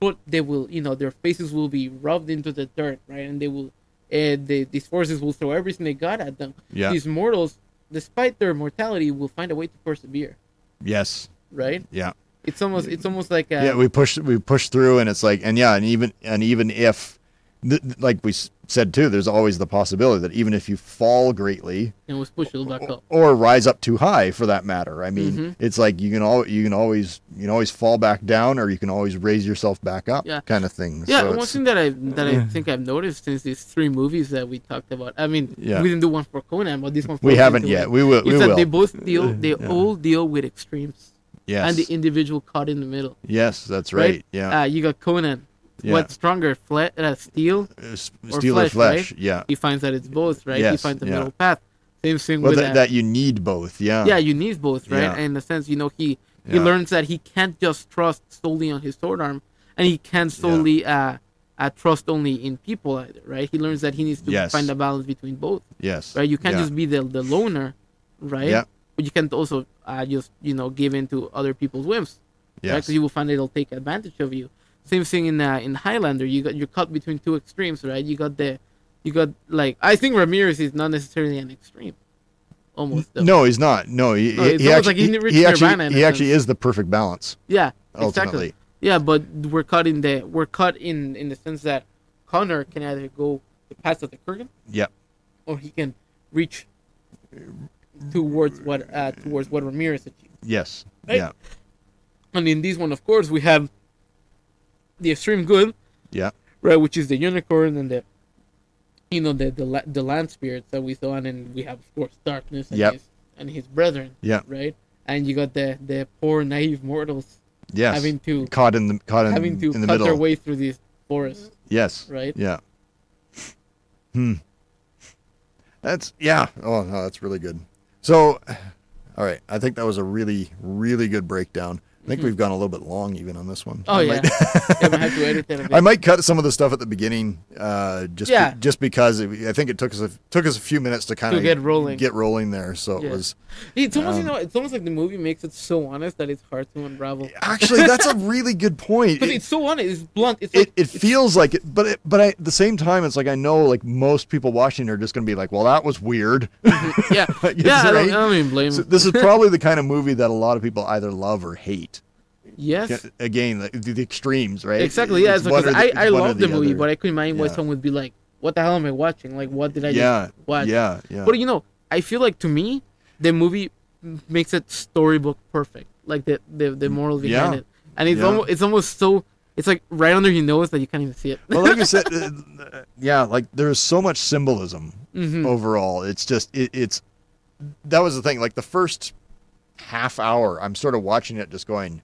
Speaker 2: but they will you know their faces will be rubbed into the dirt right and they will and they, these forces will throw everything they got at them
Speaker 1: Yeah.
Speaker 2: these mortals despite their mortality will find a way to persevere
Speaker 1: Yes.
Speaker 2: right
Speaker 1: Yeah.
Speaker 2: It's almost it's almost like uh, a,
Speaker 1: yeah we push we push through and it's like and yeah and even and even if th- th- like we s- said too there's always the possibility that even if you fall greatly
Speaker 2: and we push it back up.
Speaker 1: or rise up too high for that matter i mean
Speaker 2: Mhm.
Speaker 1: it's like you can all you can always you can always fall back down or you can always raise yourself back up
Speaker 2: Yeah.
Speaker 1: kind of thing
Speaker 2: Yeah,
Speaker 1: So
Speaker 2: one
Speaker 1: it's-
Speaker 2: thing that I that I
Speaker 1: Yeah.
Speaker 2: think I've noticed since these three movies that we talked about. I mean,
Speaker 1: Yeah.
Speaker 2: we didn't do one for Conan, but this one for
Speaker 1: we
Speaker 2: Conan
Speaker 1: haven't
Speaker 2: too,
Speaker 1: yet
Speaker 2: right?
Speaker 1: we will we
Speaker 2: Is that
Speaker 1: will
Speaker 2: they both deal?
Speaker 1: Uh,
Speaker 2: They
Speaker 1: yeah.
Speaker 2: all deal with extremes
Speaker 1: yes
Speaker 2: and the individual caught in the middle.
Speaker 1: yes that's right,
Speaker 2: right?
Speaker 1: yeah
Speaker 2: Uh, you got Conan.
Speaker 1: Yeah.
Speaker 2: What's stronger, fle- uh, steel?
Speaker 1: Uh, s-
Speaker 2: or
Speaker 1: steel or
Speaker 2: flesh,
Speaker 1: flesh yeah
Speaker 2: He finds that it's both, right? he
Speaker 1: Yes,
Speaker 2: finds the
Speaker 1: yeah.
Speaker 2: middle path. Same thing
Speaker 1: well
Speaker 2: with
Speaker 1: that,
Speaker 2: uh,
Speaker 1: that you need both yeah
Speaker 2: yeah, you need both, right?
Speaker 1: Yeah.
Speaker 2: In the sense, you know, he he
Speaker 1: Yeah.
Speaker 2: learns that he can't just trust solely on his sword arm, and he can't solely uh, uh, trust only in people either, right? He learns that he needs to
Speaker 1: Yes.
Speaker 2: find a balance between both,
Speaker 1: yes
Speaker 2: right? You can't
Speaker 1: Yeah.
Speaker 2: just be the the loner, right?
Speaker 1: Yeah.
Speaker 2: But you can't also uh, just you know give in to other people's whims, right?
Speaker 1: yes
Speaker 2: Because you will find it'll take advantage of you. Same thing in uh, in Highlander. You got you're caught between two extremes, right? You got the, you got like I think Ramirez is not necessarily an extreme, almost. though.
Speaker 1: no he's not no he,
Speaker 2: No,
Speaker 1: he,
Speaker 2: it's
Speaker 1: he actually,
Speaker 2: almost like he
Speaker 1: he,
Speaker 2: didn't reach
Speaker 1: he
Speaker 2: nirvana in
Speaker 1: actually,
Speaker 2: a
Speaker 1: he actually
Speaker 2: sense.
Speaker 1: is the perfect balance
Speaker 2: Yeah,
Speaker 1: ultimately
Speaker 2: exactly. Yeah, but we're caught in the we're caught in in the sense that Connor can either go the path of the curtain
Speaker 1: yeah
Speaker 2: or he can reach towards what uh, towards what Ramirez achieved.
Speaker 1: yes
Speaker 2: Right?
Speaker 1: yeah
Speaker 2: And in this one, of course, we have the extreme good,
Speaker 1: yeah
Speaker 2: right, which is the unicorn and the you know the the, la- the land spirits that we saw, and then we have of course darkness and
Speaker 1: Yep.
Speaker 2: his and his brethren,
Speaker 1: yeah
Speaker 2: right? And you got the the poor naive mortals
Speaker 1: yes
Speaker 2: having to
Speaker 1: caught in the caught in,
Speaker 2: having to
Speaker 1: in the
Speaker 2: cut
Speaker 1: middle
Speaker 2: their way through these forests.
Speaker 1: yes
Speaker 2: right?
Speaker 1: yeah hmm that's yeah oh no that's really good so all right i think that was a really really good breakdown i think we've gone a little bit long even on this one.
Speaker 2: Mm-hmm.
Speaker 1: I
Speaker 2: Oh yeah,
Speaker 1: might-
Speaker 2: yeah, we had to edit that a bit.
Speaker 1: I might cut some of the stuff at the beginning, uh, just be-
Speaker 2: Yeah.
Speaker 1: just because it, I think it took us a, took us a few minutes to kind
Speaker 2: To
Speaker 1: of
Speaker 2: get rolling.
Speaker 1: get rolling there. So
Speaker 2: Yeah.
Speaker 1: it was
Speaker 2: It's almost you
Speaker 1: um,
Speaker 2: know, it's almost like the movie makes it so honest that it's hard to unravel.
Speaker 1: actually that's a really good point.
Speaker 2: Because
Speaker 1: It-
Speaker 2: it's so honest, it's blunt. It's like
Speaker 1: it, it feels like it, but it, but I, at the same time, it's like I know like most people watching are just going to be like, well, that was weird.
Speaker 2: Mm. yeah,
Speaker 1: Like, it's
Speaker 2: yeah. I don't,
Speaker 1: right.
Speaker 2: I don't even blame
Speaker 1: So
Speaker 2: him.
Speaker 1: this is probably the kind of movie that a lot of people either love or hate.
Speaker 2: Yes,
Speaker 1: Again, like, the, the extremes, right?
Speaker 2: exactly. Yeah,
Speaker 1: It's
Speaker 2: so
Speaker 1: one
Speaker 2: 'cause
Speaker 1: or the-
Speaker 2: I
Speaker 1: it's
Speaker 2: I
Speaker 1: one or
Speaker 2: love the, movie,
Speaker 1: other.
Speaker 2: but I couldn't imagine why
Speaker 1: Yeah.
Speaker 2: someone would be like, "What the hell am I watching? Like, what did I
Speaker 1: yeah,
Speaker 2: just watch?"
Speaker 1: yeah, yeah,
Speaker 2: But you know, I feel like to me, the movie m- makes it storybook perfect. Like the the, the moral behind
Speaker 1: Yeah.
Speaker 2: it, and it's
Speaker 1: Yeah.
Speaker 2: almost it's almost so it's like right under your nose that you can't even see it.
Speaker 1: well, like you said, uh, uh, yeah, like there's so much symbolism
Speaker 2: Mhm.
Speaker 1: overall. It's just it, it's that was the thing. Like the first half hour, I'm sort of watching it, just going,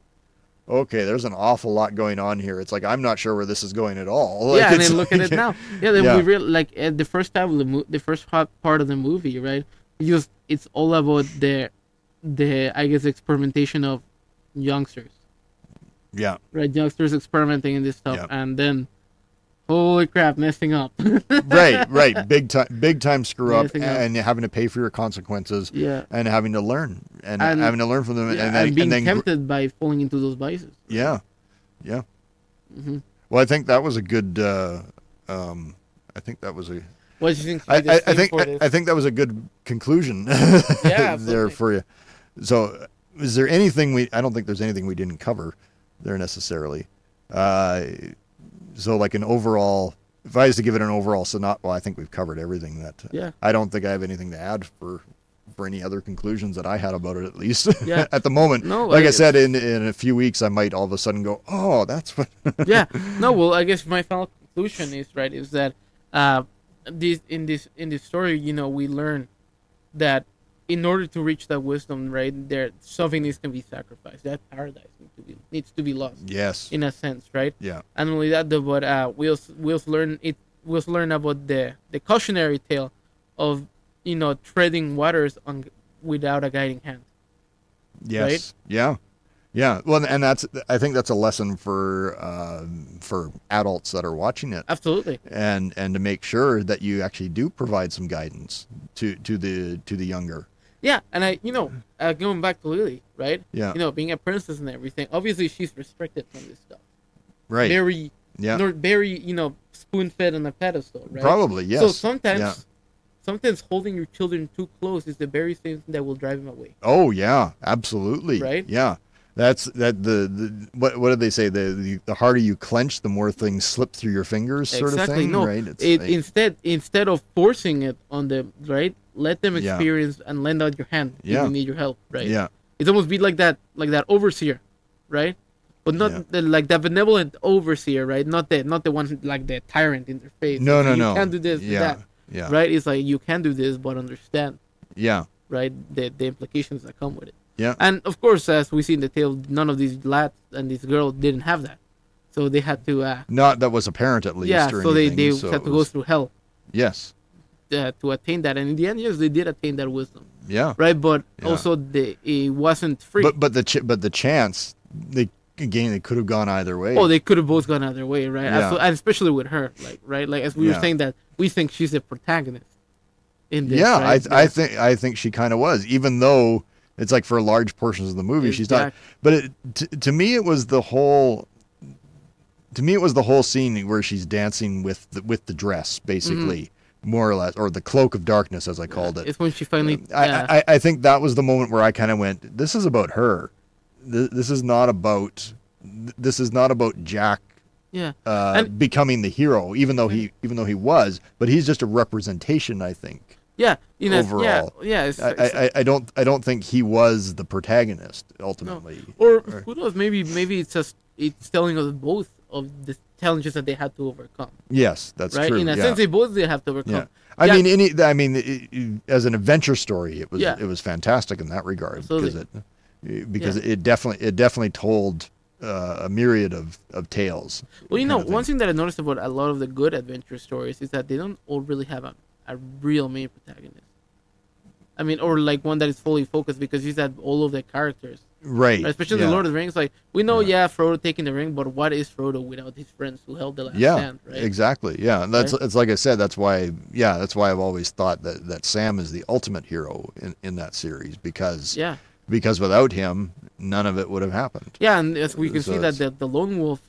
Speaker 1: okay, there's an awful lot going on here. It's like I'm not sure where this is going at all. Like,
Speaker 2: yeah, and
Speaker 1: it's
Speaker 2: then look at
Speaker 1: like-
Speaker 2: it now. Yeah, then
Speaker 1: Yeah.
Speaker 2: we real like at the first time of the mo- the first part part of the movie, right? You Just it's all about the the I guess experimentation of youngsters,
Speaker 1: Yeah,
Speaker 2: right? Youngsters experimenting in this stuff,
Speaker 1: Yeah.
Speaker 2: and then holy crap, messing up.
Speaker 1: right, right. Big time, big time screw up,
Speaker 2: Messing up.
Speaker 1: and having to pay for your consequences,
Speaker 2: yeah.
Speaker 1: and having to learn, and,
Speaker 2: And-
Speaker 1: having to learn from them,
Speaker 2: Yeah,
Speaker 1: and
Speaker 2: and,
Speaker 1: then,
Speaker 2: being
Speaker 1: and then gr-
Speaker 2: tempted by falling into those vices.
Speaker 1: Yeah, yeah.
Speaker 2: Mhm.
Speaker 1: Well, I think that was a good. Uh, um, I think that was a.
Speaker 2: What do you think?
Speaker 1: I,
Speaker 2: should be the
Speaker 1: I, I
Speaker 2: theme
Speaker 1: think
Speaker 2: for
Speaker 1: I,
Speaker 2: this?
Speaker 1: I think that was a good conclusion. there
Speaker 2: absolutely.
Speaker 1: for you. So, is there anything we? I don't think there's anything we didn't cover there necessarily. Uh, so, like an overall, if I was to give it an overall synop, well, I think we've covered everything that.
Speaker 2: Yeah.
Speaker 1: I don't think I have anything to add for for any other conclusions that I had about it at least
Speaker 2: Yeah.
Speaker 1: at the moment.
Speaker 2: No,
Speaker 1: like I,
Speaker 2: I-
Speaker 1: said, in in a few weeks, I might all of a sudden go, oh, that's what.
Speaker 2: yeah. No, well, I guess my final conclusion is right is that uh, this in this in this story, you know, we learn that in order to reach that wisdom, right, there something needs to be sacrificed. That paradise needs to be needs to be lost
Speaker 1: yes.
Speaker 2: in a sense, right?
Speaker 1: Yeah.
Speaker 2: And not only that, though, but uh, we also we also learn it. We also learn about the the cautionary tale of you know treading waters on without a guiding hand.
Speaker 1: Yes. Yeah. Yeah. Well, and that's I think that's a lesson for um for adults that are watching it,
Speaker 2: Absolutely.
Speaker 1: and and to make sure that you actually do provide some guidance to to the to the younger.
Speaker 2: Yeah, and I, you know, uh, going back to Lily, right?
Speaker 1: Yeah.
Speaker 2: You know, being a princess and everything. Obviously, she's restricted from this stuff.
Speaker 1: Right.
Speaker 2: Very,
Speaker 1: yeah.
Speaker 2: nor, very, you know, spoon fed on a pedestal, right?
Speaker 1: Probably. Yes.
Speaker 2: So sometimes,
Speaker 1: Yeah.
Speaker 2: sometimes holding your children too close is the very thing that will drive them away.
Speaker 1: Oh yeah, absolutely.
Speaker 2: Right?
Speaker 1: Yeah. That's that the, the what what do they say? The, the the harder you clench, the more things slip through your fingers, sort
Speaker 2: exactly.
Speaker 1: of thing,
Speaker 2: no,
Speaker 1: right? It's
Speaker 2: it,
Speaker 1: like-
Speaker 2: instead instead of forcing it on them, right? Let them
Speaker 1: Yeah.
Speaker 2: experience and lend out your hand if
Speaker 1: Yeah.
Speaker 2: you need your help, right?
Speaker 1: yeah,
Speaker 2: It's almost be like that, like that overseer, right? But not
Speaker 1: Yeah.
Speaker 2: the, like that benevolent overseer, right? Not the not the one who- like the tyrant in their face.
Speaker 1: no, no,
Speaker 2: you
Speaker 1: no.
Speaker 2: can't do this,
Speaker 1: Yeah,
Speaker 2: that,
Speaker 1: yeah,
Speaker 2: right? It's like you can do this, but understand,
Speaker 1: yeah,
Speaker 2: right? The the implications that come with it.
Speaker 1: Yeah.
Speaker 2: And of course, as we see in the tale, none of these lads and this girl didn't have that, so they had to. Uh,
Speaker 1: Not that was apparent at least.
Speaker 2: yeah,
Speaker 1: or
Speaker 2: so they,
Speaker 1: anything,
Speaker 2: they
Speaker 1: so
Speaker 2: had
Speaker 1: it
Speaker 2: to go
Speaker 1: was-
Speaker 2: through hell
Speaker 1: Yes,
Speaker 2: uh, to attain that, and in the end, yes, they did attain that wisdom,
Speaker 1: yeah.
Speaker 2: right? But
Speaker 1: Yeah.
Speaker 2: also, they, it wasn't free.
Speaker 1: But but the ch- but the chance they again they could have gone either way.
Speaker 2: oh, they could have both gone either way, right?
Speaker 1: Yeah.
Speaker 2: Abso- and especially with her, like right, like as we
Speaker 1: Yeah.
Speaker 2: were saying that we think she's the protagonist. In this,
Speaker 1: yeah,
Speaker 2: right?
Speaker 1: I I think I think she kind of was, even though it's like for large portions of the movie she's not.
Speaker 2: Exact-
Speaker 1: But it, to, to me, it was the whole. To me, it was the whole scene where she's dancing with the, with the dress,
Speaker 2: Mm-hmm.
Speaker 1: basically, more or less, or the cloak of darkness, as I called it.
Speaker 2: It's when she finally.
Speaker 1: I,
Speaker 2: uh,
Speaker 1: I, I think that was the moment where I kind of went, "This is about her. Th- This is not about. th- This is not about Jack
Speaker 2: yeah,
Speaker 1: uh,
Speaker 2: And-
Speaker 1: becoming the hero, even though he even though he was, but he's just a representation. I think.
Speaker 2: yeah, you know,
Speaker 1: Overall,
Speaker 2: yeah, yeah. It's,
Speaker 1: I,
Speaker 2: it's-
Speaker 1: I, I- I don't I don't think he was the protagonist ultimately.
Speaker 2: or
Speaker 1: or-
Speaker 2: who knows? Maybe maybe it's just it's telling us both of the challenges that they had to overcome,
Speaker 1: Yes, that's
Speaker 2: right?
Speaker 1: true.
Speaker 2: in a
Speaker 1: yeah.
Speaker 2: sense, they both did have to overcome.
Speaker 1: yeah. I
Speaker 2: Yeah.
Speaker 1: mean, any. I mean, it- it- as an adventure story, it was
Speaker 2: Yeah.
Speaker 1: it was fantastic in that regard because
Speaker 2: Absolutely.
Speaker 1: it because it definitely it definitely told uh, a myriad of of tales.
Speaker 2: Well, you
Speaker 1: kind
Speaker 2: know,
Speaker 1: of thing.
Speaker 2: one thing that I noticed about a lot of the good adventure stories is that they don't all really have a, a real main protagonist. I mean, or like one that is fully focused because you said all of the characters,
Speaker 1: right?
Speaker 2: right? especially
Speaker 1: yeah.
Speaker 2: the Lord of the Rings. Like we know,
Speaker 1: Yeah.
Speaker 2: yeah. Frodo taking the ring, but what is Frodo without his friends who held the last
Speaker 1: Yeah,
Speaker 2: stand, right?
Speaker 1: exactly. Yeah, and that's
Speaker 2: Right?
Speaker 1: it's like I said. That's why. Yeah, that's why I've always thought that that Sam is the ultimate hero in in that series because
Speaker 2: Yeah,
Speaker 1: because without him, none of it would have happened.
Speaker 2: yeah, and as we can
Speaker 1: So
Speaker 2: see that
Speaker 1: it's-
Speaker 2: the, the lone wolf,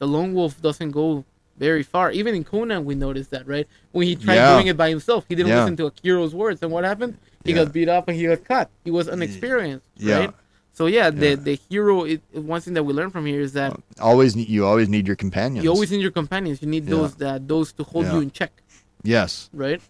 Speaker 2: the lone wolf doesn't go very far. Even in Conan, we noticed that, right? When he tried
Speaker 1: Yeah.
Speaker 2: doing it by himself, he didn't
Speaker 1: Yeah.
Speaker 2: listen to Akiro's words, and what happened? He
Speaker 1: Yeah.
Speaker 2: got beat up and he got cut. He was inexperienced,
Speaker 1: yeah.
Speaker 2: right? So yeah, the
Speaker 1: Yeah.
Speaker 2: the hero. It, one thing that we learn from here is that
Speaker 1: Always, ne- you always need your companions.
Speaker 2: you always need your companions. You need
Speaker 1: Yeah.
Speaker 2: those that those to hold
Speaker 1: Yeah.
Speaker 2: you in check,
Speaker 1: yes.
Speaker 2: right?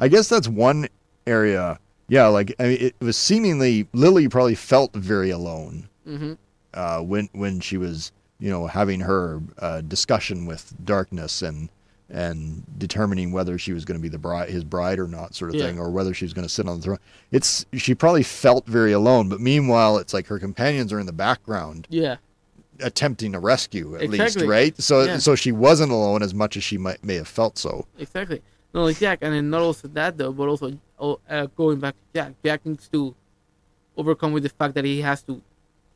Speaker 1: I guess that's one area. Yeah, like I mean, it was seemingly Lily probably felt very alone
Speaker 2: Mm-hmm.
Speaker 1: uh, when when she was you know having her uh, discussion with darkness and and determining whether she was going to be the bride his bride or not sort of
Speaker 2: Yeah.
Speaker 1: thing or whether she was going to sit on the throne it's she probably felt very alone but meanwhile it's like her companions are in the background
Speaker 2: Yeah,
Speaker 1: attempting a rescue at least
Speaker 2: Exactly.
Speaker 1: right so
Speaker 2: Yeah.
Speaker 1: so she wasn't alone as much as she might may have felt so
Speaker 2: exactly. Not only Jack, and then not also that though, but also oh, uh, going back to Jack. Jack needs to overcome with the fact that he has to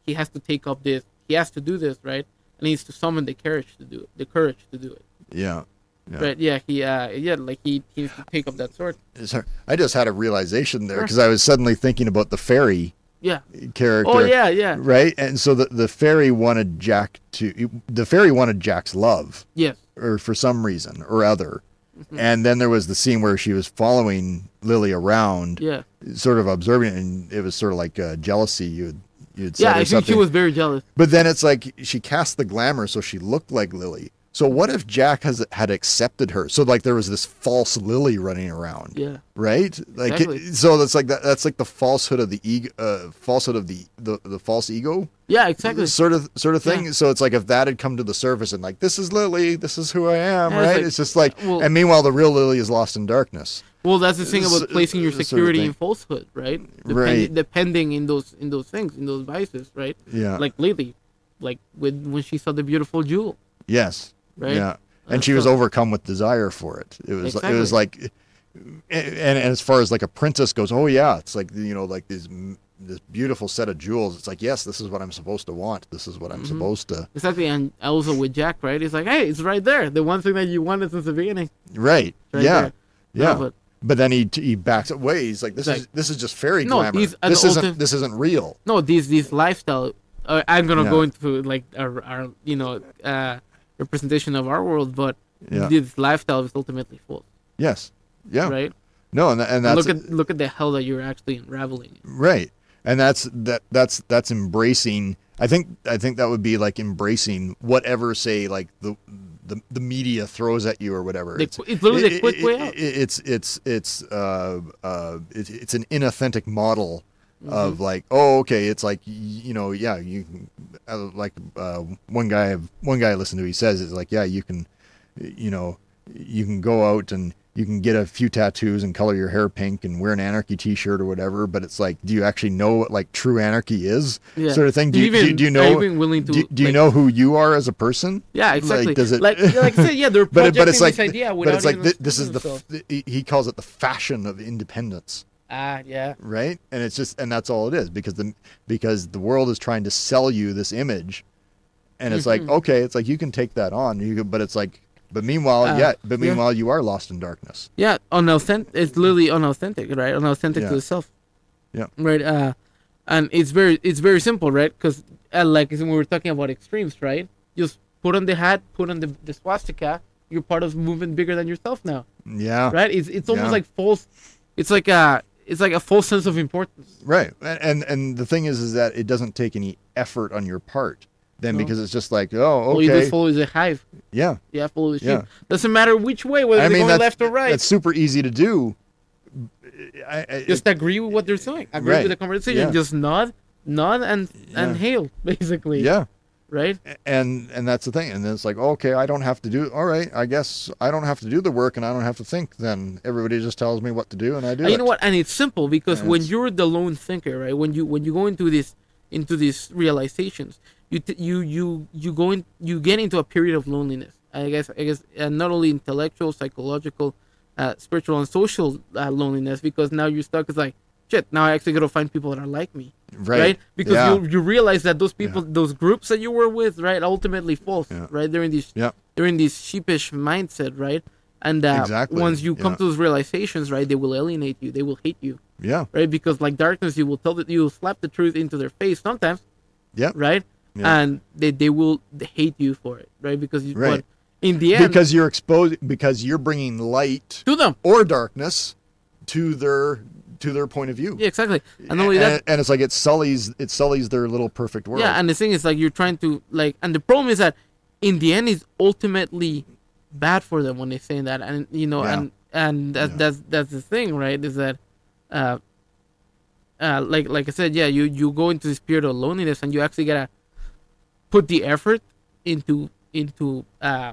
Speaker 2: he has to take up this. He has to do this, right? And he needs to summon the courage to do it. The courage to do it,
Speaker 1: yeah Yeah.
Speaker 2: right? Yeah, he uh yeah like he, he needs to take up that sword.
Speaker 1: Sorry, I just had a realization there
Speaker 2: Sure.
Speaker 1: because I was suddenly thinking about the fairy
Speaker 2: Yeah.
Speaker 1: character.
Speaker 2: Oh yeah, yeah.
Speaker 1: Right? And so the, the fairy wanted Jack to, the fairy wanted Jack's love
Speaker 2: Yes.
Speaker 1: or for some reason or other.
Speaker 2: Mm-hmm.
Speaker 1: And then there was the scene where she was following Lily around,
Speaker 2: Yeah.
Speaker 1: sort of observing, it, and it was sort of like uh, jealousy. You'd you'd said
Speaker 2: Yeah,
Speaker 1: or
Speaker 2: I think she
Speaker 1: something.
Speaker 2: was very jealous.
Speaker 1: But then it's like she cast the glamour, so she looked like Lily. So what if Jack has had accepted her? So like there was this false Lily running around
Speaker 2: Yeah.
Speaker 1: right like
Speaker 2: Exactly.
Speaker 1: so that's like that, that's like the falsehood of the ego uh, falsehood of the, the the false ego
Speaker 2: Yeah, exactly.
Speaker 1: sort of sort of thing
Speaker 2: Yeah.
Speaker 1: so it's like if that had come to the surface and like this is lily this is who i am
Speaker 2: Yeah, it's
Speaker 1: right
Speaker 2: like-
Speaker 1: it's just like
Speaker 2: well-
Speaker 1: and meanwhile the real lily is lost in darkness
Speaker 2: Well, that's the thing
Speaker 1: S-
Speaker 2: about placing your
Speaker 1: sort of
Speaker 2: security
Speaker 1: thing.
Speaker 2: in falsehood, right? Depend-
Speaker 1: Right.
Speaker 2: Depending in those in those things, in those vices, right?
Speaker 1: yeah
Speaker 2: Like Lily, like with when she saw the beautiful jewel,
Speaker 1: yes
Speaker 2: right?
Speaker 1: yeah and
Speaker 2: That's
Speaker 1: she was
Speaker 2: so-
Speaker 1: overcome with desire for it it was it was
Speaker 2: Exactly.
Speaker 1: like and, and as far as like a princess goes oh yeah it's like you know like these this beautiful set of jewels it's like yes this is what i'm supposed to want this is what i'm
Speaker 2: Mhm.
Speaker 1: supposed to
Speaker 2: Exactly, and also with Jack, right? It's like, hey, it's right there. The one thing that you wanted since the beginning.
Speaker 1: right,
Speaker 2: Right
Speaker 1: yeah
Speaker 2: there.
Speaker 1: yeah
Speaker 2: No, but,
Speaker 1: But then he he backs away. He's like, "This
Speaker 2: Like-
Speaker 1: is this is just fairy
Speaker 2: No,
Speaker 1: glamour.
Speaker 2: he's an
Speaker 1: this isn't
Speaker 2: ulti-
Speaker 1: this isn't real."
Speaker 2: no, these these lifestyle. Uh, I'm gonna
Speaker 1: Yeah.
Speaker 2: go into like our, our you know uh, representation of our world, but
Speaker 1: Yeah.
Speaker 2: this lifestyle is ultimately false,
Speaker 1: Yes. Yeah.
Speaker 2: right?
Speaker 1: No, and, tha- and that's
Speaker 2: look at look at the hell that you're actually unraveling.
Speaker 1: right, and that's that that's that's embracing I think I think that would be like embracing whatever, say, like the the, the media throws at you or whatever.
Speaker 2: They,
Speaker 1: it's,
Speaker 2: qu- it's literally the quick
Speaker 1: it-
Speaker 2: way
Speaker 1: it-
Speaker 2: out.
Speaker 1: it's it's it's uh, uh, it, it's an inauthentic model
Speaker 2: Mm-hmm.
Speaker 1: of like, oh, okay, it's like y- you know, yeah, you can- uh, like uh, one guy one guy I listen to, he says is like, yeah, you can, you know, you can go out and you can get a few tattoos and color your hair pink and wear an anarchy T-shirt or whatever, but it's like, do you actually know what like true anarchy is?
Speaker 2: Yeah.
Speaker 1: Sort of thing. Do
Speaker 2: you
Speaker 1: you, do,
Speaker 2: even,
Speaker 1: you- do you
Speaker 2: are
Speaker 1: know?
Speaker 2: you even willing to?
Speaker 1: Do, do you
Speaker 2: like-
Speaker 1: know who you are as a person?
Speaker 2: Yeah, exactly. Like,
Speaker 1: does it-
Speaker 2: like, I said, yeah, they're
Speaker 1: but
Speaker 2: projecting
Speaker 1: it, but it's like
Speaker 2: this idea
Speaker 1: but
Speaker 2: without
Speaker 1: it's like
Speaker 2: even
Speaker 1: thi- this is the
Speaker 2: themselves.
Speaker 1: f- he- he calls it the fashion of independence
Speaker 2: ah, yeah,
Speaker 1: right and it's just and that's all it is because the because the world is trying to sell you this image and it's
Speaker 2: Mm-hmm.
Speaker 1: like okay it's like you can take that on you can, but it's like but meanwhile
Speaker 2: Uh,
Speaker 1: yeah but
Speaker 2: yeah.
Speaker 1: meanwhile you are lost in darkness
Speaker 2: yeah, unauthentic. It's literally unauthentic, right? Unauthentic
Speaker 1: Yeah.
Speaker 2: to itself.
Speaker 1: Yeah.
Speaker 2: Right. Uh, and it's very it's very simple, right? Because uh, like when we were talking about extremes, right? Just put on the hat, put on the, the swastika. You're part of a movement bigger than yourself now,
Speaker 1: yeah
Speaker 2: right? It's it's almost
Speaker 1: Yeah.
Speaker 2: like false. It's like a it's like a false sense of importance.
Speaker 1: right and, and and the thing is is that it doesn't take any effort on your part then
Speaker 2: No.
Speaker 1: because it's just like oh
Speaker 2: All you do
Speaker 1: okay
Speaker 2: is follow the hive.
Speaker 1: yeah
Speaker 2: You have to follow the sheep.
Speaker 1: Yeah.
Speaker 2: Doesn't matter which way, whether
Speaker 1: i
Speaker 2: they're
Speaker 1: mean
Speaker 2: going
Speaker 1: that's,
Speaker 2: left or right.
Speaker 1: that's super easy to do I, I,
Speaker 2: just agree with what they're doing. Agree
Speaker 1: Right.
Speaker 2: with the conversation.
Speaker 1: Yeah.
Speaker 2: Just nod, nod, and
Speaker 1: Yeah.
Speaker 2: and hail, basically.
Speaker 1: yeah
Speaker 2: Right.
Speaker 1: and and that's the thing and then it's like okay i don't have to do all right i guess i don't have to do the work and i don't have to think then everybody just tells me what to do and i do
Speaker 2: And you
Speaker 1: it.
Speaker 2: know what? And it's simple because
Speaker 1: And
Speaker 2: when
Speaker 1: it's-
Speaker 2: you're the lone thinker, right? When you when you go into this into these realizations, you t- you you you go in you get into a period of loneliness. I guess I guess uh, not only intellectual, psychological, uh, spiritual, and social uh, loneliness because now you're stuck. It's like shit. Now I actually got to find people that are like me.
Speaker 1: right,
Speaker 2: right, because
Speaker 1: yeah.
Speaker 2: you you realize that those people those groups that you were with right ultimately false
Speaker 1: Yeah.
Speaker 2: right they're in these
Speaker 1: Yeah.
Speaker 2: they're in this sheepish mindset right and uh,
Speaker 1: Exactly,
Speaker 2: once you come
Speaker 1: yeah.
Speaker 2: to those realizations right they will alienate you they will hate you
Speaker 1: yeah
Speaker 2: right because like darkness you will tell that you will slap the truth into their face sometimes
Speaker 1: Yeah.
Speaker 2: right
Speaker 1: Yeah.
Speaker 2: and they, they will hate you for it right because you
Speaker 1: Right.
Speaker 2: but in the end
Speaker 1: because you're exposed because you're bringing light
Speaker 2: to them
Speaker 1: or darkness to their to their point of view
Speaker 2: yeah exactly and not only that
Speaker 1: and, and it's like it sullies it sullies their little perfect world
Speaker 2: Yeah, and the thing is, like, you're trying to like, and the problem is that in the end, it's ultimately bad for them when they say that, and you know,
Speaker 1: Yeah.
Speaker 2: and and that,
Speaker 1: Yeah.
Speaker 2: that's that's the thing, right? Is that, uh, uh, like like I said, yeah, you you go into this period of loneliness, and you actually gotta put the effort into into uh,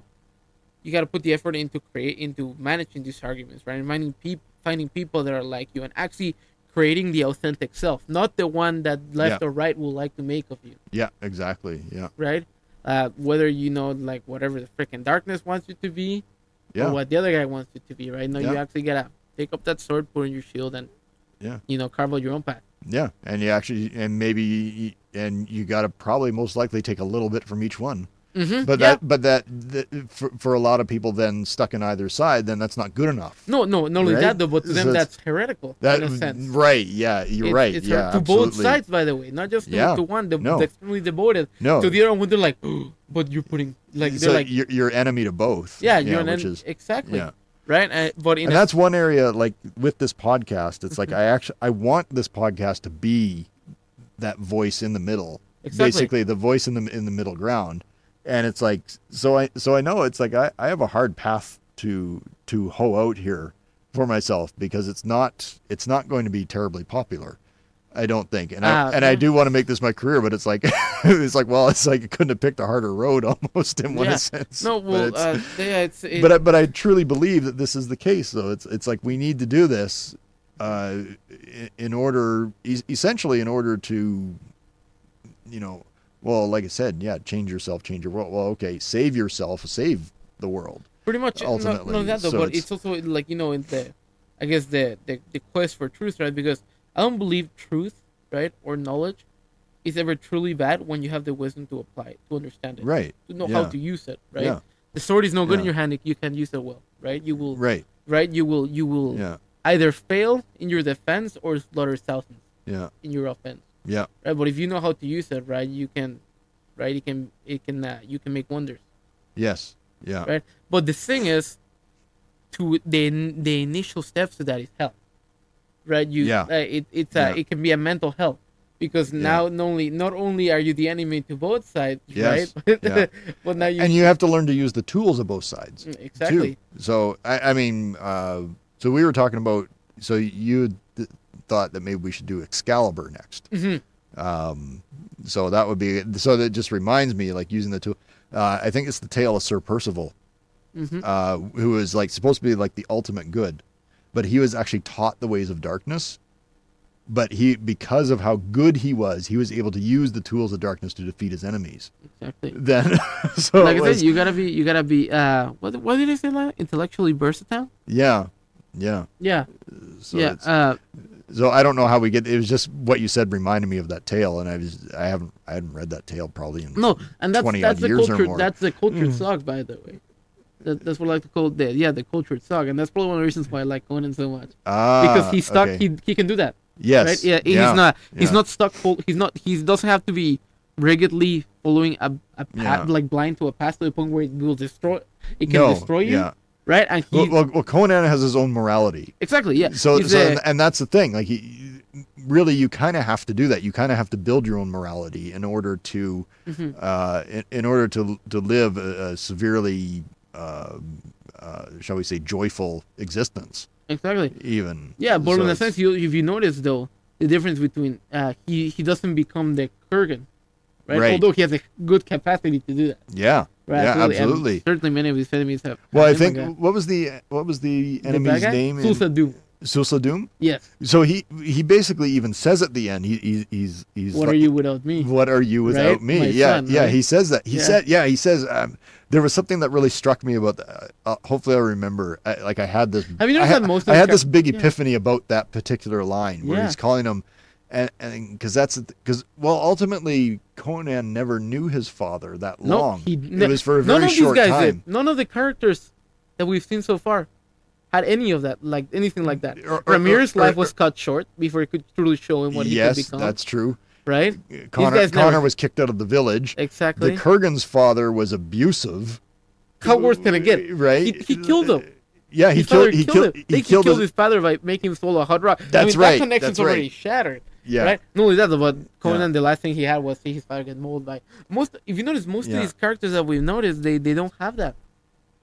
Speaker 2: you gotta put the effort into create into managing these arguments, right? And finding people finding people that are like you, and actually creating the authentic self, not the one that left
Speaker 1: Yeah.
Speaker 2: or right will like to make of you
Speaker 1: yeah exactly yeah
Speaker 2: right? Uh, whether you know like whatever the freaking darkness wants you to be,
Speaker 1: yeah
Speaker 2: or Oh, what the other guy wants you to be, right? No, you
Speaker 1: Yeah.
Speaker 2: actually gotta take up that sword, put in your shield, and
Speaker 1: Yeah.
Speaker 2: you know, carve out your own path.
Speaker 1: yeah and you actually and maybe and you got to probably most likely take a little bit from each one
Speaker 2: Mm-hmm.
Speaker 1: But
Speaker 2: yeah.
Speaker 1: that, but that, th for, for a lot of people, then stuck in either side, then that's not good enough.
Speaker 2: no, no, not only
Speaker 1: Right?
Speaker 2: that though, but to them
Speaker 1: So it's-
Speaker 2: that's heretical
Speaker 1: That
Speaker 2: in a sense.
Speaker 1: right? Yeah, you're
Speaker 2: It's-
Speaker 1: right.
Speaker 2: It's
Speaker 1: yeah,
Speaker 2: her- to
Speaker 1: absolutely.
Speaker 2: both sides, by the way, not just to,
Speaker 1: Yeah.
Speaker 2: to one, the,
Speaker 1: No.
Speaker 2: the extremely devoted.
Speaker 1: No,
Speaker 2: To the other one, they're like, but you're putting like
Speaker 1: so
Speaker 2: they're like,
Speaker 1: you're, you're enemy to both.
Speaker 2: yeah, you're an
Speaker 1: which
Speaker 2: en-
Speaker 1: is
Speaker 2: exactly
Speaker 1: yeah.
Speaker 2: right. And, but
Speaker 1: and
Speaker 2: in a, Mm-hmm.
Speaker 1: that's one area like with this podcast it's like i actually i want this podcast to be that voice in the middle
Speaker 2: Exactly.
Speaker 1: basically the voice in the in the middle ground and it's like so i so i know it's like i i have a hard path to to hoe out here for myself because it's not it's not going to be terribly popular I don't think, and I
Speaker 2: Uh,
Speaker 1: and I do want to make this my career, but it's like it's like well, it's like I couldn't have picked a harder road almost in one
Speaker 2: Yeah.
Speaker 1: sense.
Speaker 2: no,
Speaker 1: But
Speaker 2: well,
Speaker 1: it's-
Speaker 2: uh, yeah, it's it,
Speaker 1: but I, but I truly believe that this is the case though it's it's like we need to do this uh, i- in order es- essentially in order to you know well like I said yeah change yourself change your world well okay save yourself save the world
Speaker 2: pretty much no-
Speaker 1: ultimately,
Speaker 2: no, that though,
Speaker 1: so
Speaker 2: but
Speaker 1: it's-
Speaker 2: it's... also like you know in the i guess the, the the quest for truth right because i don't believe truth right or knowledge is ever truly bad when you have the wisdom to apply it to understand it
Speaker 1: right
Speaker 2: to know
Speaker 1: Yeah.
Speaker 2: how to use it right
Speaker 1: Yeah.
Speaker 2: the sword is no good
Speaker 1: Yeah.
Speaker 2: in your hand if you can't use it well right you will right,
Speaker 1: right
Speaker 2: you will you will
Speaker 1: yeah
Speaker 2: either fail in your defense or slaughter thousands
Speaker 1: yeah
Speaker 2: in your offense
Speaker 1: yeah
Speaker 2: right but if you know how to use it right you can right it can it can uh, you can make wonders
Speaker 1: yes yeah
Speaker 2: right? But the thing is, to the the initial steps to that is health, right? You,
Speaker 1: Yeah.
Speaker 2: uh, it it's uh,
Speaker 1: Yeah.
Speaker 2: it can be a mental health because now not only not only are you the enemy to both sides,
Speaker 1: Yes,
Speaker 2: right?
Speaker 1: yeah.
Speaker 2: but now you
Speaker 1: and you have to learn to use the tools of both sides.
Speaker 2: Mm, exactly.
Speaker 1: Too. So I, I mean, uh, so we were talking about. So you th- thought that maybe we should do Excalibur next.
Speaker 2: Mhm.
Speaker 1: Um, so that would be. So that just reminds me, like using the tool. Uh, I think it's the tale of Sir Percival,
Speaker 2: Mhm.
Speaker 1: uh, who was like supposed to be like the ultimate good, but he was actually taught the ways of darkness. But he, because of how good he was, he was able to use the tools of darkness to defeat his enemies.
Speaker 2: exactly.
Speaker 1: Then, so
Speaker 2: like
Speaker 1: it
Speaker 2: I
Speaker 1: was,
Speaker 2: said, you gotta be you gotta be uh what what did I say? Like? Intellectually versatile.
Speaker 1: yeah, yeah.
Speaker 2: Yeah,
Speaker 1: So
Speaker 2: yeah.
Speaker 1: it's-
Speaker 2: Uh,
Speaker 1: so I don't know how we get. It was just what you said reminded me of that tale, and I was I haven't I hadn't read that tale probably in
Speaker 2: no, and that's
Speaker 1: 20
Speaker 2: that's
Speaker 1: odd
Speaker 2: the
Speaker 1: years or
Speaker 2: culture.
Speaker 1: more.
Speaker 2: That's the culture
Speaker 1: Mhm.
Speaker 2: suck, by the way. That, that's what I like to call the yeah the culture suck, and that's probably one of the reasons why I like Conan so much
Speaker 1: Ah,
Speaker 2: because he's stuck.
Speaker 1: okay.
Speaker 2: He he can do that.
Speaker 1: yes
Speaker 2: right? Yeah, he's not. He's not stuck. Full, he's not. He doesn't have to be rigidly following a, a path,
Speaker 1: Yeah.
Speaker 2: like blind to a path to the point where it will destroy. It can
Speaker 1: no,
Speaker 2: destroy you,
Speaker 1: Yeah.
Speaker 2: right? And he
Speaker 1: Well, well, well, Conan has his own morality.
Speaker 2: exactly. Yeah.
Speaker 1: So,
Speaker 2: he's
Speaker 1: so
Speaker 2: a-
Speaker 1: and, and that's the thing. Like, he, really, you kind of have to do that. You kind of have to build your own morality in order to,
Speaker 2: Mhm.
Speaker 1: uh, in, in order to to live a, a severely, uh, uh, shall we say, joyful existence.
Speaker 2: exactly.
Speaker 1: Even
Speaker 2: Yeah, but
Speaker 1: So
Speaker 2: in a
Speaker 1: it's-
Speaker 2: sense, you if you notice though the difference between uh, he he doesn't become the Kurgan, right?
Speaker 1: Right.
Speaker 2: Although he has a good capacity to do that.
Speaker 1: yeah,
Speaker 2: Right.
Speaker 1: yeah,
Speaker 2: And
Speaker 1: absolutely.
Speaker 2: certainly, many of his enemies have.
Speaker 1: Well, I
Speaker 2: have him,
Speaker 1: think
Speaker 2: like, uh,
Speaker 1: what was the what was the
Speaker 2: the bad
Speaker 1: enemy's
Speaker 2: guy?
Speaker 1: name? in-
Speaker 2: Sousa Doom.
Speaker 1: Sousa Doom.
Speaker 2: Yes.
Speaker 1: So he he basically even says at the end he, he he's he's
Speaker 2: What are
Speaker 1: like,
Speaker 2: you without me?
Speaker 1: What are you without
Speaker 2: Right?
Speaker 1: me?
Speaker 2: My
Speaker 1: yeah,
Speaker 2: son,
Speaker 1: yeah.
Speaker 2: right?
Speaker 1: He says that. He
Speaker 2: Yeah.
Speaker 1: said, yeah. He says um, there was something that really struck me about. The, uh, hopefully, I remember. I, like I had this.
Speaker 2: Have you
Speaker 1: I
Speaker 2: noticed
Speaker 1: had,
Speaker 2: that most of
Speaker 1: I
Speaker 2: his
Speaker 1: had this
Speaker 2: char-
Speaker 1: big
Speaker 2: yeah.
Speaker 1: epiphany about that particular line where
Speaker 2: Yeah.
Speaker 1: he's calling him, and and because that's because well, ultimately Conan never knew his father that
Speaker 2: No,
Speaker 1: long.
Speaker 2: he ne-
Speaker 1: it was for a
Speaker 2: none
Speaker 1: very
Speaker 2: of these
Speaker 1: short
Speaker 2: guys
Speaker 1: time.
Speaker 2: Did. None of the characters that we've seen so far had any of that, like anything like that.
Speaker 1: Or- or-
Speaker 2: Ramir's
Speaker 1: or-
Speaker 2: life
Speaker 1: or-
Speaker 2: was cut short before he could truly show him what
Speaker 1: yes,
Speaker 2: he could become.
Speaker 1: that's true.
Speaker 2: right?
Speaker 1: Connor,
Speaker 2: guys never-
Speaker 1: Connor was kicked out of the village. The
Speaker 2: Exactly.
Speaker 1: Kurgan's father was abusive.
Speaker 2: How worse can it get?
Speaker 1: Right?
Speaker 2: He- he killed him.
Speaker 1: Yeah, he
Speaker 2: His
Speaker 1: killed.
Speaker 2: father
Speaker 1: He
Speaker 2: killed him.
Speaker 1: killed.
Speaker 2: They
Speaker 1: He
Speaker 2: could
Speaker 1: killed.
Speaker 2: kill
Speaker 1: his-
Speaker 2: his father by making him swallow a hot rock. I
Speaker 1: That's
Speaker 2: mean,
Speaker 1: right,
Speaker 2: That connection's
Speaker 1: that's right.
Speaker 2: already shattered.
Speaker 1: Yeah.
Speaker 2: Right? No, only that, but Conan, the last thing he had was his father get mauled by. Most, if you notice, most
Speaker 1: Yeah.
Speaker 2: of these characters that we've noticed, they they don't have that.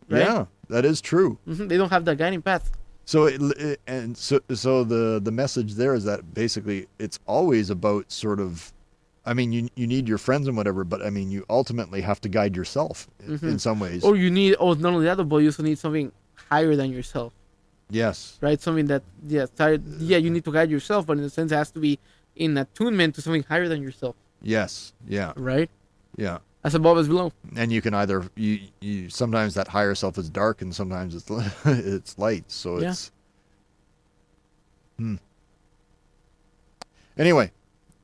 Speaker 2: Right?
Speaker 1: Yeah, that is true.
Speaker 2: Mhm, They don't have that guiding path.
Speaker 1: So it, it- and so so the the message there is that basically it's always about sort of, I mean you you need your friends and whatever, but I mean you ultimately have to guide yourself in- in
Speaker 2: Mhm.
Speaker 1: some ways.
Speaker 2: Or you need, oh, not only that, but you also need something higher than yourself.
Speaker 1: yes.
Speaker 2: right? Something that yeah, tired, yeah, you need to guide yourself, but in a sense, it has to be in attunement to something higher than yourself,
Speaker 1: Yes. Yeah.
Speaker 2: right?
Speaker 1: Yeah.
Speaker 2: As above as below.
Speaker 1: And you can either you you sometimes that higher self is dark and sometimes it's li- it's light. So
Speaker 2: Yeah.
Speaker 1: it's. Hmm. Anyway,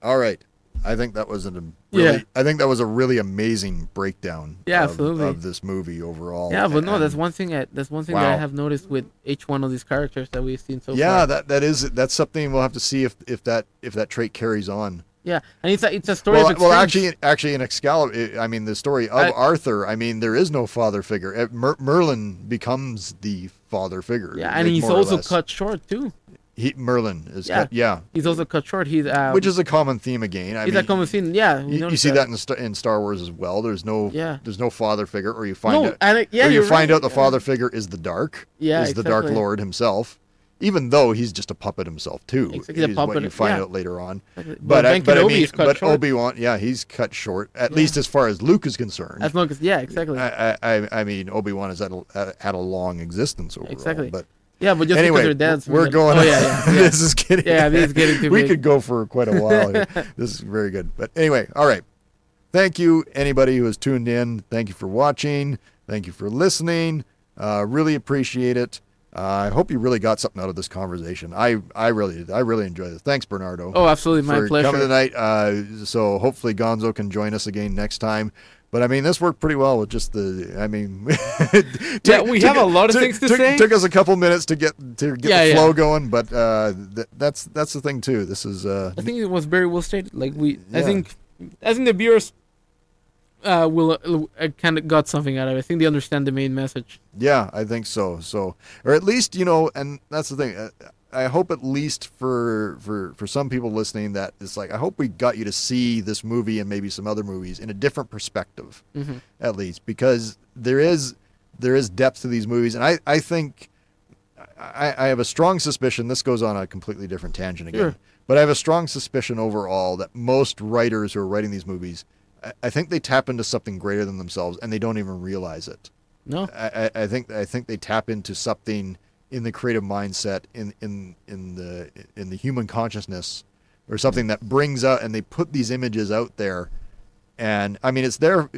Speaker 1: all right. I think that was an a really,
Speaker 2: Yeah.
Speaker 1: I think that was a really amazing breakdown.
Speaker 2: Yeah,
Speaker 1: of,
Speaker 2: absolutely.
Speaker 1: of this movie overall.
Speaker 2: Yeah, but no,
Speaker 1: And-
Speaker 2: that's one thing. I, that's one thing that I
Speaker 1: Oh, Wow.
Speaker 2: have noticed with each one of these characters that we've seen so
Speaker 1: yeah,
Speaker 2: far.
Speaker 1: that that is that's something we'll have to see if if that if that trait carries on.
Speaker 2: yeah, and it's a it's a story
Speaker 1: Well,
Speaker 2: of
Speaker 1: well,
Speaker 2: extremes.
Speaker 1: actually, actually, in Excalibur, I mean, the story of
Speaker 2: I-
Speaker 1: Arthur. I mean, there is no father figure. Eh, Mer- Merlin becomes the father figure.
Speaker 2: yeah, and
Speaker 1: like,
Speaker 2: he's
Speaker 1: more or
Speaker 2: also
Speaker 1: less.
Speaker 2: cut short too.
Speaker 1: He, Merlin is
Speaker 2: Yeah.
Speaker 1: cut. Yeah,
Speaker 2: He's also cut short. He's uh,
Speaker 1: which is a common theme again. I
Speaker 2: it's
Speaker 1: mean,
Speaker 2: a common scene. Yeah, we
Speaker 1: you- you,
Speaker 2: noticed
Speaker 1: see that, in, Star, in Star Wars as well. There's no,
Speaker 2: Yeah.
Speaker 1: there's no father figure, or you find
Speaker 2: No,
Speaker 1: out,
Speaker 2: and it, yeah,
Speaker 1: or you
Speaker 2: you're
Speaker 1: find
Speaker 2: right.
Speaker 1: out the father figure is the Dark.
Speaker 2: Yeah,
Speaker 1: is the Dark
Speaker 2: exactly.
Speaker 1: Lord himself, even though he's just a puppet himself too.
Speaker 2: Exactly, he's a
Speaker 1: is What
Speaker 2: puppet,
Speaker 1: you find
Speaker 2: yeah.
Speaker 1: out later on.
Speaker 2: Exactly.
Speaker 1: But I,
Speaker 2: Ben
Speaker 1: but I
Speaker 2: Kenobi
Speaker 1: mean,
Speaker 2: is cut
Speaker 1: but
Speaker 2: short.
Speaker 1: Obi Wan, yeah, he's cut short. At
Speaker 2: Yeah.
Speaker 1: least as far as Luke is concerned.
Speaker 2: as long as yeah, exactly.
Speaker 1: I, I- I, I mean, Obi Wan has had a, had a long existence overall.
Speaker 2: Exactly.
Speaker 1: But
Speaker 2: yeah, but just
Speaker 1: anyway,
Speaker 2: because they're dead,
Speaker 1: we're
Speaker 2: we-
Speaker 1: going.
Speaker 2: Oh yeah, yeah, yeah.
Speaker 1: this is getting.
Speaker 2: Yeah, this is getting too
Speaker 1: we
Speaker 2: big.
Speaker 1: could go for quite a while. here. this is very good. But anyway, all right. Thank you, anybody who has tuned in. Thank you for watching. Thank you for listening. Uh, really appreciate it. Uh, I hope you really got something out of this conversation. I, I really I really enjoyed it. Thanks, Bernardo
Speaker 2: oh, absolutely, my
Speaker 1: for
Speaker 2: pleasure.
Speaker 1: coming tonight. Uh, so hopefully Gonzo can join us again next time. But I mean, this worked pretty well with just the. I mean,
Speaker 2: Yeah, we have a lot of
Speaker 1: took-
Speaker 2: things to
Speaker 1: took-
Speaker 2: say.
Speaker 1: Took us a couple minutes to get to get
Speaker 2: Yeah,
Speaker 1: the
Speaker 2: yeah.
Speaker 1: flow going, but uh, th- that's that's the thing too. This is uh,
Speaker 2: I think it was very well stated. Like we, I
Speaker 1: Yeah.
Speaker 2: think, I think the viewers uh, will uh, uh, kind of got something out of it. I think they understand the main message.
Speaker 1: yeah, I think so. So or at least you know, and that's the thing. Uh, I hope at least for for for some people listening that it's like I hope we got you to see this movie and maybe some other movies in a different perspective
Speaker 2: Mhm.
Speaker 1: at least because there is there is depth to these movies and I I think I, I have a strong suspicion this goes on a completely different tangent again
Speaker 2: Sure.
Speaker 1: but I have a strong suspicion overall that most writers who are writing these movies I, I think they tap into something greater than themselves and they don't even realize it.
Speaker 2: No,
Speaker 1: I, I I think I think they tap into something in the creative mindset in in in the in the human consciousness or something that brings out and they put these images out there and I mean it's there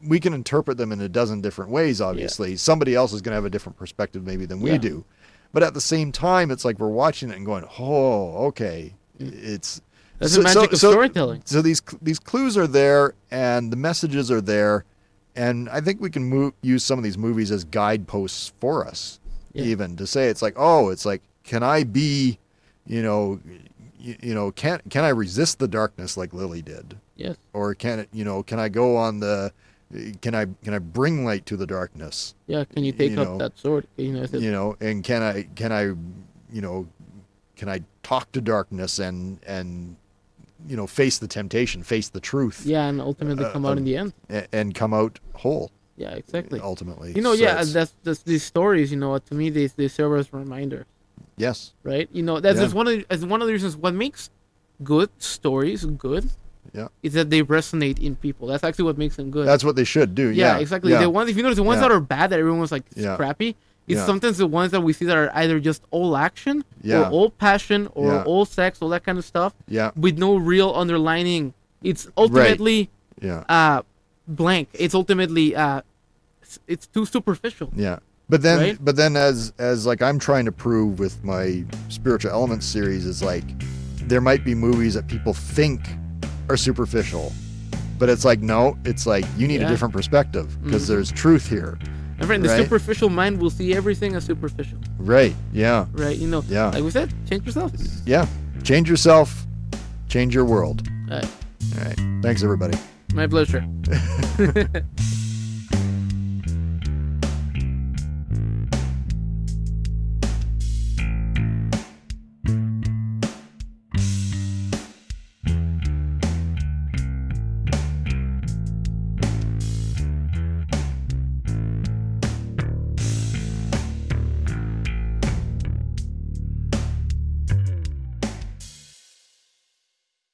Speaker 1: we can interpret them in a dozen different ways obviously somebody else is going to have a different perspective maybe than we
Speaker 2: Yeah.
Speaker 1: do but at the same time it's like we're watching it and going oh okay it's
Speaker 2: that's
Speaker 1: so-
Speaker 2: the
Speaker 1: so-
Speaker 2: magic of
Speaker 1: so-
Speaker 2: storytelling.
Speaker 1: so these these clues are there and the messages are there and i think we can move, use some of these movies as guideposts for us
Speaker 2: Yeah.
Speaker 1: even to say it's like oh it's like can i be you know you, you know can can i resist the darkness like lily did
Speaker 2: Yes.
Speaker 1: or can it you know can i go on the can i can i bring light to the darkness
Speaker 2: Yeah. Can you take
Speaker 1: you
Speaker 2: up
Speaker 1: know,
Speaker 2: that sword? You know. Is it,
Speaker 1: you know and can i can i you know can i talk to darkness and and you know face the temptation face the truth
Speaker 2: yeah, and ultimately
Speaker 1: uh,
Speaker 2: come out
Speaker 1: uh,
Speaker 2: in the end.
Speaker 1: a- and come out whole
Speaker 2: Yeah. Exactly.
Speaker 1: ultimately.
Speaker 2: You know.
Speaker 1: So
Speaker 2: Yeah.
Speaker 1: it's-
Speaker 2: That's that's these stories. You know. To me, they they serve as reminder.
Speaker 1: yes.
Speaker 2: right? You know, that's
Speaker 1: Yeah.
Speaker 2: that's one of the, that's one of the reasons what makes good stories good.
Speaker 1: Yeah.
Speaker 2: is that they resonate in people. That's actually what makes them good.
Speaker 1: That's what they should do.
Speaker 2: yeah,
Speaker 1: Yeah,
Speaker 2: exactly.
Speaker 1: yeah.
Speaker 2: The ones if you notice the ones
Speaker 1: Yeah.
Speaker 2: that are bad that everyone was like it's
Speaker 1: Yeah.
Speaker 2: crappy. It's
Speaker 1: Yeah.
Speaker 2: sometimes the ones that we see that are either just all action
Speaker 1: Yeah.
Speaker 2: or all passion or
Speaker 1: Yeah.
Speaker 2: all sex, all that kind of stuff,
Speaker 1: yeah,
Speaker 2: with no real underlining. It's ultimately
Speaker 1: yeah,
Speaker 2: uh, blank. It's ultimately uh, it's, it's too superficial.
Speaker 1: yeah. But then,
Speaker 2: Right?
Speaker 1: but then, as as like I'm trying to prove with my spiritual elements series is like, there might be movies that people think are superficial, but it's like no, it's like you need a
Speaker 2: Yeah.
Speaker 1: different perspective because
Speaker 2: Mhm.
Speaker 1: there's truth here,
Speaker 2: My friend, the
Speaker 1: Right.
Speaker 2: superficial mind will see everything as superficial,
Speaker 1: right? Yeah,
Speaker 2: right? You know,
Speaker 1: Yeah.
Speaker 2: like we said, change yourself.
Speaker 1: yeah. Change yourself, change your world.
Speaker 2: All right.
Speaker 1: All right. Thanks, everybody.
Speaker 2: My pleasure.